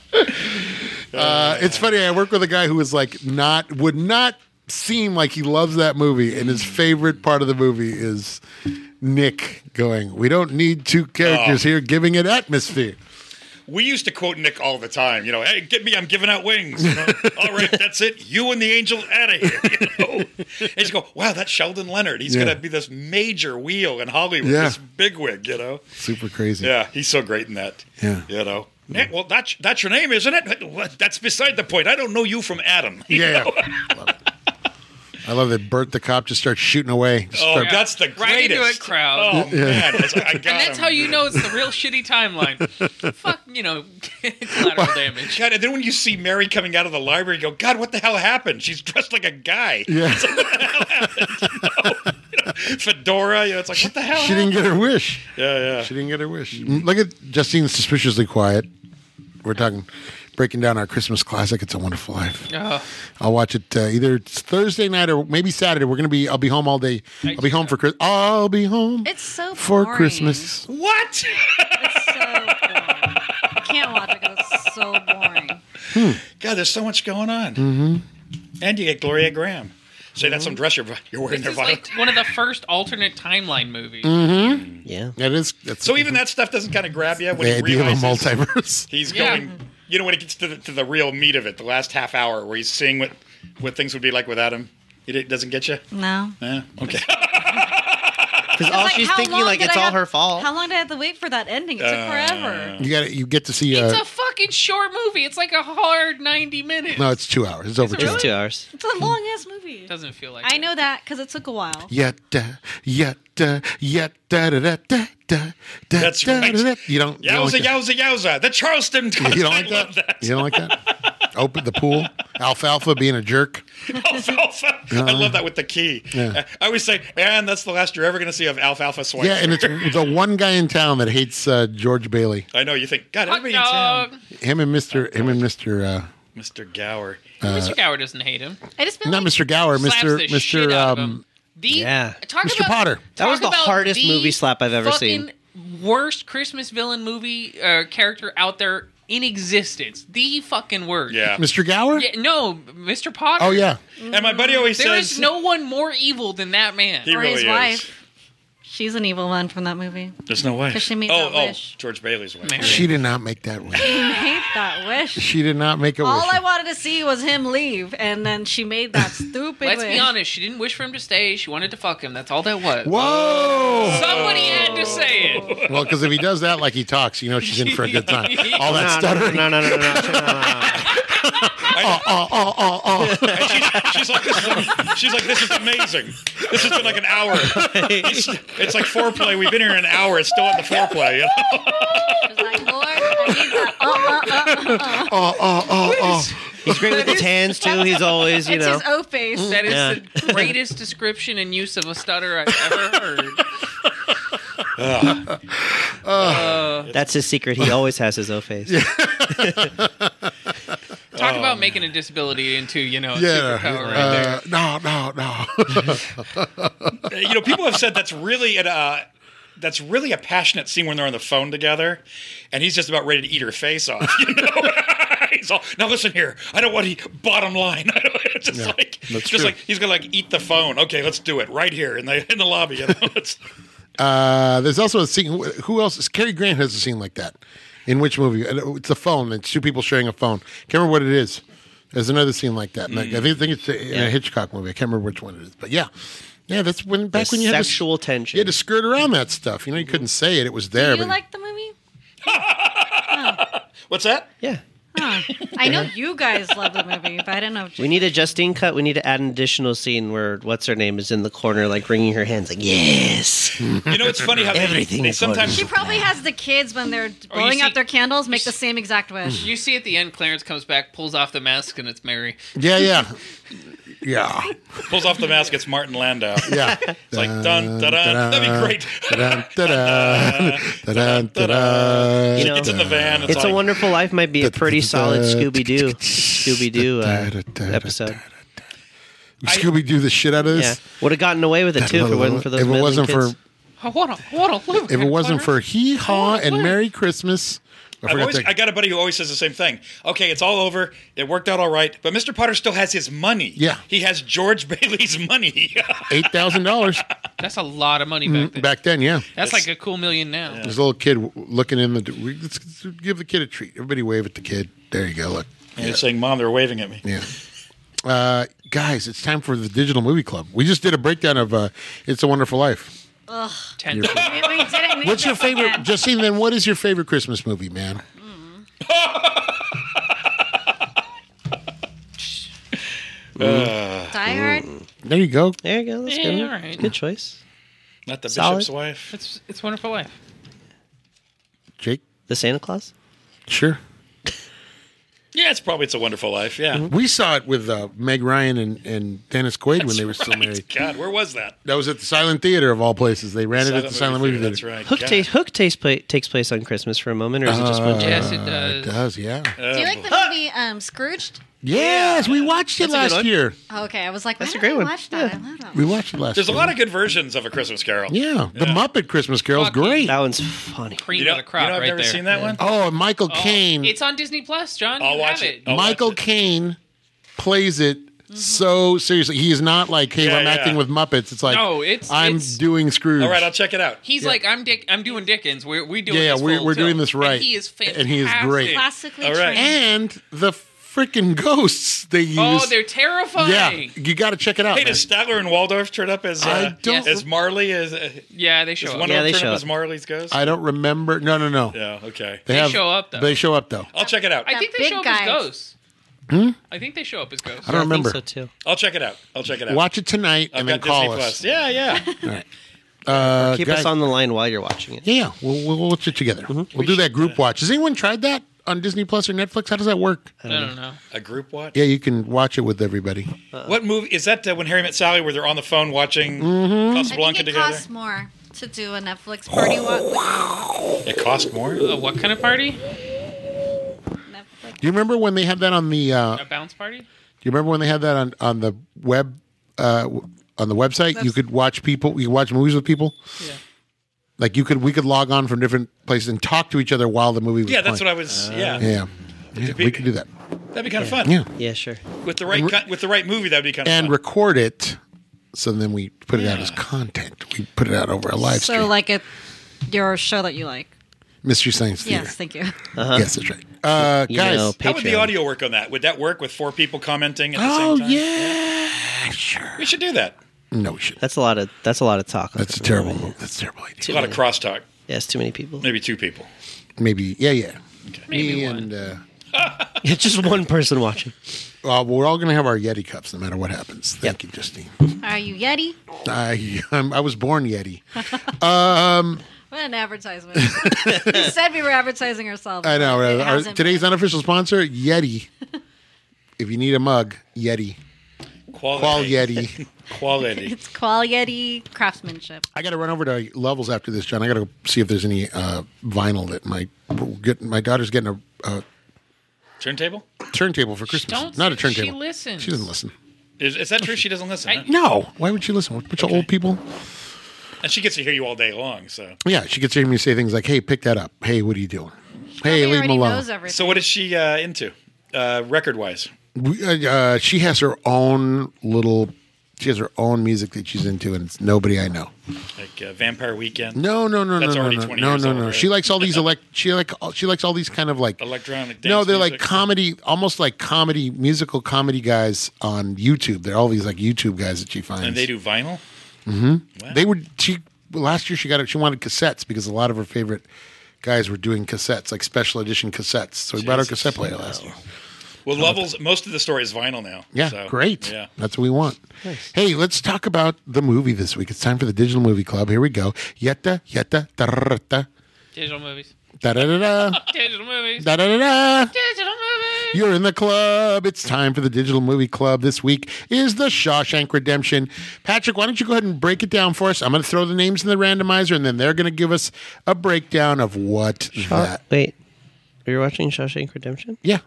[SPEAKER 1] Uh, it's funny. I work with a guy who is like not would not seem like he loves that movie, and his favorite part of the movie is Nick going, "We don't need two characters here giving it atmosphere."
[SPEAKER 4] we used to quote Nick all the time. You know, "Hey, get me! I'm giving out wings." You know? all right, that's it. You and the angel out of here. You know? And just go, "Wow, that's Sheldon Leonard. He's
[SPEAKER 1] Yeah.
[SPEAKER 4] going to be this major wheel in Hollywood,
[SPEAKER 1] Yeah.
[SPEAKER 4] this bigwig." You know.
[SPEAKER 1] Super crazy.
[SPEAKER 4] Yeah, he's so great in that.
[SPEAKER 1] Yeah.
[SPEAKER 4] You know. Nick, well, that's that's your name, isn't it? What? That's beside the point. I don't know you from Adam.
[SPEAKER 1] yeah. yeah. Love it. I love that Bert the cop just starts shooting away. Just
[SPEAKER 4] Oh,
[SPEAKER 1] start-
[SPEAKER 4] that's the greatest.
[SPEAKER 5] Right into it crowd.
[SPEAKER 4] Oh, man. I got and
[SPEAKER 5] And that's how you know it's the real shitty timeline. Fuck, you know, collateral damage.
[SPEAKER 4] God, and then when you see Mary coming out of the library, you go, God, what the hell happened? She's dressed like a guy.
[SPEAKER 1] yeah.
[SPEAKER 4] Fedora. You know, it's like, what the hell
[SPEAKER 1] she didn't
[SPEAKER 4] happened?
[SPEAKER 1] get her wish.
[SPEAKER 4] yeah, yeah.
[SPEAKER 1] She didn't get her wish. Mm, Look at Justine suspiciously quiet. We're talking breaking down our Christmas classic. It's a Wonderful Life.
[SPEAKER 5] Oh,
[SPEAKER 1] I'll watch it uh, either it's Thursday night or maybe Saturday. We're gonna be. I'll be home all day. I'll be home for Christmas. I'll be home
[SPEAKER 2] It's so
[SPEAKER 1] for
[SPEAKER 2] boring.
[SPEAKER 1] Christmas.
[SPEAKER 4] What?
[SPEAKER 2] It's so boring. I can't watch it because it's so boring.
[SPEAKER 4] God, there's so much going on.
[SPEAKER 1] Mm-hmm.
[SPEAKER 4] And you get Gloria Graham. Say that's some dress you're, you're wearing
[SPEAKER 5] this
[SPEAKER 4] there,
[SPEAKER 5] is
[SPEAKER 4] Violet.
[SPEAKER 5] like one of the first alternate timeline movies.
[SPEAKER 1] Mm.
[SPEAKER 3] Yeah.
[SPEAKER 1] That is. That's
[SPEAKER 4] so even that stuff doesn't kind of grab you when
[SPEAKER 1] the
[SPEAKER 4] you
[SPEAKER 1] idea of a
[SPEAKER 4] realize
[SPEAKER 1] multiverse.
[SPEAKER 4] he's
[SPEAKER 5] Yeah.
[SPEAKER 4] going. You know, when it gets to the, to the real meat of it, the last half hour where he's seeing what, what things would be like without him, it, it doesn't get you?
[SPEAKER 2] No.
[SPEAKER 4] Yeah, okay.
[SPEAKER 3] Because all
[SPEAKER 2] Like,
[SPEAKER 3] she's
[SPEAKER 2] how
[SPEAKER 3] thinking
[SPEAKER 2] long
[SPEAKER 3] like
[SPEAKER 2] did
[SPEAKER 3] it's
[SPEAKER 2] I
[SPEAKER 3] all
[SPEAKER 2] have-
[SPEAKER 3] her fault.
[SPEAKER 2] How long did I have to wait for that ending? It took
[SPEAKER 4] Uh,
[SPEAKER 2] forever.
[SPEAKER 1] You got. You get to see.
[SPEAKER 5] It's
[SPEAKER 1] Uh,
[SPEAKER 5] a fucking short movie. It's like a hard 90 minutes.
[SPEAKER 1] no, it's two hours. It's over
[SPEAKER 5] it
[SPEAKER 1] two.
[SPEAKER 5] really?
[SPEAKER 3] It's two hours.
[SPEAKER 2] It's a long ass movie.
[SPEAKER 5] It doesn't feel like
[SPEAKER 2] I
[SPEAKER 5] it.
[SPEAKER 2] know that because it took a while.
[SPEAKER 1] Yet, uh, yet, uh, yet, da da da da da.
[SPEAKER 4] That's
[SPEAKER 1] da,
[SPEAKER 4] right.
[SPEAKER 1] Da, da. You don't. you don't
[SPEAKER 4] Yowza,
[SPEAKER 1] like that?
[SPEAKER 4] yowza, yowza. The Charleston.
[SPEAKER 1] You don't like that? You don't like that? Open the pool. Alfalfa being a jerk.
[SPEAKER 4] Alfalfa. I love that with the key.
[SPEAKER 1] Yeah.
[SPEAKER 4] I always say, and that's the last you're ever going to see of Alfalfa Swank.
[SPEAKER 1] Yeah, and it's the one guy in town that hates uh, George Bailey.
[SPEAKER 4] I know, you think, God,
[SPEAKER 5] Hot
[SPEAKER 4] everybody in town.
[SPEAKER 5] dog.
[SPEAKER 1] Him and Mister. Him and Mister. Uh,
[SPEAKER 4] Mr. Gower.
[SPEAKER 5] Mr. Gower doesn't hate him.
[SPEAKER 2] I just feel
[SPEAKER 1] not
[SPEAKER 2] like,
[SPEAKER 1] Mister Gower.
[SPEAKER 5] Slaps
[SPEAKER 1] Uh, Mister.
[SPEAKER 5] the shit
[SPEAKER 1] Mister.
[SPEAKER 5] out of
[SPEAKER 1] Um,
[SPEAKER 5] him. The,
[SPEAKER 3] Yeah.
[SPEAKER 5] Talk
[SPEAKER 1] Mr.
[SPEAKER 5] about-
[SPEAKER 1] Potter.
[SPEAKER 3] That was
[SPEAKER 5] talk
[SPEAKER 3] the
[SPEAKER 5] about
[SPEAKER 3] hardest
[SPEAKER 5] the
[SPEAKER 3] movie slap I've ever
[SPEAKER 5] fucking
[SPEAKER 3] seen.
[SPEAKER 5] Worst Christmas villain movie uh, character out there in existence. The fucking worst.
[SPEAKER 4] Yeah.
[SPEAKER 1] Mister Gower.
[SPEAKER 5] Yeah, Eh, no, Mr. Potter.
[SPEAKER 1] Oh yeah.
[SPEAKER 4] And my buddy always
[SPEAKER 5] There
[SPEAKER 4] says,
[SPEAKER 5] is no one more evil than that man.
[SPEAKER 4] He
[SPEAKER 2] or
[SPEAKER 4] really
[SPEAKER 2] his
[SPEAKER 4] is.
[SPEAKER 2] wife. She's an evil one from that movie.
[SPEAKER 4] There's no way.
[SPEAKER 2] 'Cause she meets
[SPEAKER 4] oh,
[SPEAKER 2] that
[SPEAKER 4] oh,
[SPEAKER 2] wish.
[SPEAKER 4] George Bailey's wife.
[SPEAKER 5] Mary.
[SPEAKER 1] She did not make that wish.
[SPEAKER 2] I hate that wish.
[SPEAKER 1] She did not make a
[SPEAKER 2] All
[SPEAKER 1] wish.
[SPEAKER 2] I wanted to see was him leave, and then she made that stupid.
[SPEAKER 5] Let's
[SPEAKER 2] wish.
[SPEAKER 5] be honest. She didn't wish for him to stay. She wanted to fuck him. That's all that was.
[SPEAKER 1] Whoa!
[SPEAKER 5] Somebody had to say it.
[SPEAKER 1] Well, because if he does that like he talks, you know she's in for a good time. All that
[SPEAKER 3] no,
[SPEAKER 1] stuttering.
[SPEAKER 3] No, no, no, no, no, no, no, no, no.
[SPEAKER 4] And she's, she's like, this is, she's like, this is amazing. This has been like an hour. It's, it's like foreplay. We've been here an hour. It's still on the foreplay. You know?
[SPEAKER 2] She's like, Lord, I need that. Uh, uh, uh, uh, uh."
[SPEAKER 3] He's great with his hands too. He's always, you
[SPEAKER 2] it's
[SPEAKER 3] know.
[SPEAKER 2] his O face.
[SPEAKER 5] That is
[SPEAKER 3] Yeah.
[SPEAKER 5] the greatest description and use of a stutter I've ever heard.
[SPEAKER 3] That's his secret. He always has his O face.
[SPEAKER 5] Talk
[SPEAKER 4] Oh,
[SPEAKER 5] about making a disability into you know a
[SPEAKER 1] Yeah.
[SPEAKER 5] superpower right there.
[SPEAKER 1] uh, no, no, no.
[SPEAKER 4] you know, people have said that's really an, uh, that's really a passionate scene when they're on the phone together, and he's just about ready to eat her face off. You know, he's all now listen here. I don't want to. Bottom line, I don't, it's just like just
[SPEAKER 1] true.
[SPEAKER 4] like he's gonna like eat the phone. Okay, let's do it right here in the in the lobby. You know? It's-
[SPEAKER 1] Uh, there's also a scene. Who else? Is, Cary Grant has a scene like that. In which movie? It's a phone. It's two people sharing a phone. Can't remember what it is. There's another scene like that. Like, I
[SPEAKER 4] Mm.
[SPEAKER 1] think, think it's a, a Hitchcock movie. I can't remember which one it is. But yeah, yeah. That's when back when you had to,
[SPEAKER 3] Sexual
[SPEAKER 1] you had
[SPEAKER 3] tension.
[SPEAKER 1] to skirt around that stuff. You know, you couldn't say it. It was there.
[SPEAKER 2] Do you
[SPEAKER 1] but
[SPEAKER 2] like the movie?
[SPEAKER 4] what's that?
[SPEAKER 3] Yeah.
[SPEAKER 2] Huh. I know you guys love the movie, but I don't know. If
[SPEAKER 3] We need a Justine cut. We need to add an additional scene where what's her name is in the corner, like wringing her hands, like yes.
[SPEAKER 4] You know, it's funny how they-
[SPEAKER 3] Everything I
[SPEAKER 4] They, sometimes
[SPEAKER 2] she probably has the kids when they're blowing
[SPEAKER 5] see-
[SPEAKER 2] out their candles make the same exact wish.
[SPEAKER 5] You see at the end, Clarence comes back, pulls off the mask, and it's Mary.
[SPEAKER 1] yeah, yeah, yeah,
[SPEAKER 4] pulls off the mask. It's Martin Landau.
[SPEAKER 1] yeah.
[SPEAKER 4] It's like dun dun dun. That'd be great.
[SPEAKER 1] Da-dun, da-dun, da-dun, da-dun.
[SPEAKER 3] You know,
[SPEAKER 4] It's in the van. It's,
[SPEAKER 3] It's
[SPEAKER 4] like,
[SPEAKER 3] a Wonderful Life might be a pretty solid Scooby Doo Scooby Doo uh, episode.
[SPEAKER 1] Scooby Doo the shit out of
[SPEAKER 3] Yeah,
[SPEAKER 1] this.
[SPEAKER 3] would have gotten away with it too if it wasn't for those.
[SPEAKER 1] if it wasn't
[SPEAKER 3] meddling
[SPEAKER 1] for
[SPEAKER 3] kids.
[SPEAKER 5] Oh, hold on, hold on. Wait,
[SPEAKER 1] if it wasn't for hee haw and
[SPEAKER 5] What?
[SPEAKER 1] Merry Christmas. I
[SPEAKER 4] I've
[SPEAKER 1] forgot
[SPEAKER 4] always,
[SPEAKER 1] that.
[SPEAKER 4] I got a buddy who always says the same thing. Okay, it's all over. It worked out all right, but Mr. Potter still has his money.
[SPEAKER 1] Yeah.
[SPEAKER 4] he has George Bailey's money.
[SPEAKER 1] Eight thousand dollars
[SPEAKER 5] that's a lot of money back then.
[SPEAKER 1] back then. Yeah,
[SPEAKER 5] that's like a cool million now.
[SPEAKER 1] there's a little kid w- looking in the. d- we- Let's give the kid a treat. Everybody wave at the kid. There you go. Look.
[SPEAKER 4] And he's saying, "Mom, they're waving at me."
[SPEAKER 1] Yeah. Uh, guys, it's time for the Digital Movie Club. We just did a breakdown of uh, "It's a Wonderful Life."
[SPEAKER 5] Ten.
[SPEAKER 2] We- we didn't need
[SPEAKER 1] What's your
[SPEAKER 2] this
[SPEAKER 1] favorite,
[SPEAKER 2] again.
[SPEAKER 1] Justine? Then, what is your favorite Christmas movie, man?
[SPEAKER 4] Uh,
[SPEAKER 2] Die Hard.
[SPEAKER 1] There you go.
[SPEAKER 3] There you go. That's
[SPEAKER 5] Yeah,
[SPEAKER 3] good.
[SPEAKER 5] all right.
[SPEAKER 3] Good choice.
[SPEAKER 4] Not the
[SPEAKER 3] Solid.
[SPEAKER 4] bishop's wife.
[SPEAKER 5] It's it's wonderful life.
[SPEAKER 1] Jake?
[SPEAKER 3] The Santa Claus.
[SPEAKER 1] Sure.
[SPEAKER 4] Yeah, it's probably It's a Wonderful Life. Yeah.
[SPEAKER 1] We saw it with uh, Meg Ryan and, and Dennis Quaid when they were still
[SPEAKER 4] Right.
[SPEAKER 1] married.
[SPEAKER 4] God, where was that?
[SPEAKER 1] That was at the Silent Theater of all places. They ran it at the Silent Movie Theater.
[SPEAKER 4] That's right.
[SPEAKER 3] Hook
[SPEAKER 4] God.
[SPEAKER 3] takes Hook takes play, takes place on Christmas for a moment, or is it just one? time?
[SPEAKER 5] Yes, it
[SPEAKER 1] Uh,
[SPEAKER 5] does.
[SPEAKER 1] it does, yeah.
[SPEAKER 2] Do you like the movie um, Scrooged? Oh,
[SPEAKER 1] Yes, we watched it
[SPEAKER 3] That's a
[SPEAKER 1] last
[SPEAKER 3] good one.
[SPEAKER 1] year.
[SPEAKER 2] Okay, I was like,
[SPEAKER 3] That's
[SPEAKER 2] why did
[SPEAKER 3] a great
[SPEAKER 2] I
[SPEAKER 3] one.
[SPEAKER 2] watch that?
[SPEAKER 3] Yeah.
[SPEAKER 2] I don't know.
[SPEAKER 1] We watched it last
[SPEAKER 4] There's a
[SPEAKER 1] year.
[SPEAKER 4] lot of good versions of A Christmas Carol.
[SPEAKER 1] Yeah. The Muppet Christmas Carol is
[SPEAKER 5] Fucking-
[SPEAKER 1] great.
[SPEAKER 3] That one's funny.
[SPEAKER 5] Cream
[SPEAKER 4] You know,
[SPEAKER 5] of the crop
[SPEAKER 4] you know I've
[SPEAKER 5] right
[SPEAKER 4] never
[SPEAKER 5] there.
[SPEAKER 4] seen that one?
[SPEAKER 1] Oh, and Michael
[SPEAKER 5] Oh,
[SPEAKER 1] Caine.
[SPEAKER 5] It's on Disney Plus, John.
[SPEAKER 4] I'll
[SPEAKER 5] you
[SPEAKER 4] watch
[SPEAKER 5] have
[SPEAKER 4] it.
[SPEAKER 5] it.
[SPEAKER 4] I'll watch
[SPEAKER 1] Michael
[SPEAKER 4] it.
[SPEAKER 1] Caine plays it so seriously. He is not like, hey,
[SPEAKER 4] Yeah,
[SPEAKER 1] I'm
[SPEAKER 4] yeah.
[SPEAKER 1] acting with Muppets. It's like,
[SPEAKER 5] No, it's-
[SPEAKER 1] I'm
[SPEAKER 5] it's-
[SPEAKER 1] doing Scrooge.
[SPEAKER 4] All right, I'll check it out.
[SPEAKER 5] He's
[SPEAKER 1] Yeah.
[SPEAKER 5] like, I'm Dick. I'm doing Dickens. We're we doing.
[SPEAKER 1] Yeah, yeah,
[SPEAKER 5] this
[SPEAKER 1] we're-
[SPEAKER 5] full
[SPEAKER 1] we're
[SPEAKER 5] tilt.
[SPEAKER 1] doing this right.
[SPEAKER 5] And he is fantastic.
[SPEAKER 1] And he is great.
[SPEAKER 2] Classically
[SPEAKER 4] All right.
[SPEAKER 2] trained.
[SPEAKER 1] and the freaking ghosts they use.
[SPEAKER 5] Oh, they're terrifying.
[SPEAKER 1] yeah, you got to check it out.
[SPEAKER 4] Hey,
[SPEAKER 1] Oh, man.
[SPEAKER 4] does Statler and Waldorf turn up as
[SPEAKER 1] I
[SPEAKER 4] uh,
[SPEAKER 1] don't-
[SPEAKER 4] as Marley? As, uh,
[SPEAKER 5] Yeah, they show
[SPEAKER 4] does
[SPEAKER 5] up.
[SPEAKER 4] one
[SPEAKER 3] Yeah,
[SPEAKER 4] of
[SPEAKER 3] they
[SPEAKER 4] them turn
[SPEAKER 3] show
[SPEAKER 4] up
[SPEAKER 3] up.
[SPEAKER 4] as Marley's ghost?
[SPEAKER 1] I don't remember. No, no, no.
[SPEAKER 4] yeah, okay.
[SPEAKER 1] They,
[SPEAKER 5] show up, though.
[SPEAKER 1] They show up though.
[SPEAKER 4] I'll check it out.
[SPEAKER 5] I think
[SPEAKER 2] That
[SPEAKER 5] they
[SPEAKER 2] big
[SPEAKER 5] show up
[SPEAKER 2] guy.
[SPEAKER 5] as ghosts. I think they show up as ghosts.
[SPEAKER 1] Hmm? I don't
[SPEAKER 3] I think
[SPEAKER 1] remember.
[SPEAKER 3] so too.
[SPEAKER 4] I'll check it out. I'll check it out.
[SPEAKER 1] Watch it tonight
[SPEAKER 4] I've
[SPEAKER 1] and
[SPEAKER 4] got
[SPEAKER 1] then
[SPEAKER 4] Disney
[SPEAKER 1] call
[SPEAKER 4] Plus.
[SPEAKER 1] us.
[SPEAKER 4] Yeah, yeah.
[SPEAKER 1] Uh,
[SPEAKER 3] Keep
[SPEAKER 1] guys-
[SPEAKER 3] us on the line while you're watching it.
[SPEAKER 1] Yeah, yeah. We'll, we'll, we'll watch it together. We'll do that group watch. Has anyone tried that on Disney Plus or Netflix? How does that work?
[SPEAKER 5] I don't know.
[SPEAKER 4] A group watch.
[SPEAKER 1] Yeah, you can watch it with everybody.
[SPEAKER 4] What movie is that? Uh, when Harry Met Sally, where they're on the phone watching
[SPEAKER 1] Mm-hmm.
[SPEAKER 2] I
[SPEAKER 4] Casablanca
[SPEAKER 2] think it
[SPEAKER 4] together?
[SPEAKER 2] costs more to do a Netflix party walk.
[SPEAKER 4] It cost more.
[SPEAKER 5] A what kind of party?
[SPEAKER 2] Netflix.
[SPEAKER 1] Do you remember when they had that on the? Uh,
[SPEAKER 5] A bounce party?
[SPEAKER 1] do you remember when they had that on on the web uh, w- on the website? you
[SPEAKER 2] That's-
[SPEAKER 1] could watch people. You could watch movies with people.
[SPEAKER 5] Yeah.
[SPEAKER 1] Like you could, we could log on from different places and talk to each other while the movie was.
[SPEAKER 4] Yeah, that's what
[SPEAKER 1] playing.
[SPEAKER 4] I was. yeah.
[SPEAKER 1] Yeah. Yeah, we could do that.
[SPEAKER 4] that'd be kind of fun.
[SPEAKER 1] Uh, Yeah.
[SPEAKER 3] Yeah, sure.
[SPEAKER 4] with the right cut- with the right movie, that'd be kind of
[SPEAKER 1] And
[SPEAKER 4] fun.
[SPEAKER 1] record it. So then we put it out as content. We put it out over a live stream.
[SPEAKER 2] So like a your show that you like.
[SPEAKER 1] Mystery Science Theater.
[SPEAKER 2] Yes, thank you.
[SPEAKER 1] Yes, that's right. Uh,
[SPEAKER 3] Uh-huh. You
[SPEAKER 1] guys.
[SPEAKER 3] know,
[SPEAKER 4] How would the
[SPEAKER 3] Patreon.
[SPEAKER 4] audio work on that? Would that work with four people commenting at the
[SPEAKER 1] oh
[SPEAKER 4] same time?
[SPEAKER 1] yeah, sure.
[SPEAKER 4] We should do that.
[SPEAKER 1] No, we shouldn't.
[SPEAKER 3] That's a lot of that's a lot of talk.
[SPEAKER 1] That's a terrible move. That's a terrible
[SPEAKER 4] A
[SPEAKER 1] idea.
[SPEAKER 4] lot of crosstalk.
[SPEAKER 3] Yes, too many people.
[SPEAKER 4] Maybe two people.
[SPEAKER 1] Maybe. Yeah, yeah.
[SPEAKER 5] Maybe
[SPEAKER 1] Me
[SPEAKER 5] one.
[SPEAKER 1] and uh,
[SPEAKER 3] Yeah, just one person watching.
[SPEAKER 1] well, we're all going to have our Yeti cups no matter what happens. Thank you, Justine.
[SPEAKER 2] Are you Yeti?
[SPEAKER 1] I I'm, I was born Yeti.
[SPEAKER 2] What an advertisement. we said we were advertising ourselves.
[SPEAKER 1] I know.
[SPEAKER 2] It
[SPEAKER 1] right? Our,
[SPEAKER 2] hasn't
[SPEAKER 1] today's unofficial sponsor, Yeti. if you need a mug, Yeti.
[SPEAKER 4] Quality.
[SPEAKER 1] Qual Yeti.
[SPEAKER 2] been.
[SPEAKER 4] Quality.
[SPEAKER 2] It's qual Yeti craftsmanship.
[SPEAKER 1] I got to run over to Lovel's after this, John. I got to see if there's any uh, vinyl that my get, my daughter's getting a, a
[SPEAKER 4] Turntable?
[SPEAKER 1] turntable for Christmas.
[SPEAKER 5] Don't
[SPEAKER 1] Not a
[SPEAKER 5] say-
[SPEAKER 1] turntable.
[SPEAKER 5] She listens.
[SPEAKER 1] She doesn't listen.
[SPEAKER 4] Is, is that true? She doesn't listen.
[SPEAKER 5] I-
[SPEAKER 4] huh?
[SPEAKER 1] No. Why would she listen? A bunch of old people.
[SPEAKER 4] And she gets to hear you all day long. So,
[SPEAKER 1] Yeah, she gets to hear me say things like, "Hey, pick that up." "Hey, what are you doing?" "Hey,
[SPEAKER 2] Probably
[SPEAKER 1] leave him
[SPEAKER 2] already
[SPEAKER 1] alone."
[SPEAKER 2] knows everything.
[SPEAKER 4] so what is she uh, into, uh, record wise?
[SPEAKER 1] We- uh, uh, she has her own little. She has her own music that she's into, and it's nobody I know.
[SPEAKER 4] Like uh, Vampire Weekend?
[SPEAKER 1] No, no, no,
[SPEAKER 4] That's
[SPEAKER 1] no, no,
[SPEAKER 4] already
[SPEAKER 1] no,
[SPEAKER 4] 20
[SPEAKER 1] no,
[SPEAKER 4] years
[SPEAKER 1] no,
[SPEAKER 4] old,
[SPEAKER 1] no.
[SPEAKER 4] right?
[SPEAKER 1] She likes all these elect. She like she likes all these kind of like
[SPEAKER 4] Electronic dance
[SPEAKER 1] No, they're like
[SPEAKER 4] music.
[SPEAKER 1] comedy, almost like comedy musical comedy guys on YouTube. They're all these like YouTube guys that she finds.
[SPEAKER 4] And they do vinyl?
[SPEAKER 1] They would. She last year she got it. She wanted cassettes because a lot of her favorite guys were doing cassettes, like special edition cassettes. So we brought her a
[SPEAKER 4] Jesus.
[SPEAKER 1] cassette player last year.
[SPEAKER 4] Well, Lovell's, most of the story is vinyl now.
[SPEAKER 1] Yeah,
[SPEAKER 4] so,
[SPEAKER 1] great.
[SPEAKER 4] Yeah.
[SPEAKER 1] That's what we want. Hey, let's talk about the movie this week. It's time for the Digital Movie Club. Here we go. Yetta, yetta, da da da
[SPEAKER 5] Digital movies.
[SPEAKER 1] da da da
[SPEAKER 5] Digital movies.
[SPEAKER 1] da da da.
[SPEAKER 5] Digital movies.
[SPEAKER 1] You're in the club. It's time for the Digital Movie Club. This week is The Shawshank Redemption. Patrick, why don't you go ahead and break it down for us? I'm going to throw the names in the randomizer, and then they're going to give us a breakdown of what that.
[SPEAKER 3] Wait, we were watching Shawshank Redemption.
[SPEAKER 1] Yeah.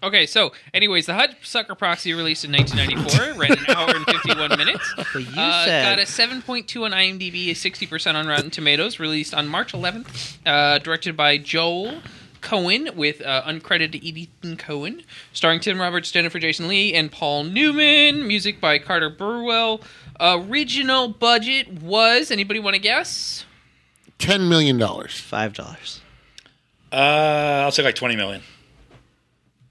[SPEAKER 5] Okay, so anyways, the Hudsucker Proxy released in 1994, ran an hour and 51 minutes.
[SPEAKER 3] But you
[SPEAKER 5] Uh,
[SPEAKER 3] said
[SPEAKER 5] got a 7.2 on IMDb, a 60% on Rotten Tomatoes. Released on March 11th, uh, directed by Joel Cohen with uh, uncredited Ethan Cohen, starring Tim Roberts, Jennifer Jason Lee, and Paul Newman. Music by Carter Burwell. Original budget was anybody want to guess?
[SPEAKER 1] $10 million. I
[SPEAKER 3] five dollars.
[SPEAKER 4] Uh, I'll say like 20 million.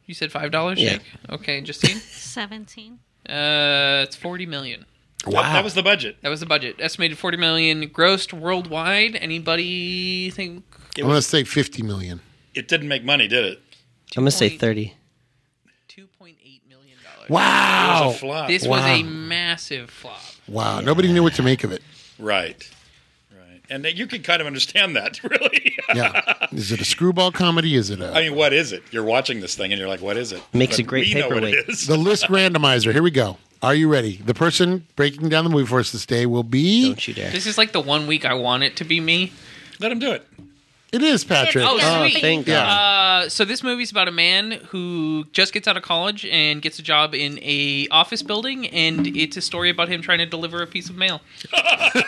[SPEAKER 5] You said five dollars.
[SPEAKER 3] Yeah.
[SPEAKER 5] Okay, Justine.
[SPEAKER 2] 17.
[SPEAKER 5] uh, it's 40 million.
[SPEAKER 4] Wow. That, that was the budget.
[SPEAKER 5] That was the budget. Estimated 40 million grossed worldwide. Anybody think?
[SPEAKER 4] It,
[SPEAKER 1] want to
[SPEAKER 4] was,
[SPEAKER 1] say $50 million.
[SPEAKER 4] it didn't make money, did it?
[SPEAKER 3] I'm gonna say
[SPEAKER 5] 2.8
[SPEAKER 3] thirty.
[SPEAKER 5] 2.8 million. million dollars.
[SPEAKER 1] Wow.
[SPEAKER 4] flop.
[SPEAKER 5] This was a
[SPEAKER 1] Wow.
[SPEAKER 5] massive flop.
[SPEAKER 1] Wow. Nobody knew what to make of it.
[SPEAKER 4] Right. Right. And that you can kind of understand that, really.
[SPEAKER 1] Yeah. is it a screwball comedy? Is it
[SPEAKER 4] I
[SPEAKER 1] a.
[SPEAKER 4] mean, what is it? You're watching this thing and you're like, what is it?
[SPEAKER 3] Makes a
[SPEAKER 4] But
[SPEAKER 3] great
[SPEAKER 4] we know what it
[SPEAKER 3] paperweight.
[SPEAKER 4] is.
[SPEAKER 1] The list randomizer. Here we go. Are you ready? The person breaking down the movie for us this day will be.
[SPEAKER 3] Don't you dare.
[SPEAKER 5] This is like the one week I want it to be me.
[SPEAKER 4] Let him do it.
[SPEAKER 1] It is Patrick.
[SPEAKER 5] Oh,
[SPEAKER 3] Oh,
[SPEAKER 5] sweet.
[SPEAKER 3] thank
[SPEAKER 1] Yeah.
[SPEAKER 3] God.
[SPEAKER 5] Uh, so this movie's about a man who just gets out of college and gets a job in a office building, and it's a story about him trying to deliver a piece of mail.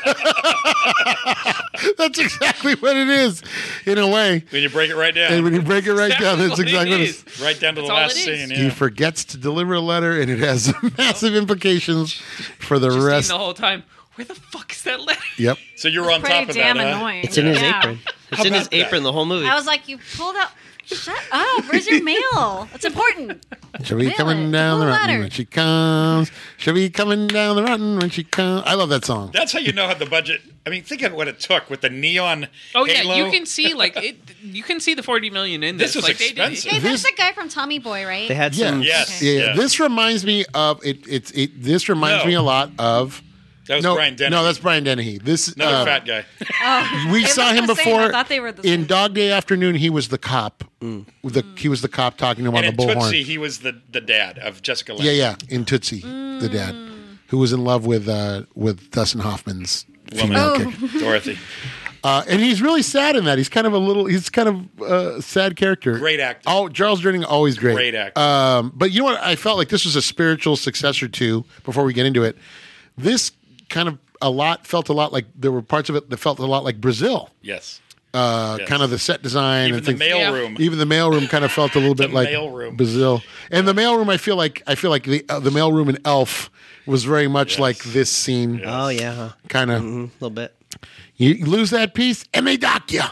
[SPEAKER 1] That's exactly what it is, in a way.
[SPEAKER 4] When you break it right down,
[SPEAKER 1] And when you break it right down, that's
[SPEAKER 5] what it
[SPEAKER 1] exactly what it
[SPEAKER 5] is.
[SPEAKER 1] is.
[SPEAKER 4] right down to the
[SPEAKER 5] That's all
[SPEAKER 4] last
[SPEAKER 5] it is.
[SPEAKER 4] scene.
[SPEAKER 1] He
[SPEAKER 4] Yeah.
[SPEAKER 1] forgets to deliver a letter, and it has massive implications for the
[SPEAKER 5] Just seeing
[SPEAKER 1] rest.
[SPEAKER 5] the whole time. Where the fuck is that letter?
[SPEAKER 1] Yep.
[SPEAKER 4] So you were on
[SPEAKER 2] Pretty
[SPEAKER 4] top of
[SPEAKER 2] damn
[SPEAKER 4] that. huh?
[SPEAKER 2] annoying.
[SPEAKER 3] It's in his
[SPEAKER 2] Yeah.
[SPEAKER 3] apron. It's in his
[SPEAKER 4] about that?
[SPEAKER 3] apron the whole movie.
[SPEAKER 2] I was like, you pulled out. Shut up! Where's your mail? It's important.
[SPEAKER 1] She'll be
[SPEAKER 2] Really?
[SPEAKER 1] coming down the
[SPEAKER 2] Who
[SPEAKER 1] rotten
[SPEAKER 2] letter?
[SPEAKER 1] when she comes. She'll be coming down the rotten when she comes. I love that song.
[SPEAKER 4] That's how you know how the budget. I mean, think of what it took with the neon.
[SPEAKER 5] Oh
[SPEAKER 4] halo.
[SPEAKER 5] yeah, you can see like it. You can see the forty million in this.
[SPEAKER 4] This was
[SPEAKER 5] like, They
[SPEAKER 4] expensive.
[SPEAKER 2] Hey,
[SPEAKER 1] This-
[SPEAKER 2] that's the guy from Tommy Boy, right?
[SPEAKER 3] they had
[SPEAKER 1] Yeah.
[SPEAKER 3] some.
[SPEAKER 4] Yes.
[SPEAKER 1] Yeah, yeah.
[SPEAKER 4] yes.
[SPEAKER 1] This reminds me of it. It's it. This reminds
[SPEAKER 4] No.
[SPEAKER 1] me a lot of.
[SPEAKER 4] That was
[SPEAKER 1] no,
[SPEAKER 4] Brian Dennehy.
[SPEAKER 1] no, that's Brian Dennehy. This
[SPEAKER 4] another
[SPEAKER 1] uh,
[SPEAKER 4] fat guy.
[SPEAKER 1] We
[SPEAKER 2] They
[SPEAKER 1] saw
[SPEAKER 2] look
[SPEAKER 1] him
[SPEAKER 2] the same. I
[SPEAKER 1] before
[SPEAKER 2] thought they were the
[SPEAKER 1] in
[SPEAKER 2] same.
[SPEAKER 1] Dog Day Afternoon. He was the cop. With The, He was the cop talking to him on
[SPEAKER 4] Mm. And
[SPEAKER 1] the
[SPEAKER 4] in Tootsie,
[SPEAKER 1] bullhorn.
[SPEAKER 4] he was the, the dad of Jessica. Lange.
[SPEAKER 1] Yeah, yeah. In Tootsie, the dad, who was in love with uh, with Dustin Hoffman's
[SPEAKER 4] Woman.
[SPEAKER 1] female character.
[SPEAKER 5] Oh.
[SPEAKER 4] Dorothy,
[SPEAKER 1] Uh, and he's really sad in that. He's kind of a little. He's kind of uh, sad character.
[SPEAKER 4] Great actor.
[SPEAKER 1] Oh, Charles Durning, always great.
[SPEAKER 4] Great actor.
[SPEAKER 1] Um, but you know what? I felt like this was a spiritual successor to. Before we get into it, this kind of a lot felt a lot like there were parts of it that felt a lot like Brazil.
[SPEAKER 4] yes,
[SPEAKER 1] Uh,
[SPEAKER 4] Yes.
[SPEAKER 1] Kind of the set design
[SPEAKER 4] even
[SPEAKER 1] and
[SPEAKER 4] the
[SPEAKER 1] things.
[SPEAKER 4] mailroom.
[SPEAKER 1] Even the mailroom kind of felt a little bit like
[SPEAKER 4] mailroom.
[SPEAKER 1] Brazil, and the mailroom. I feel like I feel like the uh, the mailroom in Elf was very much
[SPEAKER 4] Yes.
[SPEAKER 1] like this scene,
[SPEAKER 4] Yeah.
[SPEAKER 3] Oh yeah, huh?
[SPEAKER 1] kind of.
[SPEAKER 3] a little bit.
[SPEAKER 1] You lose that piece, and they dock you.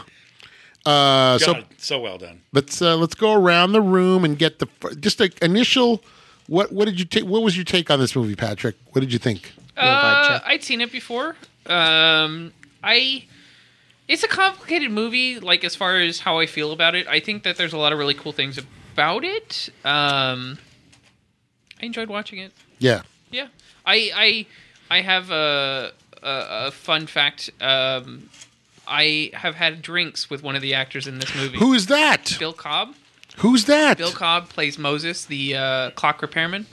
[SPEAKER 1] Uh, so
[SPEAKER 4] God, so well done.
[SPEAKER 1] let's uh, let's go around the room and get the fir- just the initial. What what did you take? What was your take on this movie, Patrick? What did you think?
[SPEAKER 3] Little vibe
[SPEAKER 5] Uh,
[SPEAKER 3] check.
[SPEAKER 5] I'd seen it before. Um, I. It's a complicated movie, like as far as how I feel about it. I think that there's a lot of really cool things about it. Um, I enjoyed watching it.
[SPEAKER 1] Yeah,
[SPEAKER 5] Yeah, I I I have a a, a fun fact. Um, I have had drinks with one of the actors in this movie.
[SPEAKER 1] who's that?
[SPEAKER 5] Bill Cobb?
[SPEAKER 1] Who's that?
[SPEAKER 5] Bill Cobb plays Moses, the uh, clock repairman.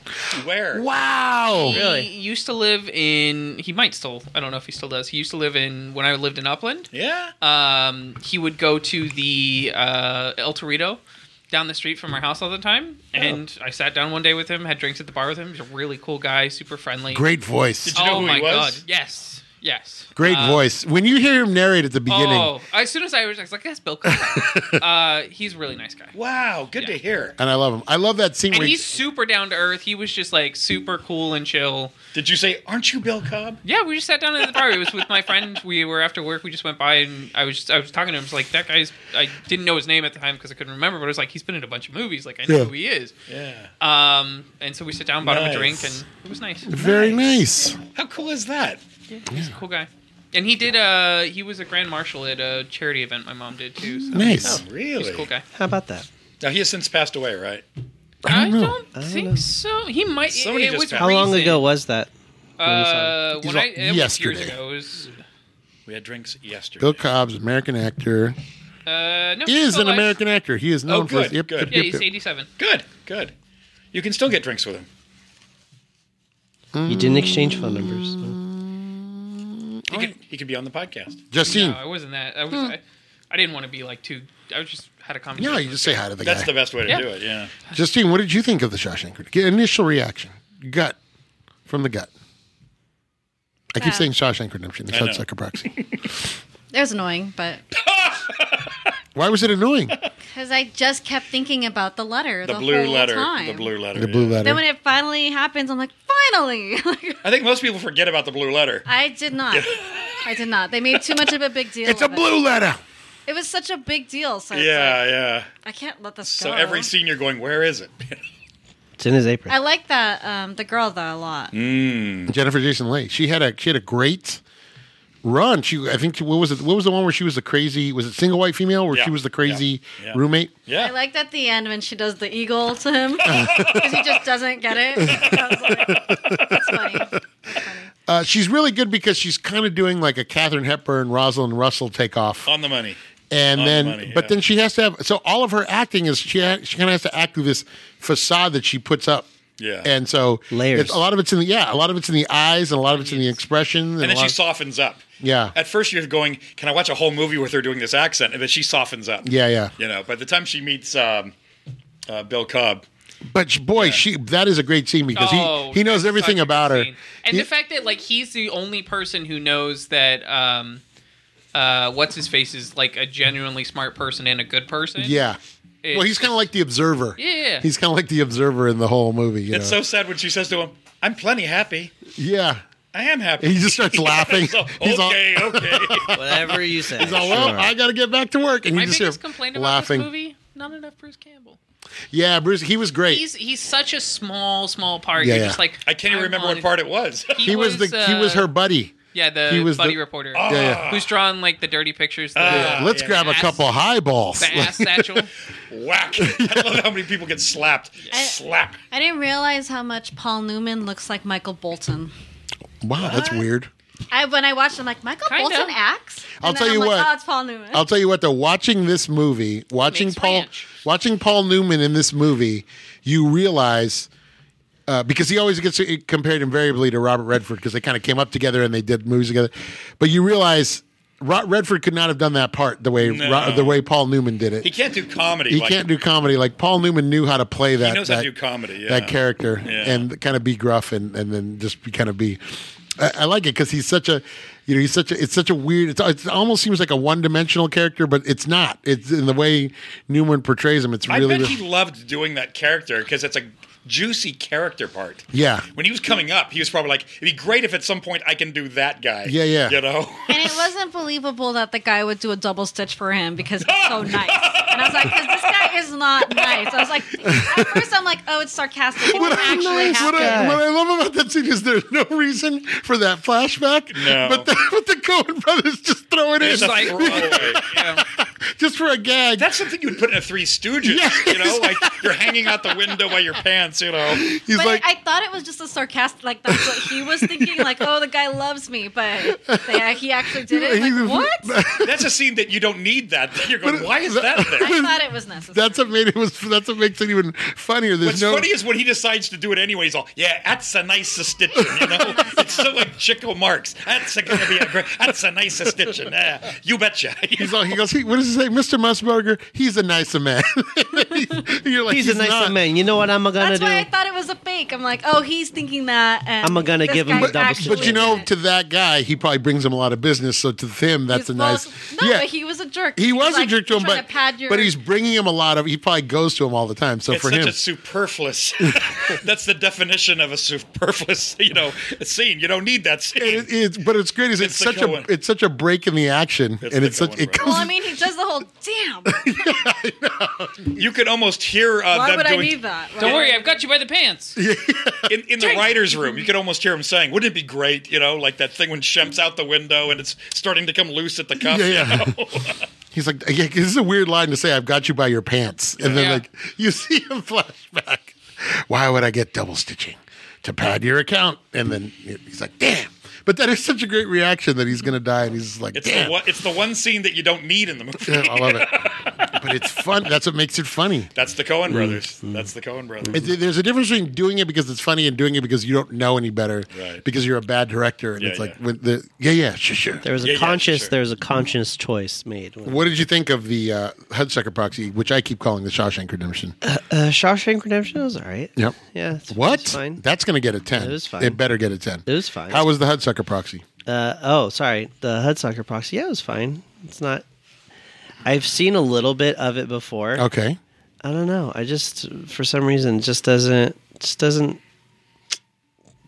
[SPEAKER 4] Where?
[SPEAKER 1] Wow.
[SPEAKER 3] Really?
[SPEAKER 5] He used to live in. He might still. I don't know if he still does. He used to live in when I lived in Upland.
[SPEAKER 4] Yeah.
[SPEAKER 5] Um, he would go to the uh, El Torito down the street from our house all the time,
[SPEAKER 4] Oh.
[SPEAKER 5] and I sat down one day with him, had drinks at the bar with him. He's a really cool guy, super friendly.
[SPEAKER 1] Great voice.
[SPEAKER 4] Did you Uh, know
[SPEAKER 5] oh
[SPEAKER 4] who he
[SPEAKER 5] my
[SPEAKER 4] was?
[SPEAKER 5] god! Yes, yes. Uh,
[SPEAKER 1] Great voice. When you hear him narrate at the beginning,
[SPEAKER 5] Oh, as soon as I was, I was like, "That's Bill." Cosby." uh, he's a really nice guy,
[SPEAKER 4] wow. Good to hear.
[SPEAKER 1] and I love him. I love that scene
[SPEAKER 5] and
[SPEAKER 1] where
[SPEAKER 5] he's super down to earth. He was just like super cool and chill.
[SPEAKER 4] Did you say, aren't you Bill Cobb?
[SPEAKER 5] Yeah, we just sat down at the bar. It was with my friend. We were after work. We just went by, and I was just, I was talking to him. It's like that guy's. I didn't know his name at the time because I couldn't remember. But I was like, he's been in a bunch of movies. Like I know
[SPEAKER 1] Yeah.
[SPEAKER 5] who he is.
[SPEAKER 4] Yeah.
[SPEAKER 5] Um, and so we sat down, bought him a
[SPEAKER 4] Nice.
[SPEAKER 5] drink, and it was nice.
[SPEAKER 1] very nice.
[SPEAKER 4] How cool is that?
[SPEAKER 5] He's a cool guy. And he did. Uh, he was a grand marshal at a charity event my mom did too. So
[SPEAKER 1] Nice.
[SPEAKER 5] he's
[SPEAKER 4] Really?
[SPEAKER 5] a cool guy.
[SPEAKER 3] How about that?
[SPEAKER 4] Now he has since passed away, right?
[SPEAKER 5] I
[SPEAKER 1] know.
[SPEAKER 5] don't
[SPEAKER 3] I don't
[SPEAKER 5] think
[SPEAKER 3] know.
[SPEAKER 5] so. He might.
[SPEAKER 4] Somebody
[SPEAKER 5] it
[SPEAKER 4] just
[SPEAKER 5] was
[SPEAKER 4] found-
[SPEAKER 3] How long
[SPEAKER 5] recent.
[SPEAKER 3] ago was that?
[SPEAKER 5] Uh,
[SPEAKER 1] These
[SPEAKER 5] when
[SPEAKER 1] are
[SPEAKER 5] I it was
[SPEAKER 1] yesterday.
[SPEAKER 5] years ago. It was,
[SPEAKER 4] We had drinks yesterday.
[SPEAKER 1] Bill Cobb's American actor
[SPEAKER 5] uh, no, he's
[SPEAKER 1] is
[SPEAKER 5] still
[SPEAKER 1] an
[SPEAKER 5] alive.
[SPEAKER 1] American actor. He is known for his
[SPEAKER 4] good,
[SPEAKER 1] yep,
[SPEAKER 4] good.
[SPEAKER 1] yep,
[SPEAKER 5] Yeah,
[SPEAKER 1] yep,
[SPEAKER 5] he's
[SPEAKER 1] yep.
[SPEAKER 5] eighty-seven.
[SPEAKER 4] Good. Good. You can still get drinks with him.
[SPEAKER 3] You didn't exchange phone numbers. so-
[SPEAKER 4] He could, he could be on the podcast.
[SPEAKER 1] Justine.
[SPEAKER 5] No, I wasn't that. I was.
[SPEAKER 1] Hmm.
[SPEAKER 5] I, I didn't want to be like too. I was just had a conversation.
[SPEAKER 1] Yeah, you just say hi to the
[SPEAKER 4] That's
[SPEAKER 1] guy.
[SPEAKER 4] the best way to
[SPEAKER 5] Yeah.
[SPEAKER 4] do it. Yeah.
[SPEAKER 1] Justine, what did you think of the Shawshank? Redemption? Get initial reaction, gut from the gut. I keep
[SPEAKER 2] Ah.
[SPEAKER 1] saying Shawshank Redemption. It's
[SPEAKER 4] I
[SPEAKER 1] not
[SPEAKER 4] know.
[SPEAKER 1] Sucker Proxy.
[SPEAKER 2] It was annoying, but
[SPEAKER 1] Why was it annoying?
[SPEAKER 2] because I just kept thinking about the letter
[SPEAKER 4] The,
[SPEAKER 2] the,
[SPEAKER 4] blue
[SPEAKER 2] whole
[SPEAKER 4] letter.
[SPEAKER 2] time.
[SPEAKER 4] The blue letter.
[SPEAKER 1] The blue
[SPEAKER 4] yeah.
[SPEAKER 1] letter.
[SPEAKER 2] Then when it finally happens, I'm like, finally! Like,
[SPEAKER 4] I think most people forget about the blue letter.
[SPEAKER 2] I did not. I did not. They made too much of a big deal.
[SPEAKER 1] it's a
[SPEAKER 2] of it.
[SPEAKER 1] blue letter.
[SPEAKER 2] It was such a big deal, so it's
[SPEAKER 4] yeah,
[SPEAKER 2] like,
[SPEAKER 4] yeah.
[SPEAKER 2] I can't let this
[SPEAKER 4] So
[SPEAKER 2] go.
[SPEAKER 4] every scene you're going, where is it?
[SPEAKER 3] It's in his apron.
[SPEAKER 2] I like that um, the girl though a lot.
[SPEAKER 1] Jennifer Jason Leigh. She had a she had a great run. She, I think, what was it? What was the one where she was the crazy? Was it single white female where
[SPEAKER 4] Yeah.
[SPEAKER 1] she was the crazy
[SPEAKER 4] Yeah. Yeah.
[SPEAKER 1] roommate?
[SPEAKER 4] Yeah.
[SPEAKER 2] I liked at the end when she does the eagle to him because he just doesn't get it. I was like, That's funny. That's funny.
[SPEAKER 1] Uh, she's really good because she's kind of doing like a Catherine Hepburn, Rosalind Russell takeoff,
[SPEAKER 4] on the money.
[SPEAKER 1] and
[SPEAKER 4] on the
[SPEAKER 1] then,
[SPEAKER 4] money,
[SPEAKER 1] but
[SPEAKER 4] yeah.
[SPEAKER 1] then she has to have. So all of her acting is she ha- she kind of has to act through this facade that she puts up.
[SPEAKER 4] Yeah.
[SPEAKER 1] and so
[SPEAKER 3] Layers.
[SPEAKER 1] It's, a lot of it's in the yeah, a lot of it's in the eyes, and a lot of it's in the expression,
[SPEAKER 4] And then
[SPEAKER 1] a lot
[SPEAKER 4] she
[SPEAKER 1] of-
[SPEAKER 4] softens up.
[SPEAKER 1] Yeah.
[SPEAKER 4] At first, you're going, "Can I watch a whole movie with her doing this accent?" And then she softens up.
[SPEAKER 1] Yeah, yeah.
[SPEAKER 4] You know, by the time she meets um, uh, Bill Cobb,
[SPEAKER 1] But sh- boy, she that is a great scene because
[SPEAKER 5] Oh,
[SPEAKER 1] he he knows
[SPEAKER 5] that's
[SPEAKER 1] everything
[SPEAKER 5] such a
[SPEAKER 1] about
[SPEAKER 5] good
[SPEAKER 1] her.
[SPEAKER 5] scene. And
[SPEAKER 1] He-
[SPEAKER 5] the fact that like he's the only person who knows that um uh what's his face is like a genuinely smart person and a good person.
[SPEAKER 1] yeah.
[SPEAKER 5] It-
[SPEAKER 1] well, he's kind of like the observer.
[SPEAKER 5] Yeah.
[SPEAKER 1] He's kind of like the observer in the whole movie. You
[SPEAKER 4] it's
[SPEAKER 1] know?
[SPEAKER 4] so sad when she says to him, "I'm plenty happy.
[SPEAKER 1] yeah.
[SPEAKER 4] I am happy."
[SPEAKER 1] And he just starts laughing.
[SPEAKER 4] So,
[SPEAKER 1] he's all,
[SPEAKER 4] okay, okay.
[SPEAKER 3] Whatever you say.
[SPEAKER 1] he's all, well,
[SPEAKER 3] sure.
[SPEAKER 1] I got to get back to work. And
[SPEAKER 5] my
[SPEAKER 1] you just
[SPEAKER 5] biggest
[SPEAKER 1] hear him
[SPEAKER 5] complaint about
[SPEAKER 1] laughing.
[SPEAKER 5] this movie, not enough Bruce Campbell.
[SPEAKER 1] Yeah, Bruce, he was great.
[SPEAKER 5] He's he's such a small, small part.
[SPEAKER 1] Yeah,
[SPEAKER 5] You're
[SPEAKER 1] yeah.
[SPEAKER 5] just like
[SPEAKER 4] I can't even remember
[SPEAKER 5] wanted-
[SPEAKER 4] what part it was.
[SPEAKER 1] he was, the he was
[SPEAKER 5] uh,
[SPEAKER 1] her buddy.
[SPEAKER 5] Yeah, the
[SPEAKER 1] he was
[SPEAKER 5] buddy
[SPEAKER 1] the-
[SPEAKER 5] reporter.
[SPEAKER 1] Yeah, yeah.
[SPEAKER 5] Who's drawn like the dirty pictures? The,
[SPEAKER 4] Ah.
[SPEAKER 1] Let's
[SPEAKER 4] yeah.
[SPEAKER 1] grab a
[SPEAKER 5] Ass-
[SPEAKER 1] couple highballs.
[SPEAKER 5] the ass satchel.
[SPEAKER 4] Whack! I love how many people get slapped. Slap.
[SPEAKER 2] I didn't realize how much Paul Newman looks like Michael Bolton.
[SPEAKER 1] Wow, that's weird.
[SPEAKER 2] I when I watched, it, I'm like Michael
[SPEAKER 5] Kinda.
[SPEAKER 2] Bolton acts.
[SPEAKER 1] I'll
[SPEAKER 2] And then
[SPEAKER 1] tell you
[SPEAKER 2] I'm like,
[SPEAKER 1] what.
[SPEAKER 2] Oh, it's Paul Newman.
[SPEAKER 1] I'll tell you what though, watching this movie, watching
[SPEAKER 5] Makes
[SPEAKER 1] Paul
[SPEAKER 5] ranch.
[SPEAKER 1] watching Paul Newman in this movie, you realize uh, because he always gets compared invariably to Robert Redford because they kind of came up together and they did movies together. But you realize Ro- Redford could not have done that part the way Ro-
[SPEAKER 4] No.
[SPEAKER 1] the way Paul Newman did it.
[SPEAKER 4] He can't do comedy.
[SPEAKER 1] He
[SPEAKER 4] like,
[SPEAKER 1] can't do comedy like Paul Newman knew how to play that.
[SPEAKER 4] knows
[SPEAKER 1] that,
[SPEAKER 4] how to do comedy, yeah.
[SPEAKER 1] That character
[SPEAKER 4] Yeah.
[SPEAKER 1] and kind of be gruff and and then just be kind of be. I, I like it because he's such a, you know, he's such a. It's such a weird. It's, it almost seems like a one dimensional character, but it's not. It's in the way Newman portrays him. It's
[SPEAKER 4] I
[SPEAKER 1] really.
[SPEAKER 4] bet he loved doing that character because it's a juicy character part.
[SPEAKER 1] Yeah.
[SPEAKER 4] When he was coming up, he was probably like, "It'd be great if at some point I can do that guy."
[SPEAKER 1] Yeah, yeah.
[SPEAKER 4] You know.
[SPEAKER 2] and it wasn't believable that the guy would do a double stitch for him because he's so nice. And I was like, because this guy is not nice. I was like, at first I'm like, oh, it's sarcastic. It didn't actually
[SPEAKER 1] what,
[SPEAKER 2] happen.
[SPEAKER 1] I, what I love about that scene is there's no reason for that flashback,
[SPEAKER 4] No.
[SPEAKER 1] but the, but the Cohen brothers just throw it
[SPEAKER 4] It's
[SPEAKER 1] in
[SPEAKER 4] a
[SPEAKER 5] like-
[SPEAKER 4] throwaway.
[SPEAKER 5] Yeah.
[SPEAKER 1] just for a gag.
[SPEAKER 4] That's something you'd put in a Three Stooges.
[SPEAKER 1] Yeah,
[SPEAKER 4] You know, like you're hanging out the window by your pants. You know.
[SPEAKER 1] He's
[SPEAKER 2] but
[SPEAKER 1] like,
[SPEAKER 2] I thought it was just a sarcastic, like that's what he was thinking, like, oh, the guy loves me, but they, he actually did it.
[SPEAKER 1] He
[SPEAKER 2] I'm
[SPEAKER 1] was-
[SPEAKER 2] Like, what?
[SPEAKER 4] That's a scene that you don't need. That you're going. Why is that there?
[SPEAKER 2] I thought it was necessary.
[SPEAKER 1] that's what made it was. That's what makes it even funnier. There's
[SPEAKER 4] What's
[SPEAKER 1] no.
[SPEAKER 4] funny is when he decides to do it anyway. He's all, "Yeah, that's a nice stitching," you know. it's so like Chico Marx. That's a gonna be a great. That's a nice stitching. Yeah, you betcha.
[SPEAKER 1] He's all, he goes, he, what does he say? Mr. Musburger, he's a nicer man. You're like,
[SPEAKER 3] he's, a nice
[SPEAKER 1] not.
[SPEAKER 3] man. You know what I'm gonna
[SPEAKER 2] That's why I
[SPEAKER 3] do?
[SPEAKER 2] thought it was a fake. I'm like, oh, he's thinking that. And
[SPEAKER 3] I'm gonna
[SPEAKER 2] this
[SPEAKER 3] give him
[SPEAKER 2] guy
[SPEAKER 3] a double
[SPEAKER 2] actually
[SPEAKER 1] But you
[SPEAKER 2] did
[SPEAKER 1] know,
[SPEAKER 2] it.
[SPEAKER 1] to that guy, he probably brings him a lot of business. So to him, that's
[SPEAKER 2] He's-
[SPEAKER 1] a
[SPEAKER 2] well,
[SPEAKER 1] nice.
[SPEAKER 2] No,
[SPEAKER 1] yeah,
[SPEAKER 2] but he was a jerk.
[SPEAKER 1] he was
[SPEAKER 2] like,
[SPEAKER 1] a jerk to him,
[SPEAKER 2] trying
[SPEAKER 1] but
[SPEAKER 2] pad your-
[SPEAKER 1] but he's bringing him a lot of. He probably goes to him all the time. So
[SPEAKER 4] It's
[SPEAKER 1] for
[SPEAKER 4] such
[SPEAKER 1] him,
[SPEAKER 4] a superfluous. that's the definition of a superfluous, you know, scene. You don't need that scene.
[SPEAKER 1] it, it's but it's great. Is it's,
[SPEAKER 4] It's the
[SPEAKER 1] such a
[SPEAKER 4] Coen.
[SPEAKER 1] it's such a break in the action,
[SPEAKER 4] It's
[SPEAKER 1] and
[SPEAKER 4] the
[SPEAKER 1] it's such
[SPEAKER 4] Coen
[SPEAKER 1] it
[SPEAKER 4] brother.
[SPEAKER 1] comes.
[SPEAKER 2] Well, I mean, he does the whole damn.
[SPEAKER 4] You could almost hear uh,
[SPEAKER 2] Why
[SPEAKER 4] them
[SPEAKER 2] would I
[SPEAKER 4] doing
[SPEAKER 2] need that?
[SPEAKER 5] Don't
[SPEAKER 2] Why-
[SPEAKER 5] worry, I've got you by the pants.
[SPEAKER 4] in, in the writers' room. You could almost hear him saying, "Wouldn't it be great?" You know, like that thing when Shemp's out the window and it's starting to come loose at the cuff.
[SPEAKER 1] Yeah, yeah.
[SPEAKER 4] You know?
[SPEAKER 1] He's like, yeah, 'cause this is a weird line to say. I've got you by your pants, and then
[SPEAKER 5] Yeah.
[SPEAKER 1] like you see him flashback. Why would I get double stitching to pad your account? And then he's like, damn. But that is such a great reaction that he's gonna die, and he's just like,
[SPEAKER 4] It's
[SPEAKER 1] damn.
[SPEAKER 4] the one, it's the one scene that you don't need in the movie.
[SPEAKER 1] Yeah, I love it. But it's fun. That's what makes it funny.
[SPEAKER 4] That's the Cohen brothers. That's the Cohen brothers.
[SPEAKER 1] It's, there's a difference between doing it because it's funny and doing it because you don't know any better,
[SPEAKER 4] Right.
[SPEAKER 1] because you're a bad director. And
[SPEAKER 4] Yeah,
[SPEAKER 1] it's like,
[SPEAKER 4] yeah.
[SPEAKER 1] with the, yeah, yeah, sure, sure.
[SPEAKER 3] There was a
[SPEAKER 4] Yeah, yeah, for
[SPEAKER 3] conscious.
[SPEAKER 4] sure.
[SPEAKER 3] There was a conscious choice made.
[SPEAKER 1] What did you think of the uh, Hudsucker Proxy, which I keep calling the Shawshank Redemption?
[SPEAKER 3] Uh, Shawshank Redemption was all right.
[SPEAKER 1] Yep.
[SPEAKER 3] Yeah. it's-
[SPEAKER 1] What?
[SPEAKER 3] It's fine.
[SPEAKER 1] That's going to get a 10.
[SPEAKER 3] It was fine.
[SPEAKER 1] It better get a 10.
[SPEAKER 3] It was fine.
[SPEAKER 1] How was the Hudsucker proxy?
[SPEAKER 3] Uh, oh, sorry. The Hudsucker proxy. Yeah, it was fine. It's not. I've seen a little bit of it before.
[SPEAKER 1] Okay.
[SPEAKER 3] I don't know. I just for some reason just doesn't just doesn't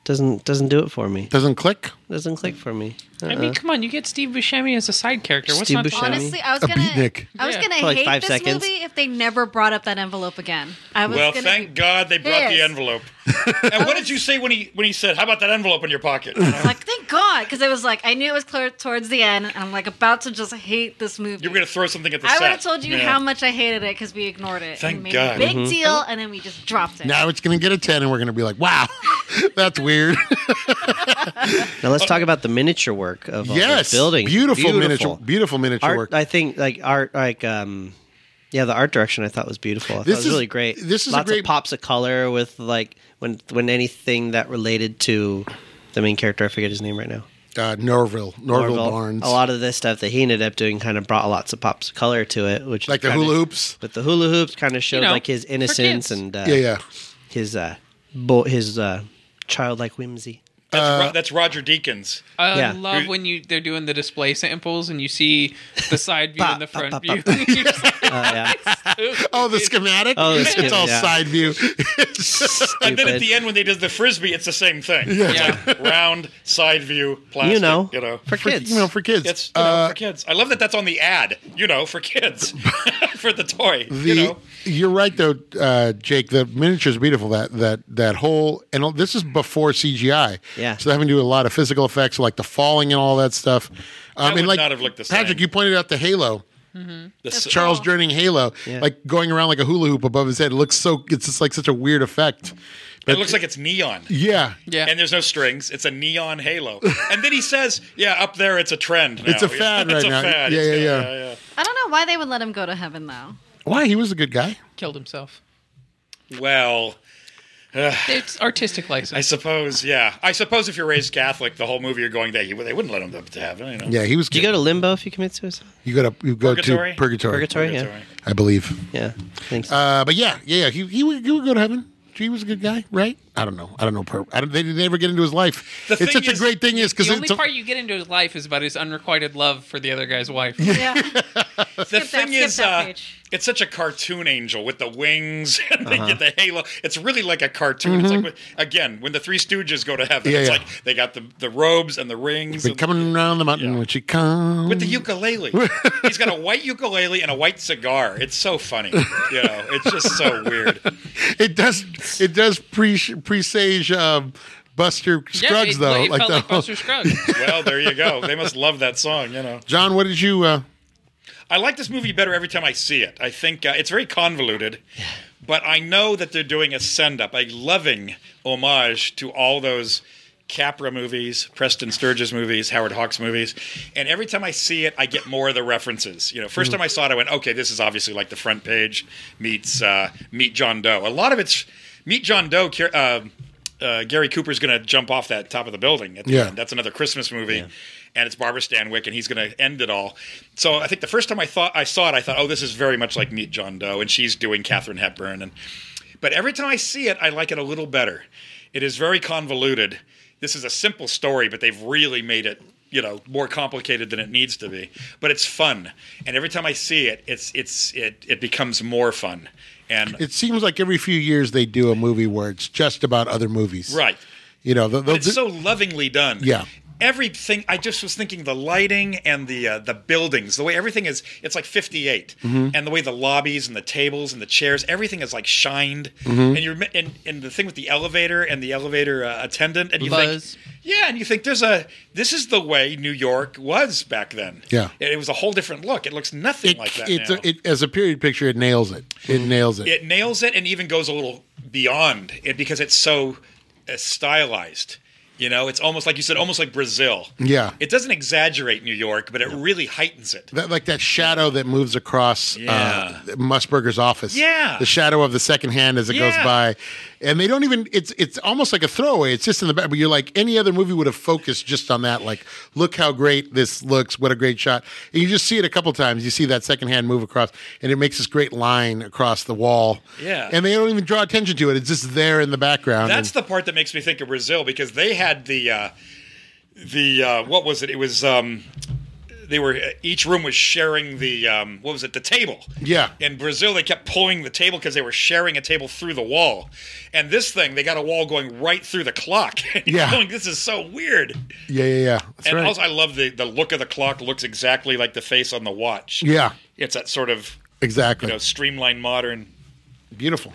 [SPEAKER 3] Doesn't doesn't do it for me.
[SPEAKER 1] Doesn't click.
[SPEAKER 3] Doesn't click for me.
[SPEAKER 5] I mean, come on, you get Steve Buscemi as a side character. What's
[SPEAKER 3] Steve
[SPEAKER 5] not to
[SPEAKER 3] Buscemi.
[SPEAKER 5] like?
[SPEAKER 2] Honestly, I was
[SPEAKER 1] A
[SPEAKER 2] gonna,
[SPEAKER 1] beatnik.
[SPEAKER 2] I was
[SPEAKER 5] Yeah.
[SPEAKER 2] gonna
[SPEAKER 3] For like
[SPEAKER 2] hate
[SPEAKER 3] five
[SPEAKER 2] this
[SPEAKER 3] seconds.
[SPEAKER 2] movie if they never brought up that envelope again. I was
[SPEAKER 4] Well,
[SPEAKER 2] gonna
[SPEAKER 4] thank
[SPEAKER 2] be
[SPEAKER 4] God they brought
[SPEAKER 2] pissed.
[SPEAKER 4] the envelope. and what did you say when he when he said, "How about that envelope in your pocket?" You know?
[SPEAKER 2] Like thank God, because it was like I knew it was clear towards the end, and I'm like about to just hate this movie.
[SPEAKER 4] you were going to throw something at the
[SPEAKER 2] I
[SPEAKER 4] set.
[SPEAKER 2] would have told you
[SPEAKER 4] Yeah.
[SPEAKER 2] how much I hated it because we ignored it.
[SPEAKER 4] Thank
[SPEAKER 2] and made
[SPEAKER 4] God.
[SPEAKER 2] A big
[SPEAKER 3] Mm-hmm.
[SPEAKER 2] deal, and then we just dropped it.
[SPEAKER 1] Now it's going to get a 10, and we're going to be like, wow, that's weird.
[SPEAKER 3] Now let's talk about the miniature work of all
[SPEAKER 1] yes.
[SPEAKER 3] this building.
[SPEAKER 1] Beautiful, miniature, beautiful miniature
[SPEAKER 3] art.
[SPEAKER 1] work.
[SPEAKER 3] I think like art, like um, yeah, the art direction I thought was beautiful. I thought
[SPEAKER 1] This
[SPEAKER 3] it was
[SPEAKER 1] is-
[SPEAKER 3] really great.
[SPEAKER 1] this is a
[SPEAKER 3] lots
[SPEAKER 1] great-
[SPEAKER 3] of pops of color with like when when anything that related to the main character. I forget his name right now.
[SPEAKER 1] uh, Norville, Norville,
[SPEAKER 3] Orville.
[SPEAKER 1] Barnes.
[SPEAKER 3] A lot of the stuff that he ended up doing kind of brought lots of pops of color to it, which
[SPEAKER 1] like the
[SPEAKER 3] kinda-
[SPEAKER 1] hula hoops.
[SPEAKER 3] But the hula hoops kind of showed
[SPEAKER 5] know,
[SPEAKER 3] like his
[SPEAKER 5] for
[SPEAKER 3] innocence
[SPEAKER 5] kids.
[SPEAKER 3] and uh,
[SPEAKER 1] Yeah, yeah.
[SPEAKER 3] his uh, bo- his uh, childlike whimsy.
[SPEAKER 4] That's, Ro- that's Roger Deakins.
[SPEAKER 5] I
[SPEAKER 3] Yeah.
[SPEAKER 5] love when you they're doing the display samples and you see the side view and the
[SPEAKER 3] Pop,
[SPEAKER 5] front
[SPEAKER 3] pop, pop,
[SPEAKER 5] view.
[SPEAKER 3] pop.
[SPEAKER 5] You're just like,
[SPEAKER 3] Oh yeah,
[SPEAKER 1] Oh, the schematic?
[SPEAKER 3] Oh, the
[SPEAKER 1] it's
[SPEAKER 3] schema-
[SPEAKER 1] all
[SPEAKER 3] yeah.
[SPEAKER 1] side view.
[SPEAKER 3] stupid.
[SPEAKER 4] And then at the end, when they did the frisbee, it's the same thing.
[SPEAKER 5] yeah.
[SPEAKER 4] Round side view plastic.
[SPEAKER 3] you know,
[SPEAKER 4] you know,
[SPEAKER 3] for
[SPEAKER 1] For,
[SPEAKER 3] kids,
[SPEAKER 1] You know, for kids.
[SPEAKER 4] it's you know,
[SPEAKER 1] Uh,
[SPEAKER 4] for kids. I love that that's on the ad. You know, for kids, for the toy.
[SPEAKER 1] the,
[SPEAKER 4] you know,
[SPEAKER 1] are right though, uh, Jake. The miniatures are beautiful. That that that whole and all- this is before CGI.
[SPEAKER 3] Yeah.
[SPEAKER 1] So they're having to do a lot of physical effects, like the falling and all that stuff. Um,
[SPEAKER 4] would
[SPEAKER 1] and like
[SPEAKER 4] not have looked the
[SPEAKER 1] Patrick,
[SPEAKER 4] same.
[SPEAKER 1] you pointed out the halo.
[SPEAKER 4] the, s-
[SPEAKER 1] Charles Durning halo,
[SPEAKER 3] Oh. Yeah.
[SPEAKER 1] like going around like a hula hoop above his head. It looks so. It's just like such a weird effect.
[SPEAKER 4] it looks like it's neon.
[SPEAKER 1] Yeah.
[SPEAKER 5] yeah.
[SPEAKER 4] And there's no strings. It's a neon halo. and then he says, "Yeah, up there, it's a trend. Now.
[SPEAKER 1] It's a fad
[SPEAKER 4] it's
[SPEAKER 1] right
[SPEAKER 4] a
[SPEAKER 1] now.
[SPEAKER 4] Fad.
[SPEAKER 1] Yeah,
[SPEAKER 4] It's-
[SPEAKER 1] yeah, yeah.
[SPEAKER 4] yeah,
[SPEAKER 2] I don't know why they would let him go to heaven though.
[SPEAKER 1] Why he was a good guy.
[SPEAKER 5] killed himself.
[SPEAKER 4] yeah. Well,
[SPEAKER 5] It's artistic
[SPEAKER 4] I
[SPEAKER 5] license.
[SPEAKER 4] suppose. Yeah, I suppose if you're raised Catholic, the whole movie you're going there, you- they wouldn't let him up to heaven. You know.
[SPEAKER 1] Yeah, he was.
[SPEAKER 3] Do you
[SPEAKER 1] good.
[SPEAKER 3] go to limbo if you commit suicide?
[SPEAKER 1] You go to you go
[SPEAKER 4] Purgatory?
[SPEAKER 1] to purgatory,
[SPEAKER 3] Purgatory,
[SPEAKER 4] It's all
[SPEAKER 3] yeah,
[SPEAKER 4] right.
[SPEAKER 1] I believe.
[SPEAKER 3] yeah. Thanks.
[SPEAKER 1] Uh, but yeah, yeah, yeah. He, he, would, he would go to heaven. He was a good guy, right? I don't know. I don't know. per- I don't, they didn't ever get into his life.
[SPEAKER 4] The
[SPEAKER 1] it's
[SPEAKER 4] thing
[SPEAKER 1] such a
[SPEAKER 4] is-
[SPEAKER 1] great thing is because
[SPEAKER 5] The only
[SPEAKER 1] it's a,
[SPEAKER 5] part you get into his life is about his unrequited love for the other guy's wife.
[SPEAKER 2] Yeah,
[SPEAKER 4] the
[SPEAKER 2] Skip that-
[SPEAKER 4] thing
[SPEAKER 2] skip
[SPEAKER 4] is,
[SPEAKER 2] that
[SPEAKER 4] uh,
[SPEAKER 2] page.
[SPEAKER 4] it's such a cartoon angel with the wings and
[SPEAKER 1] Uh-huh.
[SPEAKER 4] they get the halo. It's really like a cartoon. It's like again when the Three Stooges go to heaven.
[SPEAKER 1] Mm-hmm. Yeah,
[SPEAKER 4] it's
[SPEAKER 1] yeah.
[SPEAKER 4] like they got the, the robes and the rings.
[SPEAKER 1] been
[SPEAKER 4] and-
[SPEAKER 1] coming around the mountain
[SPEAKER 4] Yeah.
[SPEAKER 1] when she comes.
[SPEAKER 4] with the ukulele, he's got a white ukulele and a white cigar. It's so funny, you know. It's just so weird.
[SPEAKER 1] it does. It does pre presage um, Buster Scruggs
[SPEAKER 5] it,
[SPEAKER 1] though.
[SPEAKER 5] It felt
[SPEAKER 1] the
[SPEAKER 5] like
[SPEAKER 1] whole-
[SPEAKER 5] Buster Scruggs.
[SPEAKER 4] Well, there you go. They must love that song, you know.
[SPEAKER 1] John, what did you? Uh,
[SPEAKER 4] I like this movie better every time I see it. I think uh, it's very convoluted, but I know that they're doing a send up, a loving homage to all those Capra movies, Preston Sturges movies, Howard Hawks movies. And every time I see it, I get more of the references. You know, first time I saw it, I went, okay, this is obviously like the front page meets uh, Meet John Doe. A lot of it's Meet John Doe. car- Uh, uh, Gary Cooper's going to jump off that top of the building at the
[SPEAKER 1] Yeah.
[SPEAKER 4] end. That's another Christmas movie, and it's Barbara Stanwyck, and he's going to end it all. So I think the first time I thought I saw it, I thought, oh, this is very much like Meet John Doe, and she's doing Katherine Hepburn. And but every time I see it, I like it a little better. It is very convoluted. This is a simple story, but they've really made it you know more complicated than it needs to be. But it's fun, and every time I see it, it's it's it it becomes more fun. And
[SPEAKER 1] it seems like every few years they do a movie where it's just about other movies,
[SPEAKER 4] right.
[SPEAKER 1] You know, they'll, they'll
[SPEAKER 4] It's
[SPEAKER 1] do-
[SPEAKER 4] so lovingly done.
[SPEAKER 1] Yeah.
[SPEAKER 4] Everything. I just was thinking the lighting and the uh, the buildings, the way everything is. It's like '58,
[SPEAKER 1] Mm-hmm.
[SPEAKER 4] and the way the lobbies and the tables and the chairs, everything is like shined.
[SPEAKER 1] Mm-hmm.
[SPEAKER 4] And you're and, and the thing with the elevator and the elevator uh, attendant, and you
[SPEAKER 5] Buzz.
[SPEAKER 4] think, yeah, and you think there's a this is the way New York was back then.
[SPEAKER 1] Yeah.
[SPEAKER 4] it, it was a whole different look. It looks nothing
[SPEAKER 1] it,
[SPEAKER 4] like that
[SPEAKER 1] it's
[SPEAKER 4] now.
[SPEAKER 1] a, it, as a period picture, it nails it. It nails it.
[SPEAKER 4] it nails it and even goes a little beyond it because it's so uh, stylized. You know, it's almost like you said, almost like Brazil.
[SPEAKER 1] Yeah.
[SPEAKER 4] It doesn't exaggerate New York, but it really heightens it.
[SPEAKER 1] That, like that shadow that moves across
[SPEAKER 4] Yeah.
[SPEAKER 1] uh, Musburger's office.
[SPEAKER 4] Yeah.
[SPEAKER 1] the shadow of the second hand as it goes
[SPEAKER 4] Yeah.
[SPEAKER 1] by, and they don't even. It's it's almost like a throwaway. It's just in the back. But you're like any other movie would have focused just on that. Like, look how great this looks. What a great shot. And you just see it a couple times. You see that second hand move across, and it makes this great line across the wall.
[SPEAKER 4] Yeah.
[SPEAKER 1] and they don't even draw attention to it. It's just there in the background.
[SPEAKER 4] That's
[SPEAKER 1] and-
[SPEAKER 4] the part that makes me think of Brazil because they had the uh, the uh, what was it? It was um, they were each room was sharing the um, what was it the table
[SPEAKER 1] Yeah.
[SPEAKER 4] in brazil they kept pulling the table because they were sharing a table through the wall and this thing they got a wall going right through the clock And you're
[SPEAKER 1] Yeah.
[SPEAKER 4] going, this is so weird
[SPEAKER 1] Yeah, yeah, yeah. That's
[SPEAKER 4] and
[SPEAKER 1] right.
[SPEAKER 4] also i love the the look of the clock looks exactly like the face on the watch
[SPEAKER 1] yeah,
[SPEAKER 4] it's that sort of
[SPEAKER 1] exactly.
[SPEAKER 4] you know streamlined modern
[SPEAKER 1] Beautiful.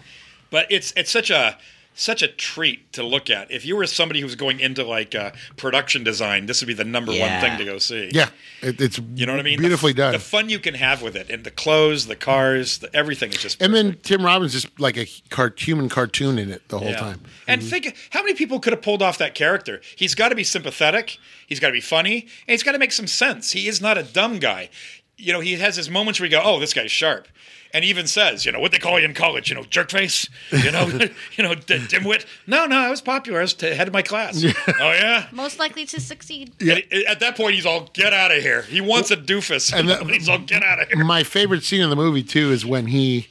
[SPEAKER 4] but it's it's such a such a treat to look at. If you were somebody who was going into like uh, production design, this would be the number
[SPEAKER 3] Yeah.
[SPEAKER 4] one thing to go see.
[SPEAKER 1] Yeah, it, it's
[SPEAKER 4] you know what I mean.
[SPEAKER 1] Beautifully
[SPEAKER 4] the,
[SPEAKER 1] done.
[SPEAKER 4] The fun you can have with it, and the clothes, the cars, the, everything is just.
[SPEAKER 1] and then
[SPEAKER 4] perfect.
[SPEAKER 1] Tim Robbins just like a cart, human cartoon in it the whole
[SPEAKER 4] Yeah.
[SPEAKER 1] time. Mm-hmm.
[SPEAKER 4] And think how many people could have pulled off that character. He's got to be sympathetic. He's got to be funny, and he's got to make some sense. He is not a dumb guy. You know, he has his moments where you go, "Oh, this guy's sharp," and he even says, "You know what they call you in college? You know, jerkface. You know, you know, d- dimwit." No, no, I was popular. I was t- head of my class. oh yeah.
[SPEAKER 2] Most likely to succeed.
[SPEAKER 4] And at that point, he's all get out of here. He wants a doofus.
[SPEAKER 1] And
[SPEAKER 4] And
[SPEAKER 1] the-
[SPEAKER 4] he's all get out of here.
[SPEAKER 1] My favorite scene in the movie too is when he,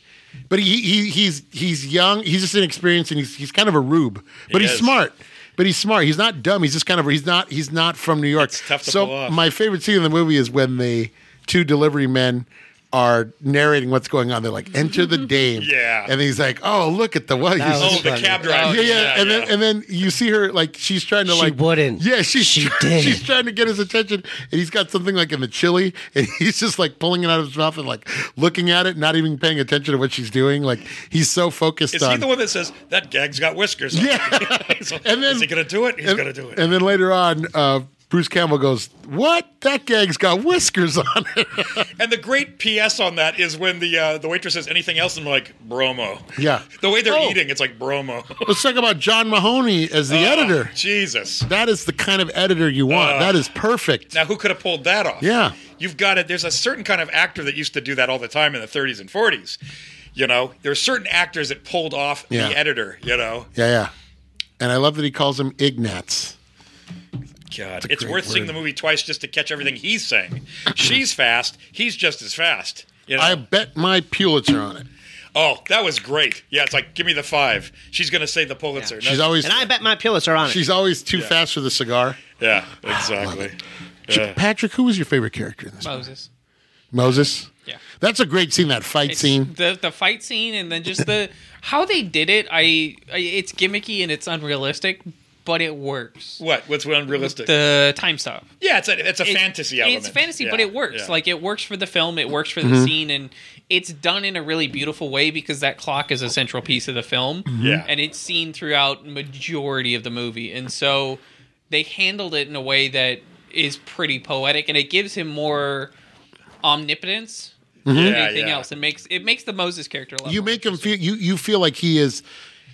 [SPEAKER 1] but he, he he's he's young, he's just inexperienced, and he's he's kind of a rube, but
[SPEAKER 4] He
[SPEAKER 1] he's
[SPEAKER 4] is.
[SPEAKER 1] smart. But he's smart. He's not dumb. He's just kind of he's not he's not from New York.
[SPEAKER 4] It's tough to
[SPEAKER 1] so
[SPEAKER 4] pull off.
[SPEAKER 1] my favorite scene in the movie is when the two delivery men are narrating what's going on. They're like, "Enter the dame."
[SPEAKER 4] Yeah.
[SPEAKER 1] And he's like, "Oh, look at the what?"
[SPEAKER 3] That
[SPEAKER 1] he's
[SPEAKER 3] was
[SPEAKER 4] Oh,
[SPEAKER 1] just-
[SPEAKER 4] the
[SPEAKER 3] funny.
[SPEAKER 4] cab driver.
[SPEAKER 1] yeah, yeah, and then and then you see her like she's trying to
[SPEAKER 3] She
[SPEAKER 1] like
[SPEAKER 3] wouldn't.
[SPEAKER 1] Yeah, she's
[SPEAKER 3] She
[SPEAKER 1] she's
[SPEAKER 3] didn't.
[SPEAKER 1] trying to get his attention, and he's got something like in the chili, and he's just like pulling it out of his mouth and like looking at it, not even paying attention to what she's doing. Like he's so focused
[SPEAKER 4] Is
[SPEAKER 1] on.
[SPEAKER 4] he the one that says that gag's got whiskers? On
[SPEAKER 1] Yeah.
[SPEAKER 4] He's like,
[SPEAKER 1] And then-
[SPEAKER 4] is he gonna do it? He's
[SPEAKER 1] and,
[SPEAKER 4] gonna do it.
[SPEAKER 1] And then later on, uh, Bruce Campbell goes, "What? That gag's got whiskers on it."
[SPEAKER 4] And the great PS on that is when the uh, the waitress says anything else, and we're like bromo.
[SPEAKER 1] Yeah.
[SPEAKER 4] The way they're
[SPEAKER 1] Oh.
[SPEAKER 4] eating, Ah. it's like bromo.
[SPEAKER 1] Let's talk about John Mahoney as the editor.
[SPEAKER 4] Jesus.
[SPEAKER 1] That is the kind of editor you want. that is perfect.
[SPEAKER 4] Ah. Now who could have pulled that off?
[SPEAKER 1] Yeah.
[SPEAKER 4] You've got it. There's a certain kind of actor that used to do that all the time in the 30s and 40s. You know, there are certain actors that pulled off
[SPEAKER 1] Yeah.
[SPEAKER 4] the editor. You know,
[SPEAKER 1] yeah, yeah. And I love that he calls him Ignatz.
[SPEAKER 4] God, it's
[SPEAKER 1] great
[SPEAKER 4] worth seeing the
[SPEAKER 1] word.
[SPEAKER 4] movie twice just to catch everything he's saying. She's fast. He's just as fast. You know?
[SPEAKER 1] I bet my Pulitzer on it.
[SPEAKER 4] oh, that was great. Yeah, it's like give me the five. She's gonna say the Pulitzer.
[SPEAKER 1] She's
[SPEAKER 4] No-
[SPEAKER 1] always
[SPEAKER 3] And I bet my pillows are on it.
[SPEAKER 1] she's always too fast for the cigar.
[SPEAKER 4] yeah, exactly. Yeah.
[SPEAKER 1] Patrick, who was your favorite character in this? movie?
[SPEAKER 5] Moses.
[SPEAKER 1] Moses.
[SPEAKER 5] Yeah.
[SPEAKER 1] That's a great scene. That fight scene.
[SPEAKER 5] the the fight scene and then just the how they did it. I, I it's gimmicky and it's unrealistic, but it works.
[SPEAKER 4] What? What's unrealistic?
[SPEAKER 5] The time stop.
[SPEAKER 4] yeah, it's a it's a
[SPEAKER 5] It-
[SPEAKER 4] fantasy element.
[SPEAKER 5] It's fantasy, but
[SPEAKER 4] Yeah,
[SPEAKER 5] it works.
[SPEAKER 4] yeah.
[SPEAKER 5] Like it works for the film. It works for the
[SPEAKER 1] Mm-hmm.
[SPEAKER 5] scene, and it's done in a really beautiful way because that clock is a central piece of the film.
[SPEAKER 1] Mm-hmm.
[SPEAKER 4] Yeah.
[SPEAKER 5] and it's seen throughout majority of the movie, and so they handled it in a way that is pretty poetic, and it gives him more omnipotence than
[SPEAKER 4] Yeah,
[SPEAKER 5] anything
[SPEAKER 4] yeah.
[SPEAKER 5] else. It makes it makes the Moses character. A lot
[SPEAKER 1] You
[SPEAKER 5] more
[SPEAKER 1] make him
[SPEAKER 5] interesting.
[SPEAKER 1] feel you. You feel like he is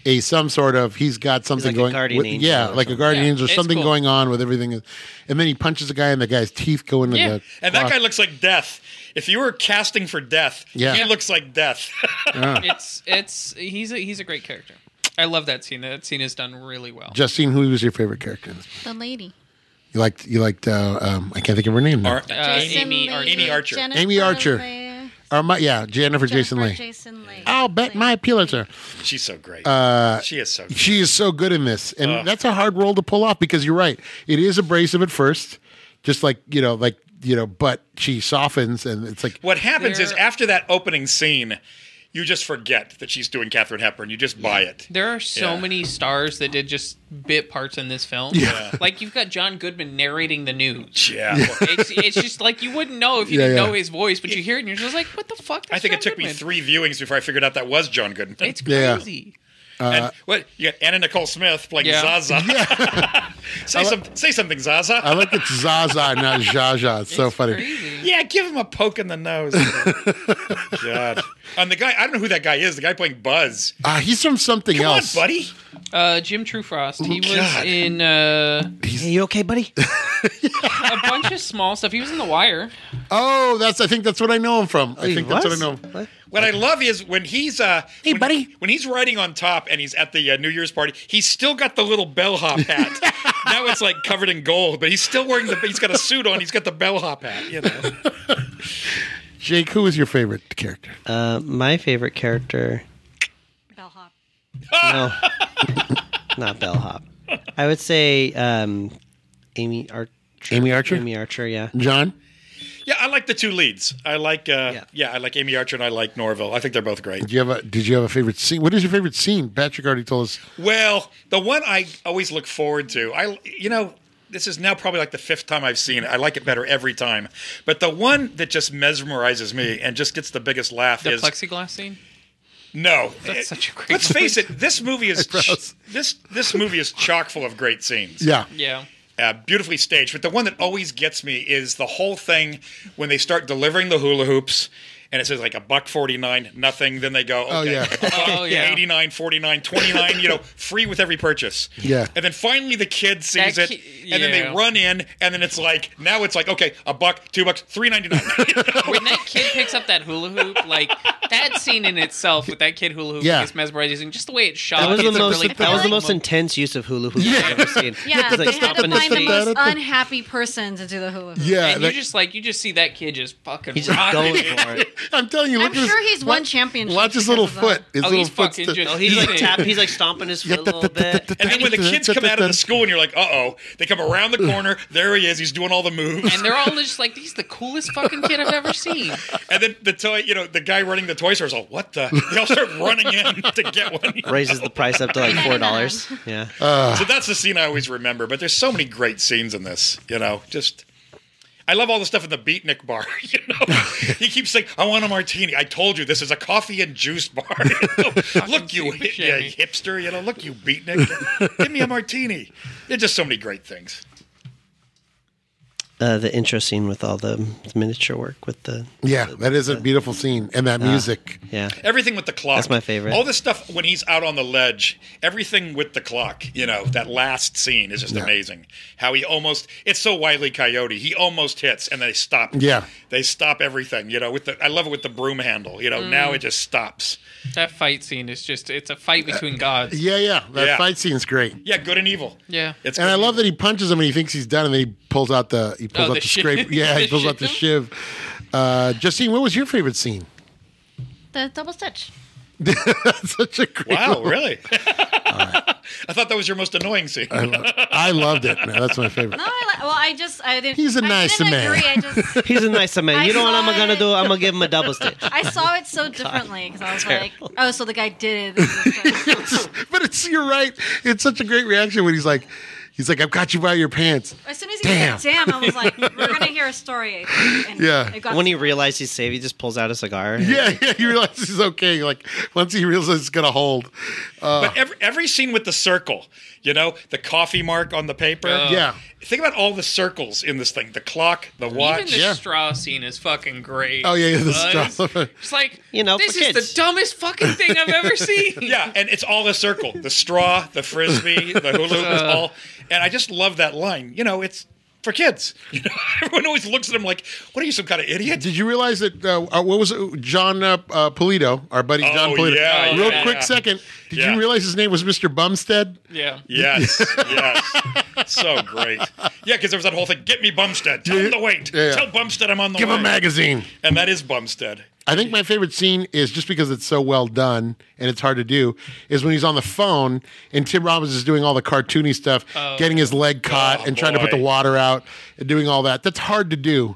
[SPEAKER 1] a some sort of he's got something
[SPEAKER 3] like a
[SPEAKER 1] going.
[SPEAKER 3] guardian
[SPEAKER 1] with-
[SPEAKER 3] angel
[SPEAKER 1] yeah,
[SPEAKER 3] or
[SPEAKER 1] like a guardian
[SPEAKER 5] Yeah,
[SPEAKER 1] angel or
[SPEAKER 5] it's
[SPEAKER 1] something
[SPEAKER 5] cool.
[SPEAKER 1] going on with everything. And then he punches a guy, and the guy's teeth go into
[SPEAKER 5] Yeah.
[SPEAKER 1] the.
[SPEAKER 4] And that
[SPEAKER 1] clock.
[SPEAKER 4] guy looks like death. If you were casting for death,
[SPEAKER 1] Yeah.
[SPEAKER 4] he looks like death.
[SPEAKER 5] it's it's he's a he's a great character. I love that scene. That scene is done really well.
[SPEAKER 1] Justine, who was your favorite character? in this movie?
[SPEAKER 2] The lady.
[SPEAKER 1] You liked you liked uh, um, I can't think of her name. Now.
[SPEAKER 4] Or-
[SPEAKER 5] Uh, Amy Archer.
[SPEAKER 4] Amy Archer.
[SPEAKER 2] Jennifer
[SPEAKER 1] Amy Archer.
[SPEAKER 2] Leigh-
[SPEAKER 1] Or my- yeah, Jennifer, Jason
[SPEAKER 2] Jennifer
[SPEAKER 1] Leigh.
[SPEAKER 2] Jason Leigh.
[SPEAKER 1] I'll bet my Pulitzer.
[SPEAKER 4] She's so great. Uh, she is so. Great.
[SPEAKER 1] She is so good in this, and that's a hard role to pull off because you're right. It is abrasive at first, just like you know, like you know, but she softens, and it's like
[SPEAKER 4] What happens is
[SPEAKER 5] There-
[SPEAKER 4] after that opening scene, you just forget that she's doing Katherine Hepburn. You just buy it.
[SPEAKER 5] There are so
[SPEAKER 4] Yeah.
[SPEAKER 5] many stars that did just bit parts in this film.
[SPEAKER 1] Yeah.
[SPEAKER 5] Like you've got John Goodman narrating the news.
[SPEAKER 4] Yeah.
[SPEAKER 5] It's, it's just like you wouldn't know if you
[SPEAKER 1] Yeah,
[SPEAKER 5] didn't
[SPEAKER 1] yeah.
[SPEAKER 5] know his voice, but you hear it and you're just like, what the fuck?
[SPEAKER 4] I
[SPEAKER 5] That's
[SPEAKER 4] think it
[SPEAKER 5] John
[SPEAKER 4] took me
[SPEAKER 5] Goodman.
[SPEAKER 4] three viewings before I figured out that was John Goodman.
[SPEAKER 5] It's
[SPEAKER 1] Yeah.
[SPEAKER 5] crazy.
[SPEAKER 1] Uh,
[SPEAKER 4] and what you got Anna Nicole Smith playing
[SPEAKER 5] Yeah.
[SPEAKER 4] Zaza. say some say something, Zaza.
[SPEAKER 1] I like it's Zaza, not Jaja. It's so
[SPEAKER 5] It's
[SPEAKER 1] funny.
[SPEAKER 5] crazy.
[SPEAKER 4] yeah, give him a poke in the nose. God. And the guy, I don't know who that guy is. The guy playing Buzz.
[SPEAKER 1] Ah, he's from something
[SPEAKER 4] Come
[SPEAKER 1] else.
[SPEAKER 4] on, buddy.
[SPEAKER 5] Uh, Jim Truefrost. He was
[SPEAKER 4] God.
[SPEAKER 5] in uh,
[SPEAKER 3] hey, you okay, buddy?
[SPEAKER 5] a bunch of small stuff. He was in The Wire.
[SPEAKER 1] Oh, that's I think that's what I know him from. I
[SPEAKER 3] He
[SPEAKER 1] think that's what I
[SPEAKER 3] was?
[SPEAKER 1] know. him.
[SPEAKER 3] What?
[SPEAKER 4] What I love is when he's uh
[SPEAKER 3] Hey,
[SPEAKER 4] when,
[SPEAKER 3] buddy.
[SPEAKER 4] when he's riding on top and he's at the uh, New Year's party, he's still got the little bellhop hat. now it's like covered in gold, but he's still wearing the he's got a suit on, he's got the bellhop hat, you know.
[SPEAKER 1] Jake, who is your favorite character?
[SPEAKER 3] Uh, my favorite character.
[SPEAKER 2] Bellhop.
[SPEAKER 3] No, not bellhop. I would say um, Amy Archer.
[SPEAKER 1] Amy Archer?
[SPEAKER 3] Amy Archer. Yeah.
[SPEAKER 1] John.
[SPEAKER 4] the two leads. I like, uh, yeah.
[SPEAKER 3] Yeah.
[SPEAKER 4] I like Amy Archer and I like Norville. I think they're both great.
[SPEAKER 1] Did you have a Did you have a favorite scene? What is your favorite scene? Patrick already told us.
[SPEAKER 4] Well, the one I always look forward to, I you know, this is now probably like the fifth time I've seen it. I like it better every time. But the one that just mesmerizes me and just gets the biggest laugh
[SPEAKER 5] The
[SPEAKER 4] is
[SPEAKER 5] plexiglass scene.
[SPEAKER 4] no.
[SPEAKER 5] That's such a great
[SPEAKER 4] Let's face it, this movie is
[SPEAKER 1] Eyebrows.
[SPEAKER 4] this this movie is chock full of great scenes
[SPEAKER 1] Yeah,
[SPEAKER 5] Yeah.
[SPEAKER 4] uh, beautifully staged. But the one that always gets me is the whole thing when they start delivering the hula hoops. And it says like a buck 49, nothing. Then they go, okay,
[SPEAKER 1] Oh, yeah.
[SPEAKER 5] Oh, yeah.
[SPEAKER 4] 89, 49, 29, you know, free with every purchase.
[SPEAKER 1] Yeah.
[SPEAKER 4] And then finally the kid sees
[SPEAKER 5] That
[SPEAKER 4] it,
[SPEAKER 5] ki-
[SPEAKER 4] and then they
[SPEAKER 5] yeah.
[SPEAKER 4] run in, and then it's like, now it's like, okay, a buck, two bucks, 3.99.
[SPEAKER 5] when that kid picks up that hula hoop, like that scene in itself with that kid hula hoop
[SPEAKER 1] Yeah.
[SPEAKER 5] is mesmerizing. Just the way it's shot.
[SPEAKER 3] That was the
[SPEAKER 5] it's a
[SPEAKER 3] most.
[SPEAKER 5] really
[SPEAKER 3] that was the
[SPEAKER 5] powerful
[SPEAKER 3] most
[SPEAKER 5] moment.
[SPEAKER 3] intense use of hula hoop I've ever seen.
[SPEAKER 2] Yeah, they
[SPEAKER 3] It's
[SPEAKER 2] had
[SPEAKER 3] like
[SPEAKER 2] to
[SPEAKER 3] stopping and
[SPEAKER 2] find the
[SPEAKER 3] spinning.
[SPEAKER 2] most unhappy person to do the hula hoop.
[SPEAKER 1] yeah.
[SPEAKER 5] And
[SPEAKER 1] that-
[SPEAKER 5] you just like you just see that kid just fucking
[SPEAKER 3] He's just
[SPEAKER 5] rocking
[SPEAKER 3] going
[SPEAKER 5] it.
[SPEAKER 3] for it.
[SPEAKER 1] I'm telling you, look
[SPEAKER 2] I'm
[SPEAKER 1] at his-
[SPEAKER 2] sure he's won championships
[SPEAKER 1] Watch his
[SPEAKER 2] because
[SPEAKER 1] little
[SPEAKER 2] of that.
[SPEAKER 1] foot. His
[SPEAKER 5] Oh,
[SPEAKER 1] little
[SPEAKER 5] he's
[SPEAKER 1] foot.
[SPEAKER 5] fucking just-
[SPEAKER 3] Oh, he's like
[SPEAKER 5] Eating.
[SPEAKER 3] tap. He's like stomping his foot a little bit.
[SPEAKER 4] and then when the kids come out of the school, and you're like, uh oh, they come around the corner, there he is, he's doing all the moves.
[SPEAKER 5] And they're all just like, he's the coolest fucking kid I've ever seen.
[SPEAKER 4] And then the toy, you know, the guy running the toy store is all, what the? They all start running in to get one.
[SPEAKER 3] Raises the price up to like four dollars. Yeah.
[SPEAKER 4] So that's the scene I always remember. But there's so many great scenes in this, you know, just. I love all the stuff in the Beatnik bar. You know, he keeps saying, "I want a martini." I told you this is a coffee and juice bar. You know, look, you,
[SPEAKER 5] Steve
[SPEAKER 4] hi-
[SPEAKER 5] Buscemi.
[SPEAKER 4] you hipster. You know, look, you Beatnik. Give me a martini. There's just so many great things.
[SPEAKER 3] Uh, the intro scene with all the miniature work with the.
[SPEAKER 1] Yeah, that is a beautiful scene, and that music.
[SPEAKER 3] Yeah.
[SPEAKER 4] Everything with the clock.
[SPEAKER 3] That's my favorite.
[SPEAKER 4] All this stuff when he's out on the ledge, everything with the clock, you know, that last scene is just amazing. How he almost it's so wily coyote. He almost hits and they stop.
[SPEAKER 1] Yeah.
[SPEAKER 4] They stop everything, you know, with the I love it with the broom handle, you know, now
[SPEAKER 5] Mm.
[SPEAKER 4] it just stops.
[SPEAKER 5] That fight scene is just, it's a fight between gods.
[SPEAKER 1] Yeah, yeah. That
[SPEAKER 4] Yeah.
[SPEAKER 1] fight scene's great.
[SPEAKER 4] Yeah, good and evil.
[SPEAKER 5] Yeah.
[SPEAKER 4] It's
[SPEAKER 1] And
[SPEAKER 4] good
[SPEAKER 1] I
[SPEAKER 4] and
[SPEAKER 1] love that he punches him and he thinks he's done, and then he pulls out the he pulls
[SPEAKER 5] Oh,
[SPEAKER 1] out the,
[SPEAKER 5] the shiv.
[SPEAKER 1] scrape. Yeah, he
[SPEAKER 5] The
[SPEAKER 1] pulls out the shiv. Uh, Justine, what was your favorite scene?
[SPEAKER 2] The double stitch.
[SPEAKER 1] That's such a great.
[SPEAKER 4] evil. Wow, really? I thought that was your most annoying scene.
[SPEAKER 1] I loved it. man. That's my favorite.
[SPEAKER 2] No, I li- well, I just I didn't.
[SPEAKER 1] He's a
[SPEAKER 2] I
[SPEAKER 1] nice
[SPEAKER 2] didn't
[SPEAKER 1] man.
[SPEAKER 2] Agree. I just
[SPEAKER 3] He's a nice man. You know what I'm gonna do? I'm gonna give him a double stitch.
[SPEAKER 2] I saw it so differently because I was like, oh, so the guy did it.
[SPEAKER 1] but it's you're right. It's such a great reaction when he's like, he's like, I've got you by your pants.
[SPEAKER 2] As soon as he damn. said damn, I was like, we're gonna hear a story. And
[SPEAKER 1] Yeah.
[SPEAKER 2] it got-
[SPEAKER 3] When he realized he's safe, he just pulls out a cigar.
[SPEAKER 1] Yeah, yeah. He realizes he's okay. Like once he realizes it's gonna hold.
[SPEAKER 4] But every every scene with the circle, you know, the coffee mark on the paper.
[SPEAKER 5] Uh,
[SPEAKER 1] yeah.
[SPEAKER 4] Think about all the circles in this thing. The clock, the watch.
[SPEAKER 5] Even the
[SPEAKER 1] Yeah.
[SPEAKER 5] straw scene is fucking great.
[SPEAKER 1] Oh yeah, yeah. The
[SPEAKER 5] Uh, it's-
[SPEAKER 1] straw.
[SPEAKER 5] It's like,
[SPEAKER 3] You know,
[SPEAKER 5] this
[SPEAKER 3] for
[SPEAKER 5] is
[SPEAKER 3] kids.
[SPEAKER 5] the dumbest fucking thing I've ever seen.
[SPEAKER 4] Yeah, and it's all a circle. The straw, the frisbee, the hula hoop, it's all. And I just love that line. You know, it's for kids. You know, everyone always looks at him like, "What are you, some kind of idiot?"
[SPEAKER 1] Did you realize that? Uh, uh, what was it? John uh, uh, Polito, our buddy
[SPEAKER 4] Oh,
[SPEAKER 1] John Polito?
[SPEAKER 4] yeah,
[SPEAKER 1] Real
[SPEAKER 5] yeah.
[SPEAKER 1] quick second. Did
[SPEAKER 4] Yeah.
[SPEAKER 1] you realize his name was Mr. Bumstead?
[SPEAKER 5] Yeah.
[SPEAKER 4] Yes, yes, so great. Yeah, because there was that whole thing. Get me Bumstead. Tell him to wait.
[SPEAKER 1] Yeah.
[SPEAKER 4] Tell Bumstead I'm on the
[SPEAKER 1] Give
[SPEAKER 4] way.
[SPEAKER 1] a magazine.
[SPEAKER 4] And that is Bumstead.
[SPEAKER 1] I think my favorite scene is just because it's so well done and it's hard to do is when he's on the phone and Tim Robbins is doing all the cartoony stuff, getting his leg caught
[SPEAKER 4] Oh,
[SPEAKER 1] and trying to put
[SPEAKER 4] boy.
[SPEAKER 1] the water out and doing all that. That's hard to do.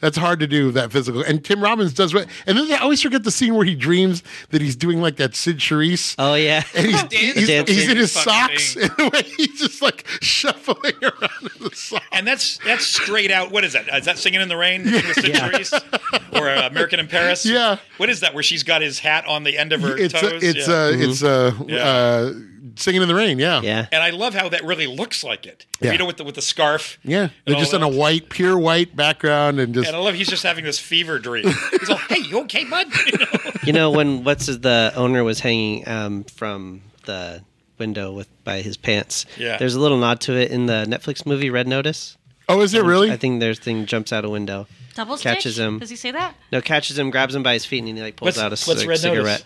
[SPEAKER 1] That's hard to do that physical. And Tim Robbins does what. And then I always forget the scene where he dreams that he's doing like that Sid Charisse.
[SPEAKER 3] Oh yeah.
[SPEAKER 1] and he's,
[SPEAKER 5] Dancing.
[SPEAKER 1] he's, he's in his
[SPEAKER 5] Fucking
[SPEAKER 1] socks
[SPEAKER 5] thing.
[SPEAKER 1] and the way he's just like shuffling around in the socks.
[SPEAKER 4] And that's that's straight out. What is that? Is that Singing in the Rain with Sid
[SPEAKER 3] Yeah.
[SPEAKER 4] Charisse? or uh, American in Paris?
[SPEAKER 1] Yeah.
[SPEAKER 4] What is that? Where she's got his hat on the end of her
[SPEAKER 1] It's a,
[SPEAKER 4] toes?
[SPEAKER 1] it's
[SPEAKER 4] Yeah. Mm-hmm.
[SPEAKER 1] uh it's uh
[SPEAKER 4] Yeah.
[SPEAKER 1] uh, singing in the rain. Yeah,
[SPEAKER 3] Yeah.
[SPEAKER 4] And I love how that really looks like it.
[SPEAKER 1] Yeah.
[SPEAKER 4] You know, with the with the scarf.
[SPEAKER 1] yeah.
[SPEAKER 4] and
[SPEAKER 1] They're
[SPEAKER 4] all
[SPEAKER 1] just on a
[SPEAKER 4] that.
[SPEAKER 1] white, pure white background and just
[SPEAKER 4] And I love he's just having this fever dream. He's all, "Hey, you okay, bud?" You know?
[SPEAKER 3] You know when what's his- the owner was hanging um, from the window with by his pants.
[SPEAKER 4] Yeah.
[SPEAKER 3] There's a little nod to it in the Netflix movie Red Notice.
[SPEAKER 1] oh, is it really?
[SPEAKER 3] I think their thing jumps out a window.
[SPEAKER 2] double stitch.
[SPEAKER 3] catches him.
[SPEAKER 2] Does he say that?
[SPEAKER 3] No, catches him, grabs him by his feet, and he like pulls
[SPEAKER 4] What's-
[SPEAKER 3] out a
[SPEAKER 4] what's
[SPEAKER 3] c-
[SPEAKER 4] Red Notice?
[SPEAKER 3] cigarette.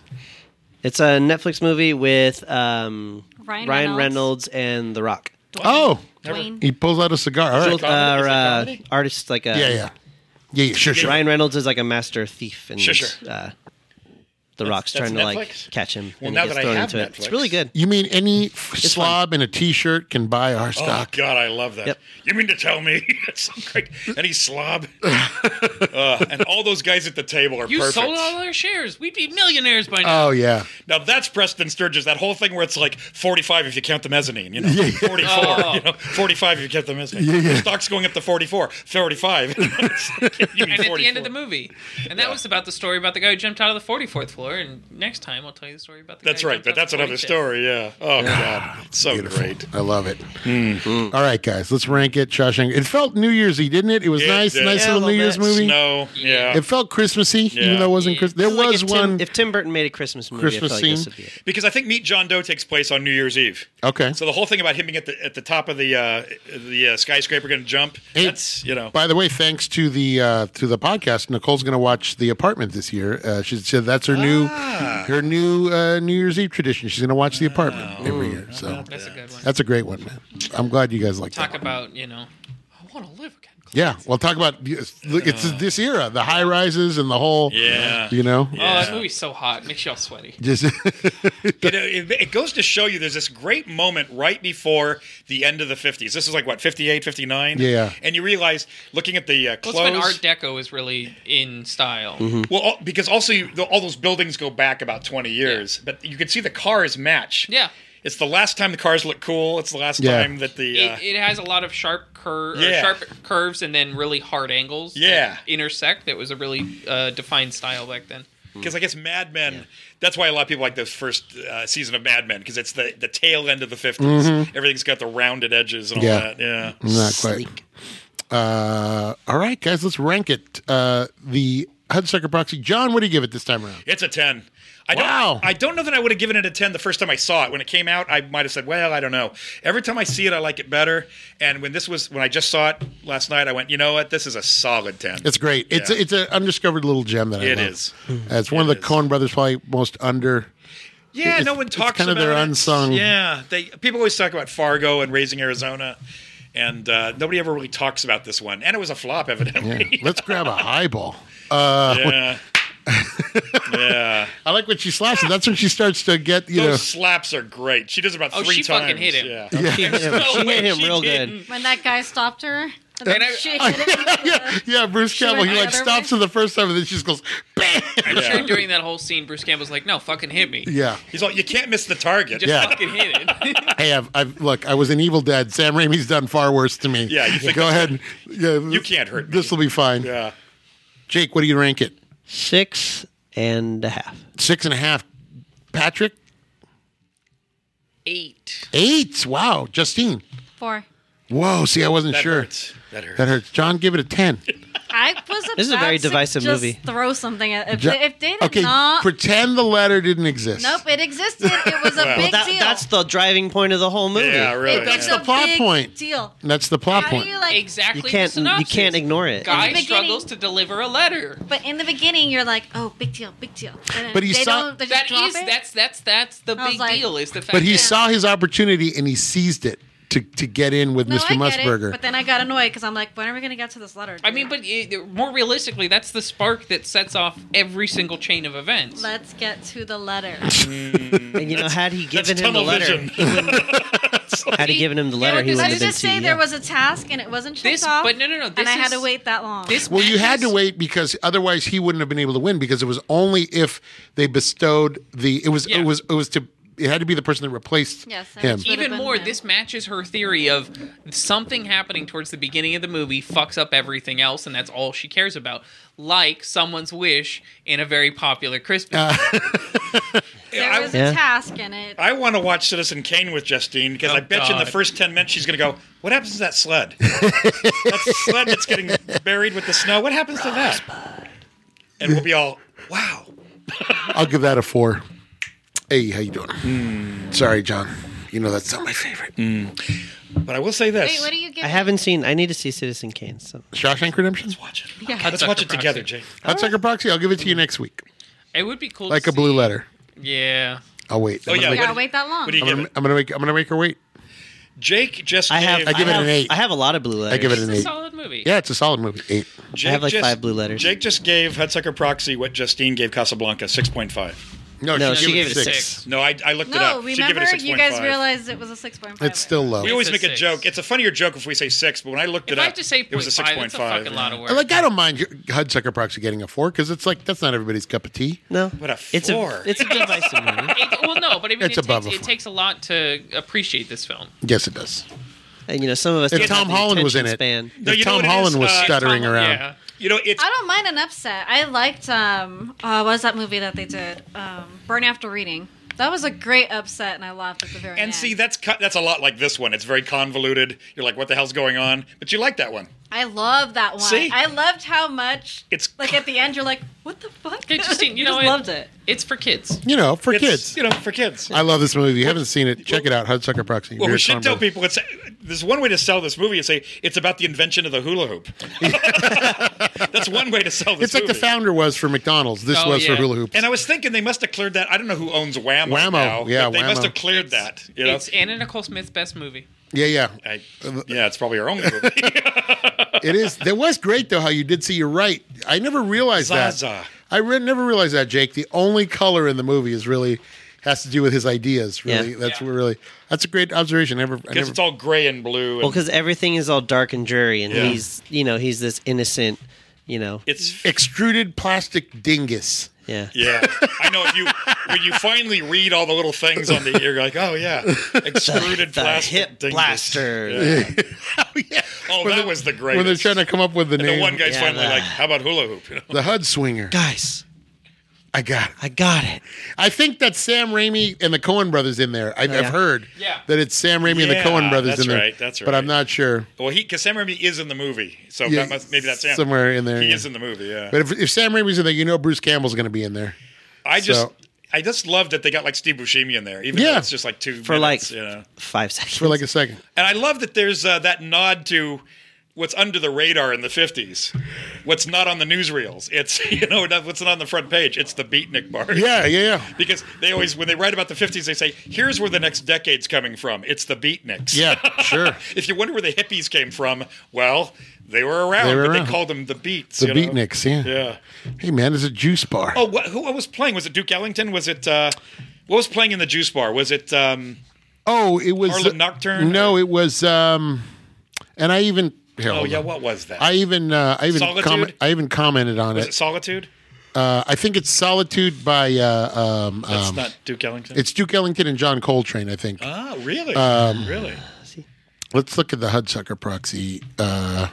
[SPEAKER 3] It's a Netflix movie with um,
[SPEAKER 2] Ryan
[SPEAKER 3] Reynolds.
[SPEAKER 2] Reynolds.
[SPEAKER 3] and The Rock.
[SPEAKER 1] oh,
[SPEAKER 2] Dwayne.
[SPEAKER 1] he pulls out a cigar. All right,
[SPEAKER 3] Both
[SPEAKER 4] comedy? Is
[SPEAKER 3] are
[SPEAKER 4] it
[SPEAKER 3] uh,
[SPEAKER 4] comedy?
[SPEAKER 3] artists like a
[SPEAKER 1] yeah, yeah, yeah, yeah. Sure, sure.
[SPEAKER 3] Ryan Reynolds is like a master thief and
[SPEAKER 4] Sure, sure.
[SPEAKER 3] Uh, The Rock's
[SPEAKER 4] that's
[SPEAKER 3] trying to like
[SPEAKER 4] Netflix?
[SPEAKER 3] catch him.
[SPEAKER 4] Well,
[SPEAKER 3] and
[SPEAKER 4] now
[SPEAKER 3] he gets
[SPEAKER 4] that I
[SPEAKER 3] thrown
[SPEAKER 4] have
[SPEAKER 3] into it. It's
[SPEAKER 4] Netflix.
[SPEAKER 3] really good.
[SPEAKER 1] You mean any f- slob in a t-shirt can buy our
[SPEAKER 4] Oh
[SPEAKER 1] stock?
[SPEAKER 4] God, I love that.
[SPEAKER 3] Yep.
[SPEAKER 4] You mean to tell me it's so great? Any slob, uh, and all those guys at the table are
[SPEAKER 5] You
[SPEAKER 4] perfect.
[SPEAKER 5] sold all our shares. We'd be millionaires by now.
[SPEAKER 1] Oh yeah.
[SPEAKER 4] Now that's Preston Sturges. That whole thing where it's like forty-five if you count the mezzanine, you know, forty-four,
[SPEAKER 5] Oh.
[SPEAKER 4] you know, forty-five if you count the mezzanine. The stock's going up to forty-four, forty-five. you mean
[SPEAKER 5] and at the end of the
[SPEAKER 4] 44.
[SPEAKER 5] movie. And that was about the story about the guy who jumped out of the 44th floor. And next time, I'll tell you the story about the
[SPEAKER 4] That's
[SPEAKER 5] guy who
[SPEAKER 4] right, but
[SPEAKER 5] jumped out
[SPEAKER 4] that's
[SPEAKER 5] the
[SPEAKER 4] another
[SPEAKER 5] 45th.
[SPEAKER 4] story. Yeah. Oh God, It's so great. Mm-hmm.
[SPEAKER 1] I love it. All right, guys, let's rank it. Shawshank. It felt New Year'sy, didn't it? It was
[SPEAKER 4] It
[SPEAKER 1] nice,
[SPEAKER 4] did.
[SPEAKER 1] nice
[SPEAKER 3] a
[SPEAKER 4] Yeah,
[SPEAKER 1] little New
[SPEAKER 3] little
[SPEAKER 1] Year's
[SPEAKER 3] bit.
[SPEAKER 1] movie.
[SPEAKER 4] No. Yeah.
[SPEAKER 1] It felt Christmassy, even
[SPEAKER 4] Uh, Yeah.
[SPEAKER 1] though it wasn't
[SPEAKER 5] Yeah.
[SPEAKER 1] Christmas. There
[SPEAKER 3] Like,
[SPEAKER 1] was
[SPEAKER 3] if Tim,
[SPEAKER 1] one.
[SPEAKER 3] If Tim Burton made a Christmas movie,
[SPEAKER 1] Christmas
[SPEAKER 3] I feel like this
[SPEAKER 1] scene.
[SPEAKER 3] would be it.
[SPEAKER 4] because I think Meet John Doe takes place on New Year's Eve.
[SPEAKER 1] okay.
[SPEAKER 4] So the whole thing about him being at the at the top of the uh, the uh, skyscraper going to jump.
[SPEAKER 1] Hey,
[SPEAKER 4] that's you know.
[SPEAKER 1] By the way, thanks to the uh, to the podcast, Nicole's going to watch The Apartment this year. Uh, she said that's her new
[SPEAKER 4] Ah.
[SPEAKER 1] her new uh, New Year's Eve tradition. She's going to watch The Apartment
[SPEAKER 4] Oh.
[SPEAKER 1] every year. So
[SPEAKER 5] That's a good one.
[SPEAKER 1] that's a great one, man. I'm glad you guys like
[SPEAKER 5] Talk
[SPEAKER 1] that. one.
[SPEAKER 5] about, you know, I want to live again.
[SPEAKER 1] yeah, well, talk about it's it's this era, the high rises and the whole.
[SPEAKER 4] Yeah.
[SPEAKER 1] you know,
[SPEAKER 5] Oh,
[SPEAKER 4] Yeah.
[SPEAKER 5] that movie's so hot. It makes you all sweaty.
[SPEAKER 1] just
[SPEAKER 4] You know, it, it goes to show you there's this great moment right before the end of the 50s. This is like what 58, 59.
[SPEAKER 1] Yeah.
[SPEAKER 4] And you realize looking at the uh,
[SPEAKER 5] Well,
[SPEAKER 4] clothes.
[SPEAKER 5] it's when Art Deco is really in style.
[SPEAKER 1] Mm-hmm.
[SPEAKER 4] Well, all, because also you, the, all those buildings go back about 20 years, but you can see the cars match.
[SPEAKER 5] Yeah.
[SPEAKER 4] It's the last time the cars look cool. It's the last
[SPEAKER 1] Yeah.
[SPEAKER 4] time that the uh,
[SPEAKER 5] It, it has a lot of sharp cur- or
[SPEAKER 4] Yeah.
[SPEAKER 5] sharp curves and then really hard angles. that
[SPEAKER 4] Yeah.
[SPEAKER 5] intersect. That was a really uh, defined style back then.
[SPEAKER 4] because I guess Mad Men. That's why a lot of people like the first uh, season of Mad Men because it's the the tail end of the 50s. Everything's got the rounded edges and all
[SPEAKER 1] Mm-hmm. Yeah.
[SPEAKER 4] that. Yeah.
[SPEAKER 1] not quite. Uh, all right, guys, let's rank it. Uh, the Hudsucker Proxy, John, what do you give it this time around?
[SPEAKER 4] It's a ten. I
[SPEAKER 1] Wow.
[SPEAKER 4] Don't, I don't know that I would have given it a ten the first time I saw it. When it came out, I might have said, "Well, I don't know." Every time I see it, I like it better. And when this was when I just saw it last night, I went, "You know what? This is a solid 10.
[SPEAKER 1] It's great. It's
[SPEAKER 4] Yeah.
[SPEAKER 1] it's an undiscovered little gem that I
[SPEAKER 4] It
[SPEAKER 1] love.
[SPEAKER 4] is.
[SPEAKER 1] It's one of the
[SPEAKER 4] is.
[SPEAKER 1] Coen brothers probably most under.
[SPEAKER 4] yeah,
[SPEAKER 1] it's-
[SPEAKER 4] no one
[SPEAKER 1] it's
[SPEAKER 4] talks
[SPEAKER 1] kind of
[SPEAKER 4] about
[SPEAKER 1] their
[SPEAKER 4] it.
[SPEAKER 1] unsung-
[SPEAKER 4] Yeah, they people always talk about Fargo and Raising Arizona, and uh, nobody ever really talks about this one. And it was a flop,
[SPEAKER 1] Yeah.
[SPEAKER 4] evidently.
[SPEAKER 1] Let's grab a highball.
[SPEAKER 4] Yeah, yeah.
[SPEAKER 1] I like when she slaps it. That's when she starts to get you
[SPEAKER 4] Those
[SPEAKER 1] know.
[SPEAKER 4] slaps are great. She does it about
[SPEAKER 5] Oh,
[SPEAKER 4] three
[SPEAKER 5] she
[SPEAKER 4] times.
[SPEAKER 5] fucking hit him.
[SPEAKER 4] Yeah.
[SPEAKER 3] She hit him,
[SPEAKER 5] no
[SPEAKER 3] she
[SPEAKER 5] way
[SPEAKER 3] hit him
[SPEAKER 5] she
[SPEAKER 3] real
[SPEAKER 5] didn't.
[SPEAKER 3] good.
[SPEAKER 2] When that guy stopped her, and then
[SPEAKER 5] And I-
[SPEAKER 2] she hit him.
[SPEAKER 1] yeah, yeah, Bruce Campbell.
[SPEAKER 2] went
[SPEAKER 1] He
[SPEAKER 2] the
[SPEAKER 1] like
[SPEAKER 2] other
[SPEAKER 1] stops
[SPEAKER 2] way?
[SPEAKER 1] her the first time, and then she just goes, "Bam!"
[SPEAKER 5] I'm
[SPEAKER 4] Yeah.
[SPEAKER 5] sure during that whole scene, Bruce Campbell's like, "No, fucking hit me.
[SPEAKER 1] Yeah.
[SPEAKER 4] He's like, you can't miss the target.
[SPEAKER 5] Just
[SPEAKER 1] Yeah.
[SPEAKER 5] fucking hit it."
[SPEAKER 1] Hey, I've, I've look. I was an Evil Dead. Sam Raimi's done far worse to me.
[SPEAKER 4] Yeah, you think
[SPEAKER 1] go
[SPEAKER 4] that's-
[SPEAKER 1] ahead. Yeah,
[SPEAKER 4] You can't hurt me.
[SPEAKER 1] This will be fine.
[SPEAKER 4] Yeah.
[SPEAKER 1] Jake, what do you rank it?
[SPEAKER 3] Six and a half.
[SPEAKER 1] Six and a half. Patrick,
[SPEAKER 5] Eight.
[SPEAKER 1] eight. Wow, Justine.
[SPEAKER 2] Four.
[SPEAKER 1] Whoa. See, I wasn't
[SPEAKER 4] That
[SPEAKER 1] sure.
[SPEAKER 4] hurts. That hurts.
[SPEAKER 1] That hurts. John, give it a ten.
[SPEAKER 2] I was about
[SPEAKER 3] This is a very divisive
[SPEAKER 2] to just
[SPEAKER 3] movie.
[SPEAKER 2] Throw something at if,
[SPEAKER 1] Jo-
[SPEAKER 2] they, if they did
[SPEAKER 1] okay,
[SPEAKER 2] not.
[SPEAKER 1] pretend the letter didn't exist.
[SPEAKER 2] nope, it existed. It was a big
[SPEAKER 3] That,
[SPEAKER 2] deal.
[SPEAKER 3] that's the driving point of the whole movie.
[SPEAKER 4] Yeah,
[SPEAKER 2] It
[SPEAKER 4] really.
[SPEAKER 2] was
[SPEAKER 1] That's
[SPEAKER 4] yeah.
[SPEAKER 1] the
[SPEAKER 2] a
[SPEAKER 1] plot
[SPEAKER 2] big
[SPEAKER 1] point.
[SPEAKER 2] Deal.
[SPEAKER 1] That's the plot
[SPEAKER 2] How
[SPEAKER 1] point.
[SPEAKER 2] do you like?
[SPEAKER 5] Exactly.
[SPEAKER 3] You can't
[SPEAKER 5] The synopsis.
[SPEAKER 3] you can't ignore it.
[SPEAKER 5] Guy
[SPEAKER 2] In the beginning-
[SPEAKER 5] struggles to deliver a letter.
[SPEAKER 2] But in the beginning, you're like, oh, big deal, big deal. And then
[SPEAKER 1] But he
[SPEAKER 2] they
[SPEAKER 1] saw-
[SPEAKER 2] don't- they just
[SPEAKER 5] That
[SPEAKER 2] drop
[SPEAKER 5] is
[SPEAKER 2] it.
[SPEAKER 5] that's that's that's the
[SPEAKER 2] I was
[SPEAKER 5] big
[SPEAKER 2] like-
[SPEAKER 5] deal. Is the fact
[SPEAKER 1] but he
[SPEAKER 5] that
[SPEAKER 1] saw his opportunity and he seized it to, to get in with
[SPEAKER 2] no,
[SPEAKER 1] Mr.
[SPEAKER 2] I get
[SPEAKER 1] Musburger.
[SPEAKER 2] It, but then I got annoyed because I'm like, when are we gonna get to this letter?
[SPEAKER 5] I
[SPEAKER 2] dude?
[SPEAKER 5] mean, but it, more realistically, that's the spark that sets off every single chain of events.
[SPEAKER 2] let's get to the letter.
[SPEAKER 3] And you know, had he
[SPEAKER 4] That's
[SPEAKER 3] given him the
[SPEAKER 4] tunnel
[SPEAKER 3] letter,
[SPEAKER 4] vision.
[SPEAKER 3] had he
[SPEAKER 5] See,
[SPEAKER 3] given him the
[SPEAKER 5] you
[SPEAKER 3] letter,
[SPEAKER 5] know,
[SPEAKER 3] he
[SPEAKER 5] this
[SPEAKER 3] would
[SPEAKER 2] Let's
[SPEAKER 3] have
[SPEAKER 2] just
[SPEAKER 3] been
[SPEAKER 2] say
[SPEAKER 3] CEO.
[SPEAKER 2] there was a task and it wasn't checked
[SPEAKER 5] This-
[SPEAKER 2] off.
[SPEAKER 5] but no, no, no, this
[SPEAKER 2] and I had to
[SPEAKER 5] is-
[SPEAKER 2] wait that long.
[SPEAKER 5] This
[SPEAKER 1] well, you had to
[SPEAKER 5] matches-
[SPEAKER 1] wait because otherwise he wouldn't have been able to win because it was only if they bestowed the it was
[SPEAKER 5] Yeah.
[SPEAKER 1] it was it was to it had to be the person that replaced
[SPEAKER 2] Yes, I
[SPEAKER 1] him.
[SPEAKER 2] agree. Would've
[SPEAKER 5] Even
[SPEAKER 2] been
[SPEAKER 5] more,
[SPEAKER 2] him.
[SPEAKER 5] this matches her theory of something happening towards the beginning of the movie fucks up everything else, and that's all she cares about. Like someone's wish in a very popular Christmas.
[SPEAKER 1] Uh,
[SPEAKER 2] there was
[SPEAKER 3] Yeah.
[SPEAKER 2] a task in it.
[SPEAKER 4] I want to watch Citizen Kane with Justine because I
[SPEAKER 5] Oh,
[SPEAKER 4] bet you in the
[SPEAKER 5] God.
[SPEAKER 4] first 10 minutes she's going to go, What happens to that sled? that sled that's getting buried with the snow. What happens to that? And we'll be all, Wow.
[SPEAKER 1] I'll give that a four. Hey, how you doing? Sorry, John. You know that's not my favorite.
[SPEAKER 4] But I will say this.
[SPEAKER 2] Wait, what do you give?
[SPEAKER 3] I haven't seen. I need to see Citizen Kane. So
[SPEAKER 1] Shawshank Redemption.
[SPEAKER 4] Watch it.
[SPEAKER 2] Yeah.
[SPEAKER 4] Let's watch it together, Jake.
[SPEAKER 1] Hudsucker Proxy. I'll give it to you next week,
[SPEAKER 5] It would be cool.
[SPEAKER 1] like
[SPEAKER 5] to
[SPEAKER 1] a blue
[SPEAKER 5] see-
[SPEAKER 1] letter.
[SPEAKER 5] Yeah.
[SPEAKER 1] I'll wait.
[SPEAKER 4] Oh,
[SPEAKER 1] I'm
[SPEAKER 4] yeah.
[SPEAKER 1] gonna
[SPEAKER 2] You
[SPEAKER 1] make-
[SPEAKER 2] gotta wait that long.
[SPEAKER 4] What do you
[SPEAKER 1] I'm
[SPEAKER 4] give
[SPEAKER 1] gonna,
[SPEAKER 4] it?
[SPEAKER 1] I'm gonna make. I'm gonna make her wait.
[SPEAKER 4] Jake just
[SPEAKER 3] I have.
[SPEAKER 4] gave-
[SPEAKER 1] I give it
[SPEAKER 3] have-
[SPEAKER 1] an eight.
[SPEAKER 3] I have a lot of blue letters.
[SPEAKER 1] I give it
[SPEAKER 5] It's
[SPEAKER 1] an
[SPEAKER 5] a
[SPEAKER 1] eight.
[SPEAKER 5] solid movie. movie.
[SPEAKER 1] Yeah, it's a solid movie. Eight.
[SPEAKER 4] Jake
[SPEAKER 3] have, like, five blue letters.
[SPEAKER 4] Jake just gave Hudsucker Proxy what Justine gave Casablanca, six point five.
[SPEAKER 3] No, she gave it a
[SPEAKER 5] six.
[SPEAKER 3] six.
[SPEAKER 4] No, I, I looked it
[SPEAKER 2] No,
[SPEAKER 4] up. She gave
[SPEAKER 2] remember
[SPEAKER 4] it a six
[SPEAKER 2] you
[SPEAKER 4] point
[SPEAKER 2] guys
[SPEAKER 4] five.
[SPEAKER 2] realized it was a six point five.
[SPEAKER 1] It's still low.
[SPEAKER 4] We always
[SPEAKER 5] It's a
[SPEAKER 4] make a
[SPEAKER 5] six.
[SPEAKER 4] joke. It's a funnier joke if we say six, but when I looked it
[SPEAKER 5] If
[SPEAKER 4] up,
[SPEAKER 5] I just say
[SPEAKER 4] it was a six
[SPEAKER 5] 0.5,
[SPEAKER 4] point
[SPEAKER 5] it's a
[SPEAKER 4] five.
[SPEAKER 5] fucking lot of work.
[SPEAKER 1] Like I don't mind your Hudsucker Proxy getting a four because it's like that's not everybody's cup of tea.
[SPEAKER 3] No,
[SPEAKER 4] What a
[SPEAKER 3] it's a
[SPEAKER 4] four.
[SPEAKER 3] it's a divisive movie.
[SPEAKER 5] It- well, no, but I mean,
[SPEAKER 1] It's
[SPEAKER 5] it,
[SPEAKER 1] above
[SPEAKER 5] takes,
[SPEAKER 1] a
[SPEAKER 5] it
[SPEAKER 1] four.
[SPEAKER 5] takes a lot to appreciate this film.
[SPEAKER 1] Yes, it does.
[SPEAKER 3] And you know, some of us.
[SPEAKER 1] If
[SPEAKER 3] don't
[SPEAKER 1] Tom
[SPEAKER 3] have the
[SPEAKER 1] Holland was in it,
[SPEAKER 3] attention span.
[SPEAKER 1] if
[SPEAKER 4] No, you know
[SPEAKER 1] Tom
[SPEAKER 4] what it
[SPEAKER 1] Holland
[SPEAKER 4] is?
[SPEAKER 1] was
[SPEAKER 4] Uh,
[SPEAKER 1] stuttering
[SPEAKER 5] Tom-
[SPEAKER 1] around,
[SPEAKER 5] yeah.
[SPEAKER 4] You know, it's
[SPEAKER 2] I don't mind an upset. I liked um uh, what was that movie that they did? Um Burn After Reading. That was a great upset and I laughed at the very end.
[SPEAKER 4] and see that's cut. That's a lot like this one. It's very convoluted. You're like, what the hell's going on? But you like that one.
[SPEAKER 2] I love that one.
[SPEAKER 4] See?
[SPEAKER 2] I loved how much
[SPEAKER 4] It's-
[SPEAKER 2] like at the end you're like, what the fuck?
[SPEAKER 5] Hey, Justine, you know
[SPEAKER 2] just
[SPEAKER 5] what?
[SPEAKER 2] loved it.
[SPEAKER 5] It's for kids.
[SPEAKER 1] you know, for
[SPEAKER 4] It's,
[SPEAKER 1] kids.
[SPEAKER 4] you know, for kids.
[SPEAKER 1] I love this movie. If you haven't seen it, check it out. Hudsucker Proxy.
[SPEAKER 4] Well, we
[SPEAKER 1] Beer
[SPEAKER 4] should
[SPEAKER 1] Song
[SPEAKER 4] tell
[SPEAKER 1] Brothers.
[SPEAKER 4] people it's there's one way to sell this movie and say it's about the invention of the hula hoop. That's one way to sell this.
[SPEAKER 1] It's like the
[SPEAKER 4] movie.
[SPEAKER 1] founder was for McDonald's. This
[SPEAKER 5] Oh,
[SPEAKER 1] was for
[SPEAKER 5] yeah.
[SPEAKER 1] hula hoops.
[SPEAKER 4] And I was thinking they must have cleared that. I don't know who owns Whammo.
[SPEAKER 1] Whammo,
[SPEAKER 4] now,
[SPEAKER 1] yeah,
[SPEAKER 4] but they must
[SPEAKER 1] Whammo.
[SPEAKER 4] have cleared that. You know,
[SPEAKER 5] It's Anna Nicole Smith's best movie.
[SPEAKER 1] yeah, yeah.
[SPEAKER 4] I, yeah, it's probably our only movie.
[SPEAKER 1] It is. That was great though. How you did see. You're right. I never realized that.
[SPEAKER 4] Zaza.
[SPEAKER 1] I re- never realized that, Jake. The only color in the movie is really has to do with his ideas. Really,
[SPEAKER 3] Yeah.
[SPEAKER 1] that's
[SPEAKER 5] Yeah.
[SPEAKER 1] what really. That's a great observation. I never. I
[SPEAKER 4] Because
[SPEAKER 1] never
[SPEAKER 4] it's all gray and blue. And
[SPEAKER 3] Well, because everything is all dark and dreary, and
[SPEAKER 4] Yeah.
[SPEAKER 3] he's you know he's this innocent, you know,
[SPEAKER 4] it's
[SPEAKER 1] extruded plastic dingus.
[SPEAKER 3] yeah.
[SPEAKER 4] yeah. I know if you when you finally read all the little things on the you're like, oh yeah, extruded
[SPEAKER 3] The
[SPEAKER 4] plastic
[SPEAKER 3] hip
[SPEAKER 4] dingus.
[SPEAKER 3] blaster.
[SPEAKER 4] Yeah.
[SPEAKER 1] Oh yeah.
[SPEAKER 4] Oh,
[SPEAKER 1] When
[SPEAKER 4] that
[SPEAKER 1] they-
[SPEAKER 4] was the
[SPEAKER 1] When they're
[SPEAKER 4] greatest.
[SPEAKER 1] trying to come up with the
[SPEAKER 4] And
[SPEAKER 1] name,
[SPEAKER 4] the one guy's
[SPEAKER 3] Yeah,
[SPEAKER 4] finally
[SPEAKER 3] the-
[SPEAKER 4] like, how about hula hoop? You know?
[SPEAKER 1] the HUD swinger.
[SPEAKER 3] Guys,
[SPEAKER 1] I got it.
[SPEAKER 3] I got it.
[SPEAKER 1] I think that Sam Raimi and the Cohen brothers in there. I,
[SPEAKER 3] Oh, Yeah.
[SPEAKER 1] I've heard
[SPEAKER 5] Yeah.
[SPEAKER 1] that it's Sam Raimi and the
[SPEAKER 4] Yeah,
[SPEAKER 1] Cohen brothers
[SPEAKER 4] that's
[SPEAKER 1] in there.
[SPEAKER 4] right, that's
[SPEAKER 1] But I'm
[SPEAKER 4] right.
[SPEAKER 1] not sure.
[SPEAKER 4] Well, he because Sam Raimi is in the movie, so
[SPEAKER 1] Yeah,
[SPEAKER 4] that must, maybe that's him.
[SPEAKER 1] somewhere in there.
[SPEAKER 4] He
[SPEAKER 1] yeah.
[SPEAKER 4] is in the movie. Yeah,
[SPEAKER 1] but if, if Sam Raimi's in there, you know Bruce Campbell's going to be in there.
[SPEAKER 4] I just.
[SPEAKER 1] so-
[SPEAKER 4] I just love that they got like Steve Buscemi in there, even
[SPEAKER 1] Yeah.
[SPEAKER 4] though it's just like two
[SPEAKER 3] For
[SPEAKER 4] minutes,
[SPEAKER 3] like
[SPEAKER 4] you know.
[SPEAKER 3] five seconds.
[SPEAKER 1] For like a second.
[SPEAKER 4] And I love that there's uh, that nod to what's under the radar in the 50s, what's not on the newsreels. It's, you know, not, what's not on the front page. It's the beatnik bar.
[SPEAKER 1] Yeah, yeah, yeah.
[SPEAKER 4] Because they always, when they write about the 50s, they say, here's where the next decade's coming from. It's the beatniks.
[SPEAKER 1] Yeah, sure.
[SPEAKER 4] if you wonder where the hippies came from, well, they were around,
[SPEAKER 1] They were
[SPEAKER 4] but
[SPEAKER 1] around.
[SPEAKER 4] they called them the beats.
[SPEAKER 1] The
[SPEAKER 4] you know?
[SPEAKER 1] Beatniks, yeah.
[SPEAKER 4] Yeah.
[SPEAKER 1] Hey, man, there's a juice bar.
[SPEAKER 4] Oh, what, who what was playing? Was it Duke Ellington? Was it, uh, what was playing in the juice bar? Was it, um,
[SPEAKER 1] Oh, it was.
[SPEAKER 4] Harlem Nocturne?
[SPEAKER 1] No, it was. um And I even. Here,
[SPEAKER 4] oh,
[SPEAKER 1] hold
[SPEAKER 4] yeah,
[SPEAKER 1] on.
[SPEAKER 4] what was that?
[SPEAKER 1] I even uh, I even
[SPEAKER 4] Solitude?
[SPEAKER 1] comment, I even commented on
[SPEAKER 4] was
[SPEAKER 1] it.
[SPEAKER 4] it Solitude?
[SPEAKER 1] Uh, I think it's Solitude by uh, um,
[SPEAKER 4] That's
[SPEAKER 1] um,
[SPEAKER 4] not Duke Ellington.
[SPEAKER 1] it's Duke Ellington and John Coltrane. I think.
[SPEAKER 4] Oh, really?
[SPEAKER 1] Um,
[SPEAKER 4] really?
[SPEAKER 1] Let's look at the Hudsucker Proxy uh,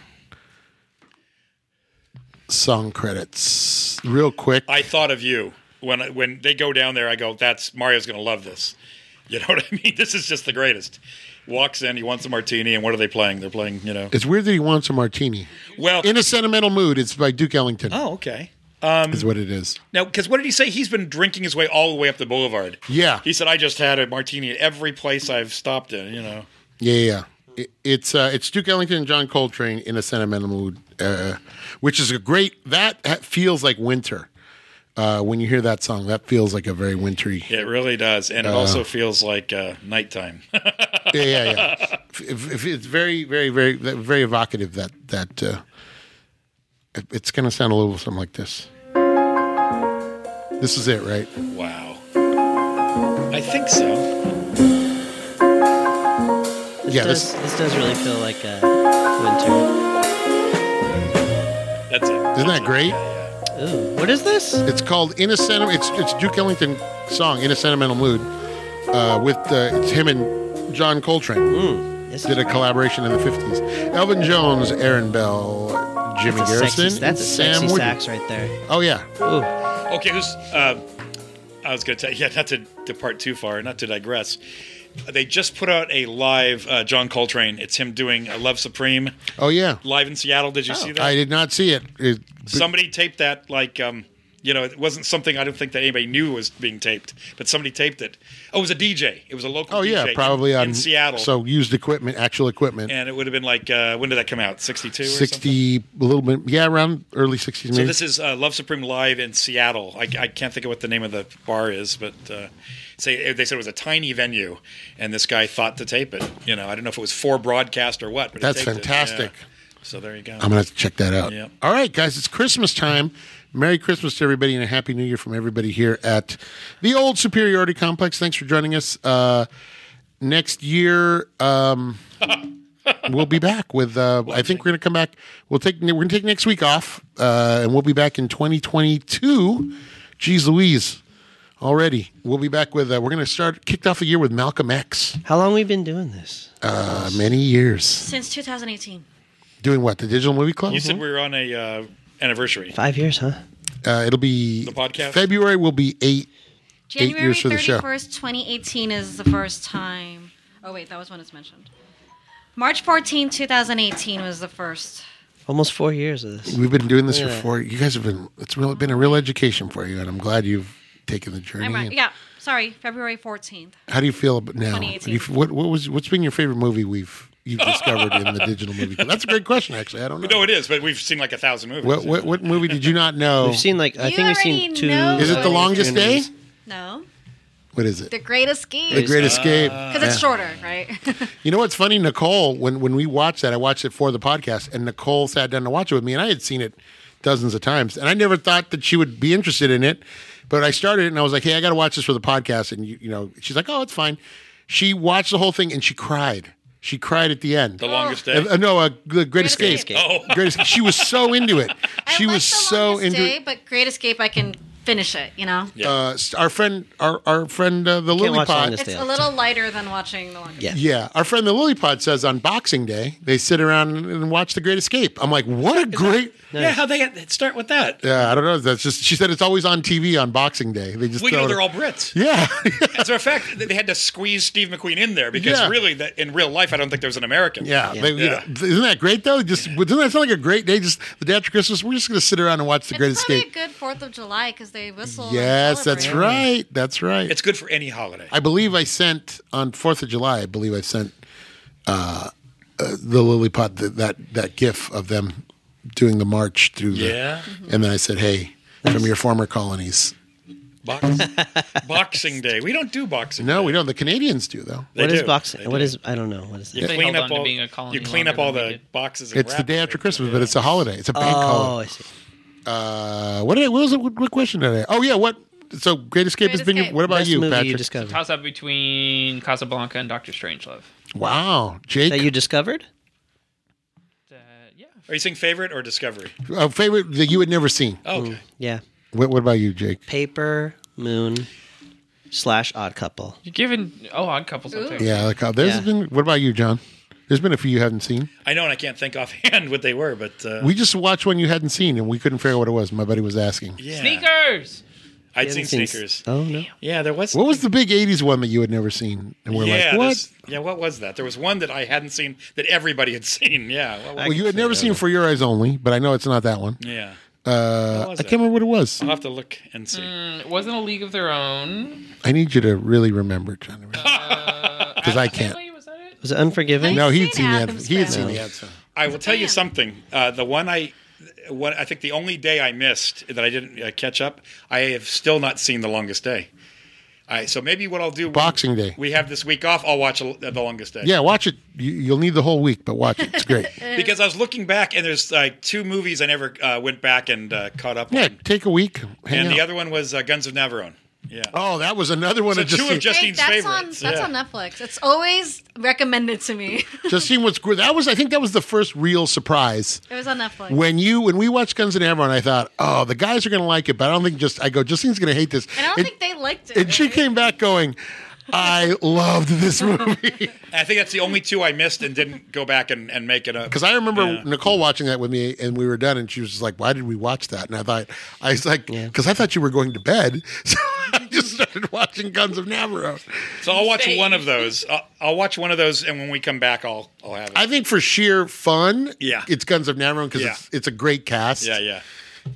[SPEAKER 1] song credits real quick.
[SPEAKER 4] I thought of you when I- when they go down there. I go, "That's Mario's going to love this." You know what I mean? This is just the greatest. Walks in, he wants a martini, and what are they playing? They're playing, you know.
[SPEAKER 1] it's weird that he wants a martini.
[SPEAKER 4] Well,
[SPEAKER 1] In a sentimental mood, it's by Duke Ellington.
[SPEAKER 4] oh, okay.
[SPEAKER 1] Is what it is.
[SPEAKER 4] Now, because what did he say? He's been drinking his way all the way up the boulevard.
[SPEAKER 1] Yeah.
[SPEAKER 4] He said, "I just had a martini at every place I've stopped in." You know.
[SPEAKER 1] Yeah, yeah. yeah. It, it's uh, it's Duke Ellington and John Coltrane in a sentimental mood, uh, which is a great. That ha- feels like winter. Uh, when you hear that song, that feels like a very wintry.
[SPEAKER 4] It really does, and it also feels like uh, nighttime.
[SPEAKER 1] Yeah, yeah, yeah. F- f- it's very, very, very, very evocative. That that uh, it- it's going to sound a little something like this. This is it, right?
[SPEAKER 4] wow. I think so.
[SPEAKER 3] This
[SPEAKER 1] Yeah, this-
[SPEAKER 3] does, this, does really feel like a winter.
[SPEAKER 4] That's it.
[SPEAKER 1] Isn't that great?
[SPEAKER 3] Ooh, what is this?
[SPEAKER 1] It's called "In a Sentiment." It's it's Duke Ellington song "In a Sentimental Mood" uh, with uh, it's him and John Coltrane
[SPEAKER 3] This
[SPEAKER 1] did a collaboration in the fifties. Elvin Jones, Aaron Bell, Jimmy
[SPEAKER 3] that's a
[SPEAKER 1] Garrison,
[SPEAKER 3] sexy, that's a
[SPEAKER 1] and
[SPEAKER 3] sexy
[SPEAKER 1] Woody.
[SPEAKER 3] sax right there.
[SPEAKER 1] Oh yeah,
[SPEAKER 3] Ooh,
[SPEAKER 4] Okay, who's? Uh, I was going to tell. Yeah, not to depart too far, not to digress. They just put out a live uh, John Coltrane. It's him doing uh, "Love Supreme"
[SPEAKER 1] oh yeah.
[SPEAKER 4] live in Seattle. Did you see that?
[SPEAKER 1] Oh, I did not see it. It-
[SPEAKER 4] Somebody taped that. Like, um, you know, it wasn't something I don't think that anybody knew was being taped, but somebody taped it. Oh, it was a DJ. It was a local.
[SPEAKER 1] oh yeah,
[SPEAKER 4] DJ in-
[SPEAKER 1] probably
[SPEAKER 4] in,
[SPEAKER 1] on
[SPEAKER 4] Seattle.
[SPEAKER 1] So used equipment, actual equipment.
[SPEAKER 4] and it would have been like uh, when did that come out? Sixty-two. Or something?
[SPEAKER 1] 60 a little bit yeah around early 60s maybe
[SPEAKER 4] So this is uh, Love Supreme live in Seattle. I, I can't think of what the name of the bar is, but uh, say they said it was a tiny venue, and this guy thought to tape it. You know, I don't know if it was for broadcast or what. But he
[SPEAKER 1] That's
[SPEAKER 4] taped it.
[SPEAKER 1] fantastic.
[SPEAKER 4] Yeah. So there you go.
[SPEAKER 1] I'm gonna have to check that out.
[SPEAKER 4] Yep.
[SPEAKER 1] All right, guys, it's Christmas time. Merry Christmas to everybody and a Happy New Year from everybody here at the Old Superiority Complex. Thanks for joining us. Uh, next year, um, we'll be back with. Uh, I think we're gonna come back. We'll take we're gonna take next week off, uh, and we'll be back in 2022. Geez, Louise. Already, we'll be back with. Uh, we're going to start kicked off the year with Malcolm X.
[SPEAKER 3] How long we been doing this?
[SPEAKER 1] Uh, many years
[SPEAKER 2] Since 2018.
[SPEAKER 1] doing what the Digital Movie Club.
[SPEAKER 4] you said we were on a uh, anniversary.
[SPEAKER 3] Five years, huh?
[SPEAKER 1] Uh, it'll be the
[SPEAKER 4] podcast?
[SPEAKER 1] February will be eight.
[SPEAKER 2] January
[SPEAKER 1] years for the show.
[SPEAKER 2] 31st, 2018 is the first time. Oh, wait, that was when it's mentioned. March 14, 2018 was the first.
[SPEAKER 3] Almost four years of this.
[SPEAKER 1] We've been doing this for
[SPEAKER 3] Yeah.
[SPEAKER 1] four. You guys have been. It's really been a real education for you, and I'm glad you've taken the journey.
[SPEAKER 2] I'm right.
[SPEAKER 1] And
[SPEAKER 2] Yeah, sorry, February 14th.
[SPEAKER 1] How do you feel about now?
[SPEAKER 2] 2018.
[SPEAKER 1] Do you f- what what was what's been your favorite movie we've you've discovered in the digital movie? Club? That's a great question. Actually, I don't know.
[SPEAKER 4] No, it is, but we've seen like a thousand movies.
[SPEAKER 1] what, what what movie did you not know?
[SPEAKER 3] We've seen like I
[SPEAKER 2] You
[SPEAKER 3] think we've seen
[SPEAKER 2] already
[SPEAKER 3] two.
[SPEAKER 2] know
[SPEAKER 1] is it the
[SPEAKER 2] Oh,
[SPEAKER 1] longest day?
[SPEAKER 3] opportunities.
[SPEAKER 2] No,
[SPEAKER 1] What is it?
[SPEAKER 2] The Great Escape.
[SPEAKER 1] The Great Escape.
[SPEAKER 3] Ah.
[SPEAKER 2] Because Uh, it's shorter, right?
[SPEAKER 1] You know what's funny, Nicole? When when we watched that, I watched it for the podcast, and Nicole sat down to watch it with me, and I had seen it dozens of times, and I never thought that she would be interested in it. But I started it, and I was like, "Hey, I got to watch this for the podcast," and you, you know, she's like, "Oh, it's fine." She watched the whole thing, and she cried. She cried at the end.
[SPEAKER 4] The longest day.
[SPEAKER 1] Uh, uh, no, uh, the Great Escape.
[SPEAKER 2] Escape.
[SPEAKER 4] Oh.
[SPEAKER 1] Great Escape. She was so into it. She
[SPEAKER 2] I like
[SPEAKER 1] was
[SPEAKER 2] the
[SPEAKER 1] so
[SPEAKER 2] Longest
[SPEAKER 1] into
[SPEAKER 2] day,
[SPEAKER 1] it.
[SPEAKER 2] But Great Escape, I can finish it. You know,
[SPEAKER 4] Yeah.
[SPEAKER 1] Uh, our friend, our our friend, uh, the
[SPEAKER 3] Can't
[SPEAKER 1] Lily
[SPEAKER 3] watch
[SPEAKER 1] Pod.
[SPEAKER 3] Longest
[SPEAKER 2] it's
[SPEAKER 3] Day
[SPEAKER 2] a
[SPEAKER 3] all the
[SPEAKER 2] little lighter than watching the longest.
[SPEAKER 3] Yeah.
[SPEAKER 1] Yeah, our friend the lily pod says on Boxing Day they sit around and watch The Great Escape. I'm like, what a great.
[SPEAKER 4] yeah, how they get- start with that?
[SPEAKER 1] Yeah, I don't know. That's just she said it's always on TV on Boxing Day. They just
[SPEAKER 4] Well, you know
[SPEAKER 1] throw it-
[SPEAKER 4] they're all Brits.
[SPEAKER 1] yeah.
[SPEAKER 4] As a matter of fact, they- they had to squeeze Steve McQueen in there because
[SPEAKER 1] Yeah.
[SPEAKER 4] really, that, in real life, I don't think there's an American.
[SPEAKER 1] Yeah, They, you
[SPEAKER 4] Yeah.
[SPEAKER 1] know, isn't that great though? Just doesn't that sound like a great day? Just the day after Christmas, we're just gonna sit around and watch The Great
[SPEAKER 2] It's probably
[SPEAKER 1] Escape.
[SPEAKER 2] a good Fourth of July because they whistle. and
[SPEAKER 1] Yes, that's
[SPEAKER 2] celebrate.
[SPEAKER 1] right. That's right.
[SPEAKER 4] It's good for any holiday.
[SPEAKER 1] I believe I sent on Fourth of July. I believe I sent uh, uh, the lily pod th- that that gif of them doing the march through the.
[SPEAKER 4] Yeah.
[SPEAKER 1] And then I said, "Hey, from your former colonies."
[SPEAKER 4] Box, boxing Day. We don't do boxing.
[SPEAKER 1] No,
[SPEAKER 4] Day.
[SPEAKER 1] we don't. The Canadians do though.
[SPEAKER 4] They
[SPEAKER 3] What is
[SPEAKER 4] do.
[SPEAKER 3] boxing?
[SPEAKER 4] They
[SPEAKER 3] What
[SPEAKER 4] do.
[SPEAKER 3] is I don't know. What is
[SPEAKER 4] You
[SPEAKER 3] that?
[SPEAKER 5] They
[SPEAKER 4] clean
[SPEAKER 5] held
[SPEAKER 4] up
[SPEAKER 5] on to
[SPEAKER 4] all.
[SPEAKER 5] being a colony
[SPEAKER 4] You clean up
[SPEAKER 5] longer
[SPEAKER 4] all
[SPEAKER 5] than we
[SPEAKER 4] the
[SPEAKER 5] did.
[SPEAKER 4] boxes. And
[SPEAKER 1] It's the
[SPEAKER 4] wrap
[SPEAKER 1] day
[SPEAKER 4] them.
[SPEAKER 1] after Christmas, but it's a holiday. It's a bank
[SPEAKER 3] Oh,
[SPEAKER 1] holiday.
[SPEAKER 3] I see.
[SPEAKER 1] Uh, what did I, what was it? What, what question did I? Oh yeah, what? So Great Escape
[SPEAKER 2] Great
[SPEAKER 1] has been. Your,
[SPEAKER 2] Escape.
[SPEAKER 1] what about
[SPEAKER 3] Best
[SPEAKER 1] you,
[SPEAKER 3] movie
[SPEAKER 1] Patrick?
[SPEAKER 3] you discovered
[SPEAKER 5] Toss up between Casablanca and Doctor Strangelove.
[SPEAKER 1] wow, Jake.
[SPEAKER 3] that you discovered?
[SPEAKER 5] Uh, yeah.
[SPEAKER 4] Are you saying favorite or discovery?
[SPEAKER 1] a favorite that you had never seen.
[SPEAKER 4] Oh, okay.
[SPEAKER 3] Yeah,
[SPEAKER 1] What, what about you, Jake?
[SPEAKER 3] Paper Moon slash Odd Couple.
[SPEAKER 5] You're giving oh odd couples up there.
[SPEAKER 1] Yeah, like uh, there's
[SPEAKER 3] Yeah.
[SPEAKER 1] been. What about you, John? There's been a few you haven't seen.
[SPEAKER 4] I know, and I can't think offhand what they were, but uh,
[SPEAKER 1] We just watched one you hadn't seen, and we couldn't figure out what it was. My buddy was asking.
[SPEAKER 4] yeah.
[SPEAKER 5] Sneakers.
[SPEAKER 4] I'd seen
[SPEAKER 3] Haven't
[SPEAKER 4] sneakers.
[SPEAKER 3] Oh no,
[SPEAKER 4] Yeah, there was.
[SPEAKER 1] What was the big '80s one that you had never seen? And we're
[SPEAKER 4] yeah,
[SPEAKER 1] like, what?
[SPEAKER 4] this- yeah, what was that? There was one that I hadn't seen that everybody had seen. Yeah, what was-
[SPEAKER 1] well, you had never seen For Your Eyes Only, but I know it's not that one.
[SPEAKER 4] yeah.
[SPEAKER 1] Uh, I can't
[SPEAKER 4] was it?
[SPEAKER 1] remember what it was.
[SPEAKER 4] I'll have to look and see.
[SPEAKER 5] It wasn't a league of their own.
[SPEAKER 1] I need you to really remember, John, because I can't.
[SPEAKER 5] Really? Was that it?
[SPEAKER 3] was it Unforgiven?
[SPEAKER 1] No,
[SPEAKER 2] I've
[SPEAKER 1] he'd
[SPEAKER 2] seen
[SPEAKER 1] seen the
[SPEAKER 2] Adam's
[SPEAKER 1] ad. He had
[SPEAKER 2] Family.
[SPEAKER 1] seen the ad. so-
[SPEAKER 4] I will tell you
[SPEAKER 2] Damn.
[SPEAKER 4] something. Uh, the one I, one I think the only day I missed that I didn't uh, catch up, I have still not seen the longest day. I so maybe what I'll do
[SPEAKER 1] Boxing Day.
[SPEAKER 4] We have this week off. I'll watch a, the longest day.
[SPEAKER 1] Yeah, watch it. You, you'll need the whole week, but watch it. It's great.
[SPEAKER 4] because I was looking back and there's like two movies I never uh, went back and uh, caught up
[SPEAKER 1] yeah,
[SPEAKER 4] on,
[SPEAKER 1] take a week. Hang
[SPEAKER 4] and the
[SPEAKER 1] out.
[SPEAKER 4] other one was uh, Guns of Navarone. Yeah.
[SPEAKER 1] Oh, that was another one.
[SPEAKER 4] So
[SPEAKER 1] I just
[SPEAKER 4] two of
[SPEAKER 1] seen.
[SPEAKER 4] Just-
[SPEAKER 2] Hey,
[SPEAKER 4] Justine's
[SPEAKER 2] that's on
[SPEAKER 4] favorites,
[SPEAKER 2] that's
[SPEAKER 4] yeah.
[SPEAKER 2] on Netflix. It's always recommended to me.
[SPEAKER 1] just seen what's great. That was. I think that was the first real surprise
[SPEAKER 2] it was on Netflix.
[SPEAKER 1] when you when we watched Guns and Everyone. I thought, oh, the guys are gonna like it, but I don't think just I go. Justine's gonna hate this.
[SPEAKER 2] and I don't
[SPEAKER 1] And-
[SPEAKER 2] think they liked it.
[SPEAKER 1] and she
[SPEAKER 2] really.
[SPEAKER 1] came back going. I loved this movie
[SPEAKER 4] And I think that's the only two I missed and didn't go back and, and make it up.
[SPEAKER 1] because I remember
[SPEAKER 4] Yeah.
[SPEAKER 1] Nicole watching that with me, and we were done, and she was just like, "Why did we watch that?" And I thought, I was like, "Because I thought you were going to bed," so I just started watching Guns of Navarone.
[SPEAKER 4] So I'll watch one of those. I'll, I'll watch one of those, and when we come back, I'll I'll have it.
[SPEAKER 1] I think for sheer fun,
[SPEAKER 4] Yeah.
[SPEAKER 1] it's Guns of Navarone because
[SPEAKER 4] Yeah.
[SPEAKER 1] it's, it's a great cast.
[SPEAKER 4] yeah, yeah.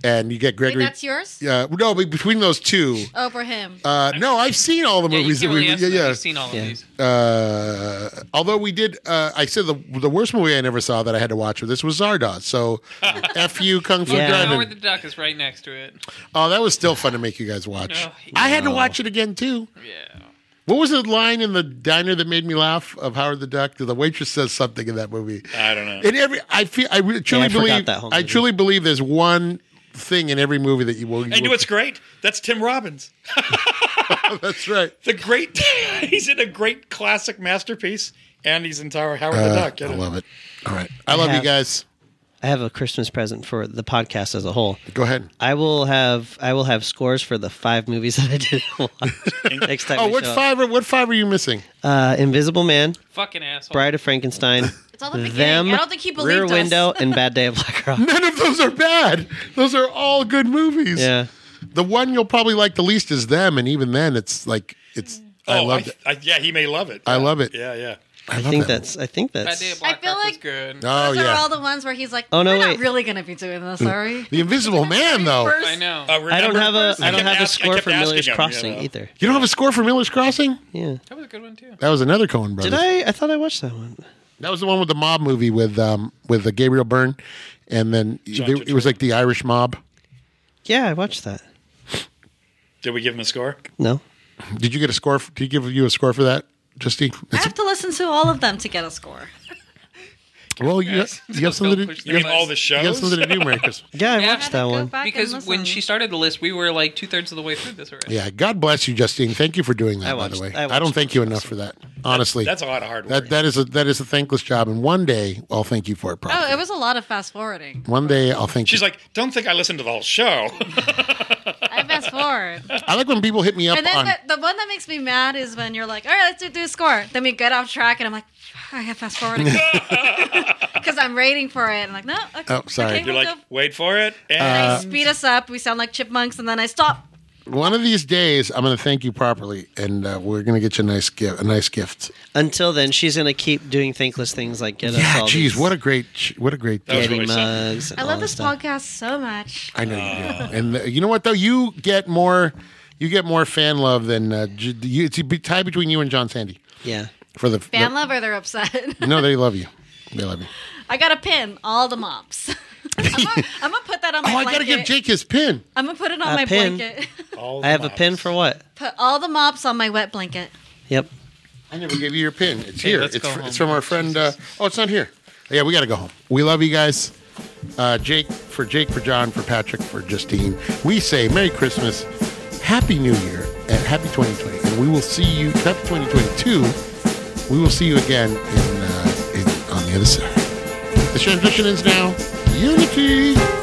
[SPEAKER 1] and you get
[SPEAKER 2] Wait,
[SPEAKER 1] Gregory.
[SPEAKER 2] that's yours.
[SPEAKER 1] yeah, no, but between those two,
[SPEAKER 2] Oh, for him.
[SPEAKER 1] uh, no, I've seen all the
[SPEAKER 5] Yeah, you
[SPEAKER 1] movies.
[SPEAKER 5] can't
[SPEAKER 1] that we-
[SPEAKER 5] really ask them if
[SPEAKER 1] yeah,
[SPEAKER 5] you've seen all
[SPEAKER 3] Yeah.
[SPEAKER 5] of these.
[SPEAKER 1] yeah. Uh, although we did, uh, I said the the worst movie I never saw that I had to watch with this was Zardoz. So, f you, Kung Fu
[SPEAKER 3] Yeah.
[SPEAKER 5] Know where
[SPEAKER 1] Driving.
[SPEAKER 5] the duck is right next to it.
[SPEAKER 1] Oh, that was still fun to make you guys watch.
[SPEAKER 5] No.
[SPEAKER 1] I had to
[SPEAKER 3] No.
[SPEAKER 1] watch it again too.
[SPEAKER 5] Yeah.
[SPEAKER 1] What was the line in the diner that made me laugh of Howard the Duck? The waitress says something in that movie.
[SPEAKER 4] I don't know.
[SPEAKER 1] In every, I feel, I re- truly
[SPEAKER 3] I forgot
[SPEAKER 1] believe,
[SPEAKER 3] that whole
[SPEAKER 1] I
[SPEAKER 3] movie.
[SPEAKER 1] truly believe there's one thing in every movie that you will. You
[SPEAKER 4] And you know
[SPEAKER 1] will-
[SPEAKER 4] what's great? That's Tim Robbins.
[SPEAKER 1] that's right.
[SPEAKER 4] The great. he's in a great classic masterpiece, and he's in Tower Howard the Duck.
[SPEAKER 1] Uh, I
[SPEAKER 4] you know?
[SPEAKER 1] love it. All right, I love you
[SPEAKER 3] have-
[SPEAKER 1] guys.
[SPEAKER 3] I have a Christmas present for the podcast as a whole.
[SPEAKER 1] Go ahead.
[SPEAKER 3] I will have I will have scores for the five movies that I did watch next time.
[SPEAKER 1] Oh,
[SPEAKER 3] we
[SPEAKER 1] what
[SPEAKER 3] show up.
[SPEAKER 1] five? Are, what five are you missing?
[SPEAKER 3] Uh, Invisible Man,
[SPEAKER 5] Fucking asshole.
[SPEAKER 3] Bride of Frankenstein,
[SPEAKER 2] It's all the beginning.
[SPEAKER 3] them,
[SPEAKER 2] I don't think he believed
[SPEAKER 3] Rear
[SPEAKER 2] us.
[SPEAKER 3] Window, and Bad Day of Black Rock.
[SPEAKER 1] None of those are bad. Those are all good movies.
[SPEAKER 3] Yeah,
[SPEAKER 1] The one you'll probably like the least is them, and even then, it's like it's. I
[SPEAKER 4] Oh, I
[SPEAKER 1] loved
[SPEAKER 4] I,
[SPEAKER 1] it.
[SPEAKER 4] yeah, he may love it.
[SPEAKER 1] I love it.
[SPEAKER 4] Yeah, yeah.
[SPEAKER 1] I,
[SPEAKER 3] I
[SPEAKER 1] love
[SPEAKER 3] think
[SPEAKER 1] that
[SPEAKER 3] that's I think
[SPEAKER 5] That day of
[SPEAKER 3] that's
[SPEAKER 5] Black
[SPEAKER 2] I feel
[SPEAKER 5] Rock was
[SPEAKER 2] like-
[SPEAKER 5] good.
[SPEAKER 1] Oh
[SPEAKER 2] Those are
[SPEAKER 1] yeah, Mm.
[SPEAKER 2] all the ones where he's like,
[SPEAKER 3] Oh, no,
[SPEAKER 2] we're
[SPEAKER 3] wait.
[SPEAKER 2] not really going to be doing this, are we?
[SPEAKER 1] the Invisible Man though.
[SPEAKER 2] First-
[SPEAKER 5] I know.
[SPEAKER 4] Uh,
[SPEAKER 3] I don't
[SPEAKER 4] remember-
[SPEAKER 3] have a I don't
[SPEAKER 4] kept
[SPEAKER 3] have a
[SPEAKER 4] ask- I
[SPEAKER 3] score
[SPEAKER 4] kept
[SPEAKER 3] for
[SPEAKER 4] asking
[SPEAKER 3] Miller's
[SPEAKER 4] him, you
[SPEAKER 3] Crossing
[SPEAKER 4] know.
[SPEAKER 3] either.
[SPEAKER 1] You don't have a score for Miller's Crossing?
[SPEAKER 3] Yeah.
[SPEAKER 5] that was a good one too.
[SPEAKER 1] That was another Cohen brother.
[SPEAKER 3] Did I? I thought I watched that one.
[SPEAKER 1] That was the one with the mob movie with um with the Gabriel Byrne, and then they- it was like the Irish mob.
[SPEAKER 3] Yeah, I watched that.
[SPEAKER 4] Did we give him a score?
[SPEAKER 3] No.
[SPEAKER 1] Did you get a score? f- Did he give you a score for that, Justy?
[SPEAKER 2] I have to listen to all of them to get a score.
[SPEAKER 1] Well, you, you have something to
[SPEAKER 5] push
[SPEAKER 1] you have,
[SPEAKER 5] the
[SPEAKER 4] All the
[SPEAKER 1] you have
[SPEAKER 4] shows.
[SPEAKER 1] something to do, Merry Christmas.
[SPEAKER 3] Yeah, I
[SPEAKER 5] Yeah.
[SPEAKER 3] watched that one.
[SPEAKER 5] Because when she started the list, we were like two thirds of the way through this already.
[SPEAKER 1] Yeah, God bless you, Justine. Thank you for doing that.
[SPEAKER 3] I
[SPEAKER 1] by
[SPEAKER 3] watched-
[SPEAKER 1] the way,
[SPEAKER 3] I
[SPEAKER 1] I,
[SPEAKER 3] watched
[SPEAKER 1] don't thank you enough for that. Honestly,
[SPEAKER 4] That's a lot of hard work.
[SPEAKER 1] that that is a that is a thankless job, and one day I'll thank you for it. Probably.
[SPEAKER 2] Oh, it was a lot of fast forwarding.
[SPEAKER 1] one day I'll thank
[SPEAKER 4] She's
[SPEAKER 1] you.
[SPEAKER 4] like, don't think I listened to the whole show.
[SPEAKER 2] I fast forward.
[SPEAKER 1] I like when people hit me up
[SPEAKER 2] And then
[SPEAKER 1] on.
[SPEAKER 2] the, the one that makes me mad is when you're like, all right, let's do, do a score. Then we get off track, and I'm like, "Fuck, I have fast forwarding. Because I'm waiting for it. And like, no. Okay,
[SPEAKER 1] Oh, sorry.
[SPEAKER 2] okay,
[SPEAKER 4] You're
[SPEAKER 2] we'll
[SPEAKER 4] like,
[SPEAKER 2] go."
[SPEAKER 4] wait for it. And
[SPEAKER 1] Uh,
[SPEAKER 2] And they speed us up. We sound like chipmunks, and then I stop.
[SPEAKER 1] One of these days, I'm going to thank you properly, and uh, we're going to get you a nice gift. A nice gift.
[SPEAKER 3] Until then, she's gonna keep doing thankless things like get us
[SPEAKER 1] Yeah,
[SPEAKER 3] all
[SPEAKER 1] geez,
[SPEAKER 3] these Uh,
[SPEAKER 1] what a great, what a great.
[SPEAKER 4] That was
[SPEAKER 3] Yeti
[SPEAKER 4] really something.
[SPEAKER 3] mugs. and
[SPEAKER 2] I
[SPEAKER 3] all
[SPEAKER 2] love
[SPEAKER 3] that
[SPEAKER 2] this
[SPEAKER 3] stuff.
[SPEAKER 2] podcast so much.
[SPEAKER 1] I know you do. And uh, you know what though, you get more, you get more fan love than uh, j- you, it's a be- tie between you and John Sandy
[SPEAKER 3] Yeah.
[SPEAKER 1] for the
[SPEAKER 2] Fan
[SPEAKER 1] the-
[SPEAKER 2] love or they're upset.
[SPEAKER 1] No, they love you. They love you.
[SPEAKER 2] I got to pin all the mops. I'm gonna- I'm going to put that on my
[SPEAKER 1] Oh, I
[SPEAKER 2] blanket.
[SPEAKER 1] gotta give Jake his pin.
[SPEAKER 2] I'm going to put it on
[SPEAKER 3] A
[SPEAKER 2] my
[SPEAKER 3] pin.
[SPEAKER 2] blanket.
[SPEAKER 4] All
[SPEAKER 3] I have
[SPEAKER 4] the
[SPEAKER 3] a pin
[SPEAKER 4] mops.
[SPEAKER 3] for what?
[SPEAKER 2] put all the mops on my wet blanket.
[SPEAKER 3] Yep.
[SPEAKER 1] I never gave you your pin. It's here.
[SPEAKER 5] let's
[SPEAKER 1] It's,
[SPEAKER 5] go
[SPEAKER 1] fr-
[SPEAKER 5] home.
[SPEAKER 1] it's from our friend. Uh, oh, it's not here. Yeah, we gotta go home. We love you guys. Uh, Jake for Jake for John for Patrick for Justine. We say Merry Christmas, Happy New Year, and Happy 2020. And we will see you Happy 2022. We will see you again in, uh, in on the other side. The transmission is now Unity.